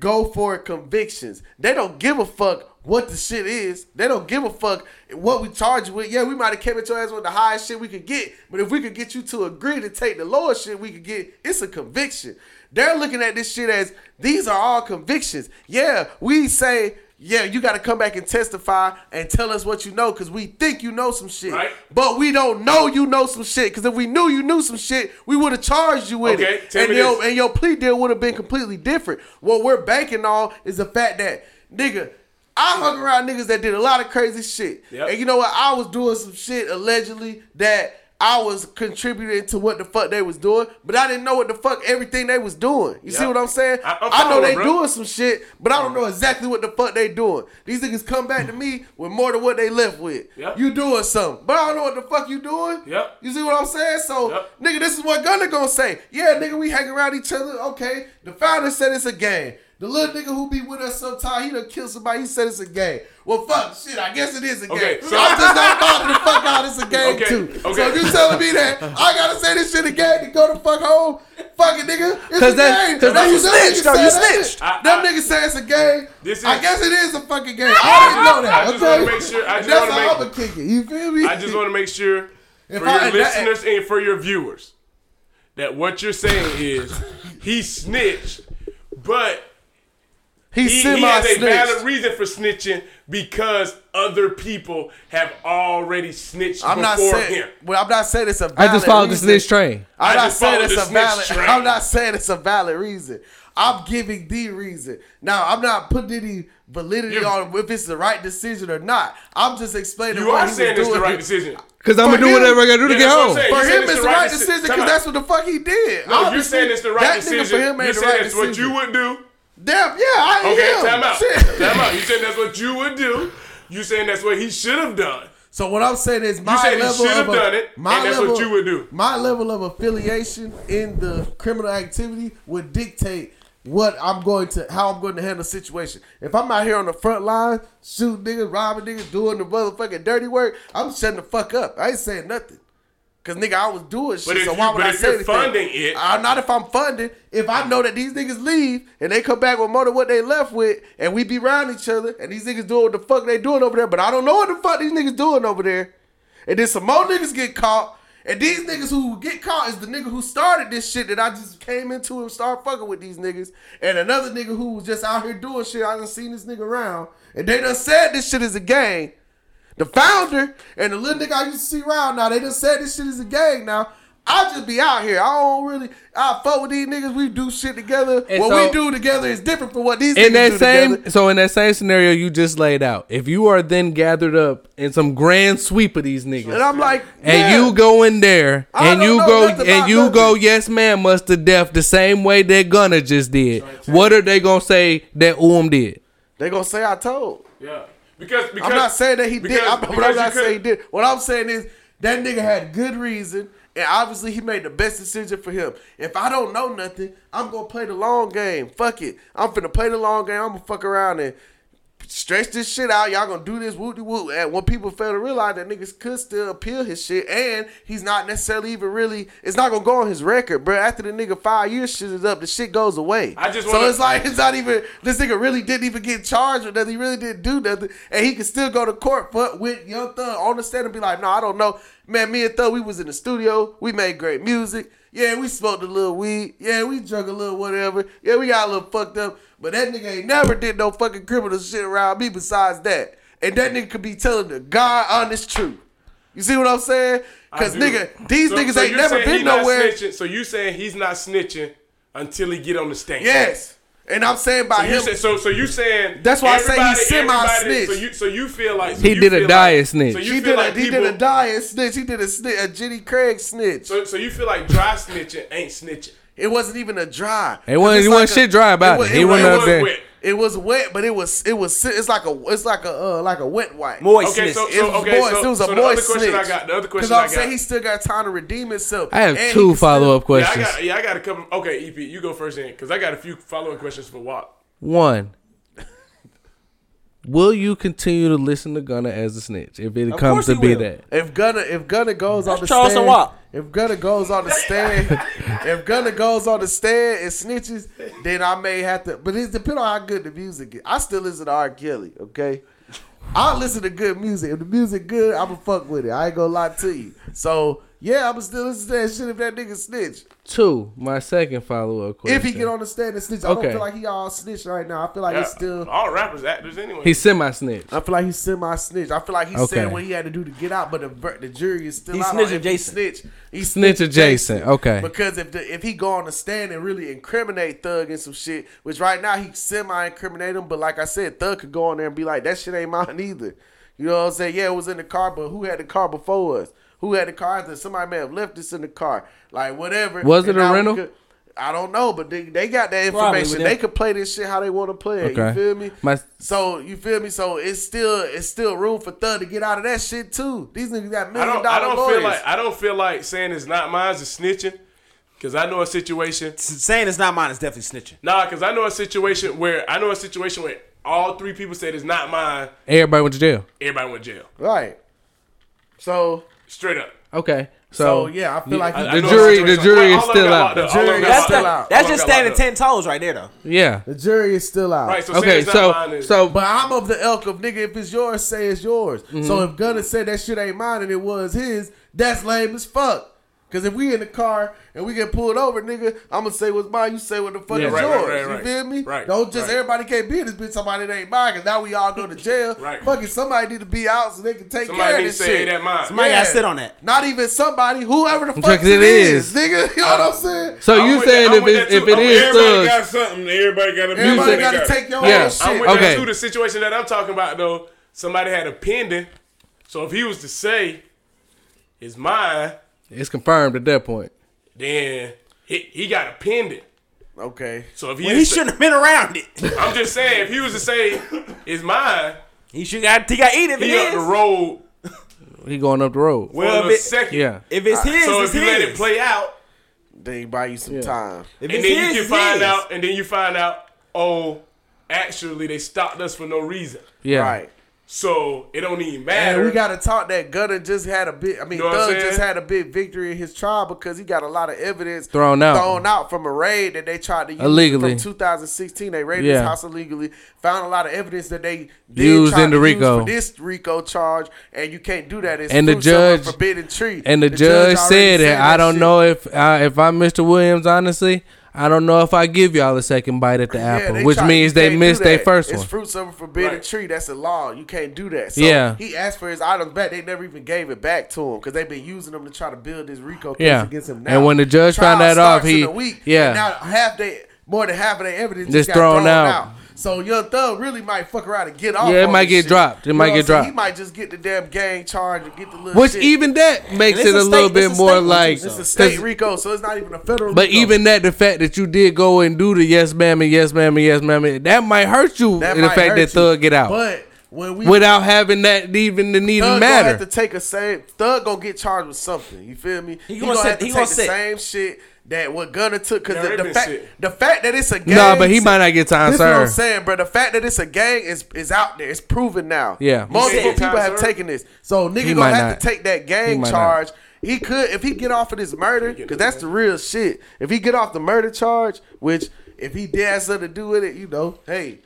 Speaker 6: go for convictions. They don't give a fuck what the shit is. They don't give a fuck what we charge you with. Yeah, we might have kept your ass with the highest shit we could get, but if we could get you to agree to take the lowest shit we could get, it's a conviction. They're looking at this shit as these are all convictions. Yeah, we say. Yeah, you got to come back and testify and tell us what you know because we think you know some shit.
Speaker 3: Right.
Speaker 6: But we don't know you know some shit because if we knew you knew some shit, we would have charged you with with
Speaker 3: Okay,
Speaker 6: it.
Speaker 3: tell
Speaker 6: and
Speaker 3: me
Speaker 6: your
Speaker 3: this.
Speaker 6: and your plea deal would have been completely different. What we're banking on is the fact that nigga, I hung around niggas that did a lot of crazy shit.
Speaker 3: Yep.
Speaker 6: And you know what? I was doing some shit allegedly that I was contributing to what the fuck they was doing, but I didn't know what the fuck everything they was doing. You see
Speaker 3: Yep.
Speaker 6: what I'm saying?
Speaker 3: I- I'm
Speaker 6: I know
Speaker 3: following, bro.
Speaker 6: they
Speaker 3: Mm-hmm.
Speaker 6: doing doing some shit, but I don't know exactly what the fuck they doing. These niggas come back to me with more than what they left with.
Speaker 3: Yep.
Speaker 6: You doing something, but I don't know what the fuck you doing.
Speaker 3: Yep.
Speaker 6: You see what I'm saying? So,
Speaker 3: Yep.
Speaker 6: nigga, this is what Gunner gonna say. Yeah, nigga, we hang around each other. Okay, the founder said it's a game. The little nigga who be with us sometime, he done killed somebody. He said it's a game. Well, fuck, shit. I guess it is a
Speaker 3: Okay,
Speaker 6: game.
Speaker 3: so-
Speaker 6: I'm just not bothered the fuck out. It's
Speaker 3: [LAUGHS]
Speaker 6: a game
Speaker 3: Okay,
Speaker 6: too. So
Speaker 3: okay.
Speaker 6: if you telling me that I gotta say this shit again to go the fuck home, fuck it, nigga. It's
Speaker 5: Cause
Speaker 6: a
Speaker 5: that-
Speaker 6: game.
Speaker 5: cause
Speaker 6: Them
Speaker 5: you
Speaker 6: niggas
Speaker 5: snitched,
Speaker 6: said
Speaker 5: though, you
Speaker 6: that
Speaker 5: snitched.
Speaker 6: shit.
Speaker 3: I-
Speaker 6: Them
Speaker 3: I-
Speaker 6: niggas say it's a game.
Speaker 3: This
Speaker 6: I
Speaker 3: is-
Speaker 6: guess it is a fucking game. I already know that.
Speaker 3: I just
Speaker 6: okay?
Speaker 3: wanna make sure- I just
Speaker 6: That's
Speaker 3: wanna
Speaker 6: how
Speaker 3: make-
Speaker 6: I'ma kick it. You feel me?
Speaker 3: I just want to make sure
Speaker 6: If
Speaker 3: for
Speaker 6: I-
Speaker 3: your
Speaker 6: and that-
Speaker 3: listeners and for your viewers that what you're saying is he snitched, but
Speaker 6: He
Speaker 3: he, he
Speaker 6: semi
Speaker 3: has a valid
Speaker 6: snitched.
Speaker 3: reason for snitching because other people have already snitched
Speaker 6: I'm not
Speaker 3: before
Speaker 6: saying.
Speaker 3: him.
Speaker 6: Well, I'm not saying it's a. Valid
Speaker 5: I just followed the
Speaker 6: reason.
Speaker 5: snitch train.
Speaker 6: I'm
Speaker 3: I
Speaker 6: not
Speaker 3: just
Speaker 6: saying
Speaker 3: followed
Speaker 6: it's
Speaker 3: the
Speaker 6: a
Speaker 3: snitch
Speaker 6: valid.
Speaker 3: train.
Speaker 6: I'm not saying it's a valid reason. I'm giving the reason. Now I'm not putting any validity
Speaker 3: You-
Speaker 6: on if it's the right decision or not. I'm just explaining.
Speaker 3: You
Speaker 6: what
Speaker 3: are
Speaker 6: he was
Speaker 3: saying it's the
Speaker 6: doing.
Speaker 3: right decision.
Speaker 5: Cause I'm gonna
Speaker 6: For
Speaker 5: do
Speaker 6: him-
Speaker 5: whatever I gotta do to
Speaker 3: Yeah,
Speaker 5: get
Speaker 3: that's what I'm
Speaker 5: home.
Speaker 3: saying.
Speaker 6: For
Speaker 3: You said
Speaker 6: him, it's the right
Speaker 3: deci-
Speaker 6: decision
Speaker 3: Time
Speaker 6: because
Speaker 3: out.
Speaker 6: that's what the fuck he did.
Speaker 3: No,
Speaker 6: Obviously,
Speaker 3: you're saying it's the right
Speaker 6: that
Speaker 3: decision.
Speaker 6: nigga for him
Speaker 3: you're
Speaker 6: ain't the
Speaker 3: saying
Speaker 6: right
Speaker 3: that's what
Speaker 6: decision.
Speaker 3: you would do.
Speaker 6: Damn, yeah, I ain't
Speaker 3: Okay,
Speaker 6: him.
Speaker 3: time out.
Speaker 6: Shit.
Speaker 3: Time out. You saying that's what you would do. You saying that's what he should have done.
Speaker 6: So what I'm saying is my
Speaker 3: said he
Speaker 6: level
Speaker 3: should
Speaker 6: of
Speaker 3: have
Speaker 6: a-
Speaker 3: done it,
Speaker 6: my
Speaker 3: and that's what
Speaker 6: level,
Speaker 3: you would do.
Speaker 6: My level of affiliation in the criminal activity would dictate what I'm going to how I'm going to handle the situation. If I'm out here on the front line, shooting niggas, robbing niggas, doing the motherfucking dirty work, I'm shutting the fuck up. I ain't saying nothing. Cause nigga, I was doing shit.
Speaker 3: if
Speaker 6: so
Speaker 3: you-
Speaker 6: why would
Speaker 3: but
Speaker 6: I
Speaker 3: if
Speaker 6: say
Speaker 3: you're
Speaker 6: anything?
Speaker 3: funding it-
Speaker 6: I'm not if I'm funding. If I know that these niggas leave and they come back with more than what they left with, and we be around each other, and these niggas doing what the fuck they doing over there, but I don't know what the fuck these niggas doing over there. And then some more niggas get caught. And these niggas who get caught is the nigga who started this shit that I just came into and started fucking with these niggas. And another nigga who was just out here doing shit. I done seen this nigga around. And they done said this shit is a gang. The founder and the little nigga I used to see around now, they done said this shit is a gang now. I just be out here. I don't really. I fuck with these niggas. We do shit together.
Speaker 5: And
Speaker 6: what
Speaker 5: so-
Speaker 6: we do together is different from what these
Speaker 5: in
Speaker 6: niggas
Speaker 5: that
Speaker 6: do
Speaker 5: same
Speaker 6: together.
Speaker 5: so in that same scenario you just laid out if you are then gathered up in some grand sweep of these niggas
Speaker 6: And I'm like,
Speaker 5: and
Speaker 6: yeah.
Speaker 5: you go in there
Speaker 6: I
Speaker 5: and
Speaker 6: don't
Speaker 5: you
Speaker 6: know
Speaker 5: go
Speaker 6: nothing
Speaker 5: and
Speaker 6: about
Speaker 5: you go
Speaker 6: nothing.
Speaker 5: yes man must to death the same way that gunner just did what are they gonna say that um did
Speaker 6: they gonna say I told.
Speaker 3: Yeah. Because because
Speaker 6: I'm not saying that he did.
Speaker 3: because-
Speaker 6: I'm, but
Speaker 3: because
Speaker 6: I'm
Speaker 3: you
Speaker 6: not saying he
Speaker 3: couldn't-
Speaker 6: did. What I'm saying is that nigga had good reason, And obviously, he made the best decision for him. If I don't know nothing, I'm gonna play the long game. Fuck it, I'm finna play the long game. I'm gonna fuck around and stretch this shit out. Y'all gonna do this wooty woo. And when people fail to realize that niggas could still appeal his shit, and he's not necessarily even really, it's not gonna go on his record, bro. After the nigga five years shit is up, the shit goes away.
Speaker 3: I just
Speaker 6: so
Speaker 3: wanna-
Speaker 6: it's like it's not even this nigga really didn't even get charged with nothing. He really didn't do nothing, and he could still go to court, but with Young Thug on the stand and be like, "No, I don't know, man. Me and Thug, we was in the studio. We made great music." Yeah, we smoked a little weed. Yeah, we drunk a little whatever. Yeah, we got a little fucked up. But that nigga ain't never did no fucking criminal shit around me besides that. And that nigga could be telling the God honest truth. You see what I'm saying? Because
Speaker 3: do.
Speaker 6: nigga, these
Speaker 3: So-
Speaker 6: niggas
Speaker 3: so
Speaker 6: ain't
Speaker 3: you
Speaker 6: never
Speaker 3: saying he
Speaker 6: been
Speaker 3: not
Speaker 6: nowhere.
Speaker 3: snitching- so you saying he's not snitching until he get on the stand?
Speaker 6: Yes. And I'm saying by
Speaker 3: So you,
Speaker 6: him.
Speaker 3: say, so, so you saying
Speaker 6: That's why I say he
Speaker 3: everybody-
Speaker 6: semi-snitch.
Speaker 3: everybody- So you, so you feel like so
Speaker 5: He
Speaker 3: you
Speaker 5: did a
Speaker 3: feel
Speaker 5: dire
Speaker 3: like,
Speaker 5: snitch.
Speaker 3: So you
Speaker 6: he
Speaker 3: feel
Speaker 6: did
Speaker 3: like
Speaker 6: a he
Speaker 3: people,
Speaker 6: did a dying snitch. He did a snitch, a Jenny Craig snitch.
Speaker 3: So, so you feel like dry snitching ain't snitching.
Speaker 6: it wasn't even a dry.
Speaker 5: It wasn't-
Speaker 6: It's
Speaker 5: it wasn't shit dry about
Speaker 6: was-
Speaker 5: it. He
Speaker 6: was-
Speaker 5: went
Speaker 3: It
Speaker 5: up
Speaker 3: was
Speaker 5: there.
Speaker 3: wet.
Speaker 6: It was wet, but it was it was si- it's like a it's like a uh, like a wet wipe.
Speaker 2: Moist.
Speaker 3: Okay, so,
Speaker 6: It
Speaker 3: so
Speaker 6: was
Speaker 3: okay,
Speaker 6: moist.
Speaker 3: so,
Speaker 6: it was a
Speaker 3: so the other
Speaker 6: moist
Speaker 3: question I
Speaker 6: snitch.
Speaker 3: got, the other
Speaker 6: Because
Speaker 3: question I
Speaker 6: I'm
Speaker 3: got.
Speaker 6: saying he still got time to redeem himself.
Speaker 5: I have
Speaker 6: And he
Speaker 5: two
Speaker 6: can still-
Speaker 5: follow up
Speaker 3: yeah, I
Speaker 5: questions.
Speaker 3: got, yeah, I got a couple. Okay, EP, you go first in because I got a few follow up questions for Walt.
Speaker 5: One. Will you continue to listen to Gunna as a snitch if it
Speaker 2: course
Speaker 5: comes to
Speaker 2: he
Speaker 5: be
Speaker 2: will.
Speaker 5: that?
Speaker 6: If Gunna if Gunna goes on the
Speaker 2: That's Charleston
Speaker 6: stand,
Speaker 2: Wop.
Speaker 6: if Gunna goes on the stand, if Gunna goes on the stand and snitches, then I may have to. But it depends on how good the music is. I still listen to R. Kelly. Okay, I listen to good music. If the music good, I'ma fuck with it. I ain't gonna lie to you. So yeah, I'ma still listen to that shit if that nigga snitch.
Speaker 5: Two, my second follow up question.
Speaker 6: If he get on the stand and snitch, I
Speaker 5: Okay.
Speaker 6: don't feel like he all snitch right now. I feel like
Speaker 3: Yeah,
Speaker 6: he's still.
Speaker 3: all rappers actors anyway.
Speaker 5: He's semi snitch.
Speaker 6: I feel like he semi snitch. I feel like he
Speaker 5: Okay.
Speaker 6: said what he had to do to get out, but the ver- the jury is still
Speaker 2: He
Speaker 6: out on
Speaker 2: snitch
Speaker 6: if he
Speaker 2: adjacent.
Speaker 6: Snitch. He
Speaker 5: Snitch adjacent. Okay.
Speaker 6: Because if the, if he go on the stand and really incriminate Thug and some shit, which right now he semi incriminate him, but like I said, Thug could go on there and be like, that shit ain't mine [LAUGHS] either. You know what I'm saying? Yeah, it was in the car, but who had the car before us? Who had the car after? Somebody may have left this in the car. Like whatever.
Speaker 5: Was it
Speaker 6: And
Speaker 5: a
Speaker 6: now we
Speaker 5: rental?
Speaker 6: could- I don't know, but they, they got that
Speaker 2: Probably, but
Speaker 6: information. they
Speaker 2: they-
Speaker 6: could play this shit how they want to play it.
Speaker 5: Okay.
Speaker 6: You feel me?
Speaker 5: My-
Speaker 6: So you feel me? So it's still it's still room for Thug to get out of that shit too. These niggas got
Speaker 3: I
Speaker 6: million
Speaker 3: don't. I
Speaker 6: dollar
Speaker 3: don't
Speaker 6: lawyers.
Speaker 3: feel like. I don't feel like saying it's not mine is snitching, because I know a situation.
Speaker 2: Saying it's not mine is definitely snitching.
Speaker 3: Nah, because I know a situation where I know a situation where all three people said it's not mine.
Speaker 5: Everybody went to jail.
Speaker 3: Everybody went to jail.
Speaker 6: right. So
Speaker 3: Straight up.
Speaker 5: Okay. So,
Speaker 6: so yeah, I feel like he
Speaker 3: I- I
Speaker 5: The
Speaker 3: know a
Speaker 5: jury-
Speaker 3: situation-
Speaker 5: the jury
Speaker 3: Wait,
Speaker 5: is
Speaker 3: all of them
Speaker 5: still
Speaker 3: got
Speaker 5: out.
Speaker 3: locked
Speaker 6: The
Speaker 3: up. All of
Speaker 6: jury
Speaker 3: them
Speaker 6: is
Speaker 3: got
Speaker 2: That's,
Speaker 3: locked
Speaker 6: still
Speaker 3: up.
Speaker 6: out.
Speaker 2: that's
Speaker 3: All of
Speaker 2: just
Speaker 3: them got
Speaker 2: standing
Speaker 3: locked up.
Speaker 2: ten toes right there, though.
Speaker 5: yeah.
Speaker 6: the jury is still out.
Speaker 3: Right. So saying
Speaker 5: Okay.
Speaker 3: it's not mine
Speaker 5: So
Speaker 3: is-
Speaker 5: so
Speaker 6: But I'm of the elk of nigga. If it's yours, say it's yours.
Speaker 3: Mm-hmm.
Speaker 6: So if Gunna said that shit ain't mine and it was his, that's lame as fuck. Cause if we in the car and we get pulled over, nigga, I'm gonna say what's mine. You say what the fuck
Speaker 5: Yeah,
Speaker 6: is
Speaker 5: right,
Speaker 3: right,
Speaker 6: yours.
Speaker 3: right, right.
Speaker 6: You feel me?
Speaker 3: Right,
Speaker 6: Don't just
Speaker 3: right.
Speaker 6: everybody can't be in this bitch. Somebody that ain't mine. Cause now we all go to jail.
Speaker 3: [LAUGHS] Right.
Speaker 6: Fucking somebody need to be out so they can take
Speaker 3: Somebody
Speaker 6: care of
Speaker 3: need
Speaker 6: this
Speaker 3: to say,
Speaker 6: shit.
Speaker 3: "Hey, that mine."
Speaker 2: Somebody gotta sit on that.
Speaker 6: Not even somebody, whoever the fuck
Speaker 5: Because it
Speaker 6: it
Speaker 5: is.
Speaker 6: is, nigga. [LAUGHS] You know what I'm saying?
Speaker 5: so
Speaker 3: I'm
Speaker 5: you
Speaker 3: with
Speaker 5: saying
Speaker 3: that-
Speaker 5: if
Speaker 3: I'm with
Speaker 5: it,
Speaker 3: that
Speaker 5: if
Speaker 3: too.
Speaker 5: it
Speaker 3: I'm-
Speaker 5: is
Speaker 1: Everybody
Speaker 5: thugs,
Speaker 1: got something. Everybody got a
Speaker 6: Everybody
Speaker 5: said-
Speaker 6: gotta take your
Speaker 5: Yeah,
Speaker 6: own
Speaker 3: I'm
Speaker 6: shit.
Speaker 3: with
Speaker 5: Okay.
Speaker 3: that too. The situation that I'm talking about though, somebody had a pending. So if he was to say it's mine,
Speaker 5: it's confirmed at that point.
Speaker 3: then he, he got a pendant.
Speaker 6: Okay.
Speaker 3: So if he,
Speaker 2: Well,
Speaker 3: is
Speaker 2: he
Speaker 3: to-
Speaker 2: shouldn't have been around it. [LAUGHS]
Speaker 3: I'm just saying, if he was to say it's mine,
Speaker 2: He should got he got eat if it
Speaker 3: he up
Speaker 2: is.
Speaker 3: the road
Speaker 5: He going up the road.
Speaker 3: well,
Speaker 2: Well,
Speaker 3: a
Speaker 2: if it-
Speaker 3: second.
Speaker 5: yeah.
Speaker 2: If it's his,
Speaker 3: So
Speaker 2: it's
Speaker 3: if you
Speaker 2: his.
Speaker 3: let it play out,
Speaker 6: They buy you some time.
Speaker 2: If
Speaker 3: and
Speaker 2: it's
Speaker 3: then
Speaker 2: his,
Speaker 3: you
Speaker 2: it's
Speaker 3: can find
Speaker 2: his.
Speaker 3: out, and then you find out, oh, actually they stopped us for no reason.
Speaker 5: Yeah.
Speaker 6: Right.
Speaker 3: So it don't even matter.
Speaker 6: And we gotta talk that Gunner just had a big. I mean,
Speaker 3: Know what I'm
Speaker 6: Thug
Speaker 3: saying?
Speaker 6: just had a big victory in his trial because he got a lot of evidence
Speaker 5: Thrown out.
Speaker 6: thrown out from a raid that they tried to use
Speaker 5: Illegally.
Speaker 6: from 2016. They raided
Speaker 5: Yeah.
Speaker 6: his house illegally, found a lot of evidence that they did
Speaker 5: Used
Speaker 6: try
Speaker 5: in the
Speaker 6: to
Speaker 5: RICO.
Speaker 6: use for this RICO charge, and you can't do that. It's
Speaker 5: And the
Speaker 6: fruits of a
Speaker 5: judge-
Speaker 6: forbidden tree,
Speaker 5: And the,
Speaker 6: already
Speaker 5: judge, said it. I don't
Speaker 6: shit.
Speaker 5: know if I, if I'm Mr. Williams. Honestly, I don't know if I give y'all a second bite at the
Speaker 6: Yeah,
Speaker 5: apple,
Speaker 6: they
Speaker 5: which
Speaker 6: tried-
Speaker 5: means
Speaker 6: you
Speaker 5: they
Speaker 6: can't
Speaker 5: missed
Speaker 6: do
Speaker 5: their
Speaker 6: that.
Speaker 5: first
Speaker 6: it's
Speaker 5: one.
Speaker 6: fruits of a forbidden
Speaker 3: Right.
Speaker 6: tree. That's a law. You can't do that. So
Speaker 5: Yeah.
Speaker 6: He asked for his items back. They never even gave it back to him because they've been using them to try to build this RICO case
Speaker 5: Yeah.
Speaker 6: against him. Now.
Speaker 5: And when the judge
Speaker 6: Trial
Speaker 5: found that
Speaker 6: starts
Speaker 5: off,
Speaker 6: in
Speaker 5: he-
Speaker 6: a week,
Speaker 5: yeah.
Speaker 6: And now half they more than half of their evidence just,
Speaker 5: Just
Speaker 6: got
Speaker 5: thrown
Speaker 6: thrown,
Speaker 5: out.
Speaker 6: out. So young thug really might fuck around and get off.
Speaker 5: Yeah, it
Speaker 6: on
Speaker 5: might
Speaker 6: this
Speaker 5: get
Speaker 6: shit.
Speaker 5: dropped. It
Speaker 6: You
Speaker 5: might
Speaker 6: know
Speaker 5: get
Speaker 6: what I'm saying?
Speaker 5: dropped.
Speaker 6: He might just get the damn gang charge or get the little.
Speaker 5: Which
Speaker 6: shit.
Speaker 5: even that makes
Speaker 2: And
Speaker 5: it
Speaker 2: it's
Speaker 5: a,
Speaker 2: a
Speaker 5: little
Speaker 2: state-
Speaker 5: bit
Speaker 2: it's a
Speaker 5: more
Speaker 2: state law,
Speaker 5: like.
Speaker 2: too,
Speaker 6: it's a
Speaker 2: Cause-
Speaker 6: state RICO, so it's not even a federal.
Speaker 5: But
Speaker 6: RICO.
Speaker 5: even that, the fact that you did go and do the yes, ma'am, and yes, ma'am, and yes, ma'am, and that might hurt you.
Speaker 6: That
Speaker 5: in the
Speaker 6: might
Speaker 5: fact
Speaker 6: hurt
Speaker 5: that
Speaker 6: you,
Speaker 5: thug get out.
Speaker 6: But when we
Speaker 5: without having that even to need
Speaker 6: Thug gonna have to
Speaker 5: matter.
Speaker 6: take a same Thug gonna get charged with something. You feel me?
Speaker 2: He gonna sit-
Speaker 6: have to
Speaker 2: he
Speaker 6: take
Speaker 2: gonna
Speaker 6: the
Speaker 2: sit.
Speaker 6: same shit that what Gunner took because
Speaker 3: Yeah,
Speaker 6: the,
Speaker 3: they
Speaker 6: the
Speaker 3: been
Speaker 6: fact
Speaker 3: sit.
Speaker 6: the fact that it's a gang.
Speaker 5: No, but he might not get time
Speaker 6: This is what I'm
Speaker 5: served.
Speaker 6: saying, bro. The fact that it's a gang is is out there. It's proven now.
Speaker 5: Yeah.
Speaker 6: multiple
Speaker 2: He said
Speaker 6: people
Speaker 3: time
Speaker 6: have
Speaker 3: served?
Speaker 6: taken this. So nigga
Speaker 5: He
Speaker 6: gonna
Speaker 5: might
Speaker 6: have
Speaker 5: not.
Speaker 6: to take that
Speaker 5: He
Speaker 6: gang
Speaker 5: might not.
Speaker 6: charge. He could if he get off of this murder because that's the real shit. If he get off the murder charge, which if he did have something to do with it, you know, hey,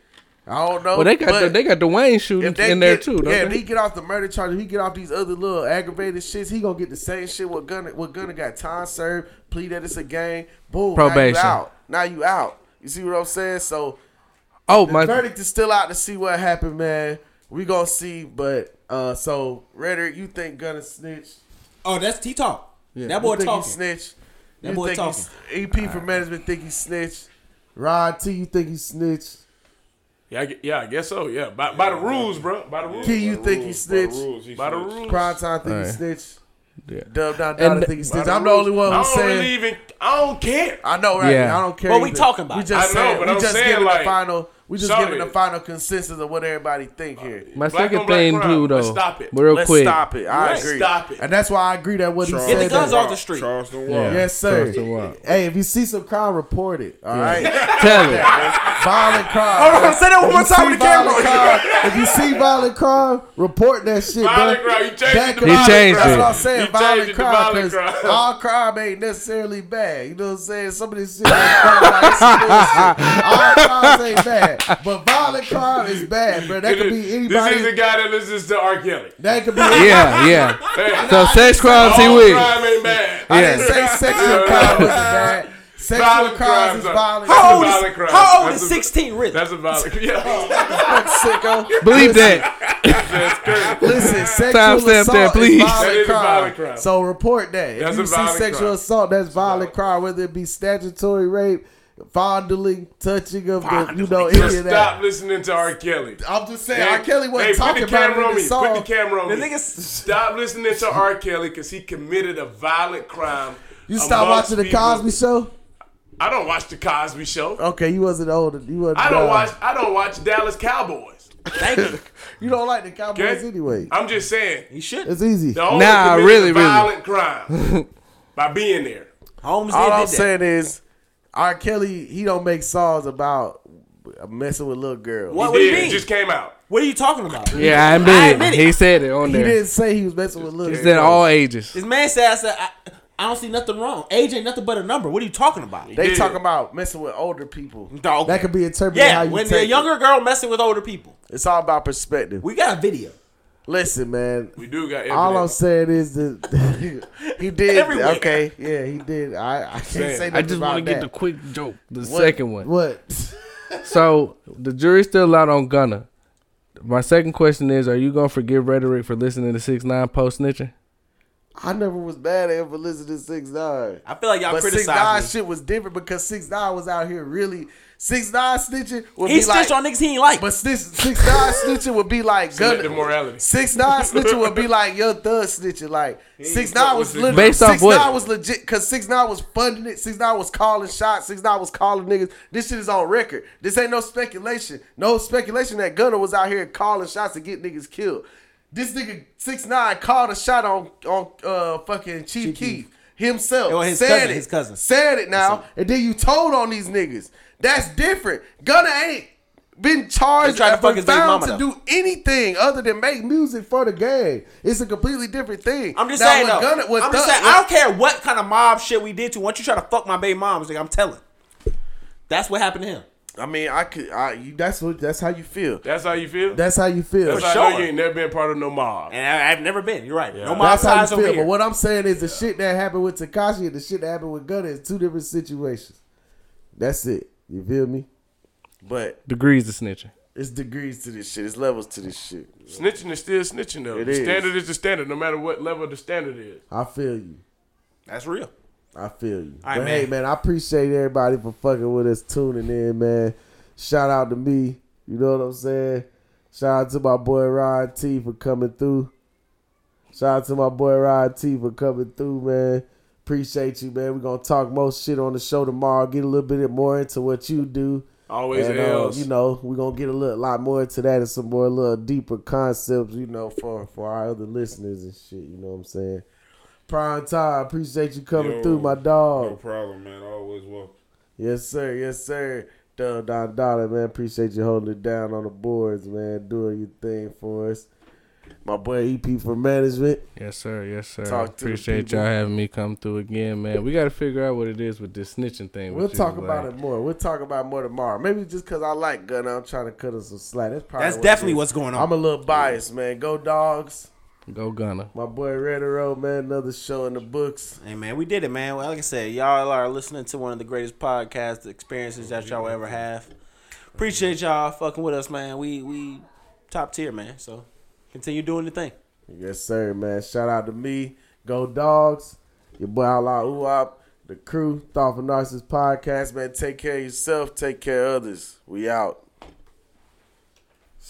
Speaker 6: I don't know.
Speaker 5: Well, they got
Speaker 6: but-
Speaker 5: the, they got the Wayne shooting
Speaker 6: if they
Speaker 5: in there
Speaker 6: get-
Speaker 5: too. Don't
Speaker 6: Yeah,
Speaker 5: they?
Speaker 6: if he get off the murder charge, if he get off these other little aggravated shits, he gonna get the same shit. What Gunner, what Gunner got time served, plead that it's a game, boom,
Speaker 5: Probation.
Speaker 6: Now you out. Now you out. You see what I'm saying? So
Speaker 5: oh
Speaker 6: the
Speaker 5: my,
Speaker 6: verdict is still out to see what happened, man. We gonna see, but uh, so Reddick, you think Gunner snitched?
Speaker 2: Oh, that's T talk. that
Speaker 6: You
Speaker 2: boy
Speaker 6: think
Speaker 2: talking.
Speaker 6: He snitched.
Speaker 2: That
Speaker 6: you
Speaker 2: boy
Speaker 6: think
Speaker 2: talking.
Speaker 6: He, EP from management think he snitched. Rod T, you think he snitched?
Speaker 3: Yeah, I, gue- yeah, I guess so. Yeah, by, by the rules, bro. By the rules.
Speaker 6: Key, you think he
Speaker 1: rules, by the
Speaker 6: snitched?
Speaker 1: rules, he
Speaker 3: by the
Speaker 1: snitched.
Speaker 3: rules.
Speaker 6: Prime time think he
Speaker 5: Alright.
Speaker 6: snitched.
Speaker 5: Yeah.
Speaker 6: Dub down
Speaker 5: And-
Speaker 6: down think he
Speaker 3: By
Speaker 6: snitched. I'm the only one
Speaker 3: rules.
Speaker 6: who's
Speaker 3: I don't
Speaker 6: saying.
Speaker 3: really even. I don't care.
Speaker 6: I know, right?
Speaker 5: Yeah.
Speaker 6: I don't care.
Speaker 2: But we
Speaker 6: either.
Speaker 2: talking about
Speaker 6: We
Speaker 2: it.
Speaker 6: just
Speaker 3: I know,
Speaker 6: saying,
Speaker 3: but
Speaker 6: we
Speaker 3: I'm
Speaker 6: just
Speaker 3: saying,
Speaker 6: giving the
Speaker 3: like,
Speaker 6: final. We just
Speaker 3: sorry.
Speaker 6: giving the final consensus of what everybody think here.
Speaker 5: my
Speaker 3: Black
Speaker 5: second
Speaker 3: on black
Speaker 5: thing
Speaker 3: crime.
Speaker 5: too though.
Speaker 3: Let's stop it.
Speaker 5: Real
Speaker 6: Let's
Speaker 5: quick.
Speaker 6: stop it. I
Speaker 3: Let's
Speaker 6: agree.
Speaker 3: stop it.
Speaker 6: And that's why I agree that what
Speaker 1: Charles
Speaker 6: he
Speaker 2: Get
Speaker 6: said.
Speaker 2: the guns
Speaker 6: that-
Speaker 2: off the street.
Speaker 1: Charles don't
Speaker 5: Yeah.
Speaker 1: walk.
Speaker 6: Yes, sir.
Speaker 5: Trust the wild.
Speaker 6: Hey, if you see some crime, report it. All right,
Speaker 5: Tell it.
Speaker 6: violent
Speaker 1: [LAUGHS]
Speaker 2: [LAUGHS]
Speaker 6: crime.
Speaker 2: Hold on, say that one
Speaker 6: If
Speaker 2: more
Speaker 6: you
Speaker 2: time
Speaker 6: see
Speaker 2: with the camera. [LAUGHS]
Speaker 6: violent crime- if you see violent crime, report that shit.
Speaker 3: Violent
Speaker 6: bro.
Speaker 3: crime, you changed
Speaker 6: That
Speaker 3: it to
Speaker 6: could-
Speaker 5: violent He changed crime. it.
Speaker 6: That's what I'm
Speaker 3: You changed it
Speaker 6: saying. Violent
Speaker 3: to
Speaker 6: crime,
Speaker 3: violent
Speaker 6: 'cause
Speaker 3: crime.
Speaker 6: all crime ain't necessarily bad. You know what I'm saying? Some of this shit. ain't crime, like, some of this shit. all crimes ain't bad, but violent crime is bad, bro. That could be
Speaker 3: This is the
Speaker 6: anybody.
Speaker 3: guy that listens to R. Kelly.
Speaker 6: That could be.
Speaker 5: Yeah, yeah.
Speaker 3: Hey,
Speaker 5: So sex crimes he
Speaker 3: all
Speaker 5: with.
Speaker 3: crime ain't bad.
Speaker 6: I didn't say
Speaker 3: [LAUGHS]
Speaker 6: sexual crime was bad. Sexual
Speaker 3: Violent
Speaker 6: crimes
Speaker 3: crimes
Speaker 6: is
Speaker 3: are-
Speaker 6: violent. [LAUGHS]
Speaker 2: How old
Speaker 3: That's a
Speaker 2: is,
Speaker 3: violent crime.
Speaker 2: how old
Speaker 3: That's
Speaker 2: is
Speaker 3: a-
Speaker 2: 16 Rich?
Speaker 3: That's a violent. Yeah,
Speaker 2: [LAUGHS]
Speaker 6: sicko.
Speaker 5: Believe that.
Speaker 3: that's crazy.
Speaker 6: Listen, sexual
Speaker 5: Timestamp
Speaker 6: assault
Speaker 5: that, please.
Speaker 6: is violent
Speaker 3: That is a
Speaker 6: crime.
Speaker 3: violent crime.
Speaker 6: So report that.
Speaker 3: That's
Speaker 6: if you
Speaker 3: a
Speaker 6: see
Speaker 3: violent
Speaker 6: sexual
Speaker 3: crime.
Speaker 6: assault, that's violent crime, whether it be statutory rape, fondling, touching of the, you know, any
Speaker 3: Just
Speaker 6: of that.
Speaker 3: stop listening to R. Kelly.
Speaker 6: I'm just saying,
Speaker 3: Hey,
Speaker 6: R. Kelly wasn't
Speaker 3: hey,
Speaker 6: talking
Speaker 3: put the
Speaker 6: about it
Speaker 3: camera
Speaker 6: in
Speaker 3: on me.
Speaker 6: the song.
Speaker 3: Put the camera on
Speaker 2: The
Speaker 3: me. [LAUGHS]
Speaker 2: niggas-
Speaker 3: stop listening to R. Kelly because he committed a violent crime.
Speaker 6: you stop
Speaker 3: amongst
Speaker 6: watching the
Speaker 3: people.
Speaker 6: Cosby Oh, Show?
Speaker 3: I don't watch the Cosby Show.
Speaker 6: Okay, you wasn't old. You wasn't.
Speaker 3: I don't
Speaker 6: uh,
Speaker 3: watch. I don't watch Dallas Cowboys.
Speaker 2: Thank you.
Speaker 6: You don't like the Cowboys
Speaker 3: Okay.
Speaker 6: anyway.
Speaker 3: I'm just saying.
Speaker 2: He should.
Speaker 6: It's easy.
Speaker 3: The homie
Speaker 5: Nah,
Speaker 3: committed
Speaker 5: really,
Speaker 3: a
Speaker 5: really.
Speaker 3: violent
Speaker 6: [LAUGHS]
Speaker 3: crime by being there.
Speaker 2: Holmes
Speaker 6: All
Speaker 2: did
Speaker 6: I'm
Speaker 2: did that.
Speaker 6: saying is, R. Kelly, he don't make songs about messing with little girls.
Speaker 2: What,
Speaker 3: Yeah,
Speaker 2: what do you
Speaker 3: it
Speaker 2: mean?
Speaker 3: just came out.
Speaker 2: What are you talking about?
Speaker 5: Yeah, I
Speaker 2: I
Speaker 5: admit
Speaker 2: admit
Speaker 5: it.
Speaker 2: it.
Speaker 5: He said it on
Speaker 6: He
Speaker 5: there.
Speaker 6: didn't say he was messing with little
Speaker 5: It's in
Speaker 6: girls.
Speaker 5: all ages.
Speaker 2: This man said, I, said I, I don't see nothing wrong. Age ain't nothing but a number. What are you talking about?
Speaker 6: They
Speaker 3: Yeah.
Speaker 6: talking about messing with older people.
Speaker 2: Dog.
Speaker 6: That could be interpreted how
Speaker 2: yeah,
Speaker 6: you
Speaker 2: when
Speaker 6: take
Speaker 2: the
Speaker 6: it.
Speaker 2: younger girl messing with older people.
Speaker 6: It's all about perspective.
Speaker 2: We got a video.
Speaker 6: Listen, man.
Speaker 3: We do got
Speaker 6: All I'm
Speaker 3: evidence.
Speaker 6: saying
Speaker 2: [LAUGHS]
Speaker 6: is that [LAUGHS] he did.
Speaker 2: Everywhere.
Speaker 6: Okay, yeah, he did. I, I can't say nothing
Speaker 5: I just
Speaker 6: want to
Speaker 5: get the quick joke, the
Speaker 6: What-
Speaker 5: second one.
Speaker 6: What? [LAUGHS]
Speaker 5: So the jury's still out on Gunna. My second question is: Are you gonna forgive Rhetoric for listening to Six Nine post snitching?
Speaker 6: I never was bad at ever listening to Six Nine.
Speaker 2: I feel like y'all
Speaker 6: But Six Nine
Speaker 2: criticized me.
Speaker 6: shit was different because Six Nine was out here really. Six Nine snitching would
Speaker 2: He
Speaker 6: be like.
Speaker 2: snitched on niggas he ain't like.
Speaker 6: But six, six nine snitching would be like
Speaker 3: Selective
Speaker 6: gun.
Speaker 3: morality.
Speaker 6: Six nine snitching would be like your thug snitching. Like six nine was legit.
Speaker 5: Based
Speaker 6: six
Speaker 5: off what?
Speaker 6: nine was legit because six nine was funding it. Six nine was calling shots. Six nine was calling niggas. This shit is on record. This ain't no speculation. No speculation that Gunner was out here calling shots to get niggas killed. This nigga six nine called a shot on on uh fucking Chief, Keith. Himself
Speaker 2: Oh, his
Speaker 6: said
Speaker 2: cousin,
Speaker 6: it.
Speaker 2: his cousin.
Speaker 6: Said it now, and then you told on these niggas. That's different. Gunna ain't been charged
Speaker 2: They tried to
Speaker 6: and
Speaker 2: fuck
Speaker 6: been
Speaker 2: his baby
Speaker 6: found
Speaker 2: mama,
Speaker 6: to do anything other than make music for the gang. It's a completely different thing.
Speaker 2: I'm just
Speaker 6: Now,
Speaker 2: saying
Speaker 6: what
Speaker 2: though.
Speaker 6: Gunna- what
Speaker 2: I'm just
Speaker 6: Thug-
Speaker 2: saying. I don't care what kind of mob shit we did to. Once you try to fuck my baby mom, it's like I'm telling. That's what happened to him.
Speaker 6: I mean, I could. I, you, that's what. That's how you feel.
Speaker 3: That's how you feel.
Speaker 6: That's how you feel.
Speaker 3: That's how I know
Speaker 2: sure.
Speaker 3: you ain't never been part of no mob.
Speaker 2: And I, I've never been. You're right. No mob
Speaker 6: That's how
Speaker 2: ties
Speaker 6: you
Speaker 2: over
Speaker 6: feel.
Speaker 2: here.
Speaker 6: But what I'm saying is the shit that happened with Takashi and the shit that happened with Gunna is two different situations. That's it. You feel me? But
Speaker 5: Degrees of snitching.
Speaker 6: it's degrees to this shit. It's levels to this shit.
Speaker 3: Snitching is still snitching though.
Speaker 6: It
Speaker 3: the
Speaker 6: is.
Speaker 3: standard is the standard, no matter what level the standard is.
Speaker 6: I feel you.
Speaker 2: That's real.
Speaker 6: I feel you.
Speaker 2: All right,
Speaker 6: but
Speaker 2: man.
Speaker 6: hey, man, I appreciate everybody for fucking with us, tuning in, man. Shout out to me. You know what I'm saying? Shout out to my boy Rod T for coming through. Shout out to my boy Rod T for coming through, man. Appreciate you, man. We're gonna talk most shit on the show tomorrow. Get a little bit more into what you do.
Speaker 3: Always
Speaker 6: And,
Speaker 3: and,
Speaker 6: uh,
Speaker 3: L's.
Speaker 6: you know, we're gonna get a little, lot more into that and some more little deeper concepts, you know, for for our other listeners and shit. You know what I'm saying? Prime time, appreciate you coming
Speaker 1: Yo.
Speaker 6: through, my dog.
Speaker 1: No problem, man. Always welcome.
Speaker 6: Yes, sir. Yes, sir. Dub Don Dollar, man. Appreciate you holding it down on the boards, man. Doing your thing for us. My boy EP for management.
Speaker 5: Yes, sir. Yes, sir.
Speaker 6: Talk to the
Speaker 5: Appreciate
Speaker 6: people.
Speaker 5: y'all having me come through again, man. We got to figure out what it is with this snitching thing.
Speaker 6: We'll
Speaker 5: with you,
Speaker 6: talk about
Speaker 5: like-
Speaker 6: it more. We'll talk about more tomorrow. Maybe just because I like Gunna, I'm trying to cut us some slack. That's probably
Speaker 2: That's
Speaker 6: what it
Speaker 2: definitely
Speaker 6: is.
Speaker 2: what's going on.
Speaker 6: I'm a little biased, man. Go dogs.
Speaker 5: Go Gunna.
Speaker 6: My boy Red Road, man. Another show in the books.
Speaker 2: Hey man, we did it, man. Well, like I said, y'all are listening to one of the greatest podcast experiences that y'all will ever have. Appreciate y'all fucking with us, man. We we top tier, man. So continue doing the thing.
Speaker 6: Yes, sir, man. Shout out to me. Go Dogs. Your boy Outlaw Uop. The crew. Thoughtful Narcissist Podcast, man. Take care of yourself. Take care of others. We out.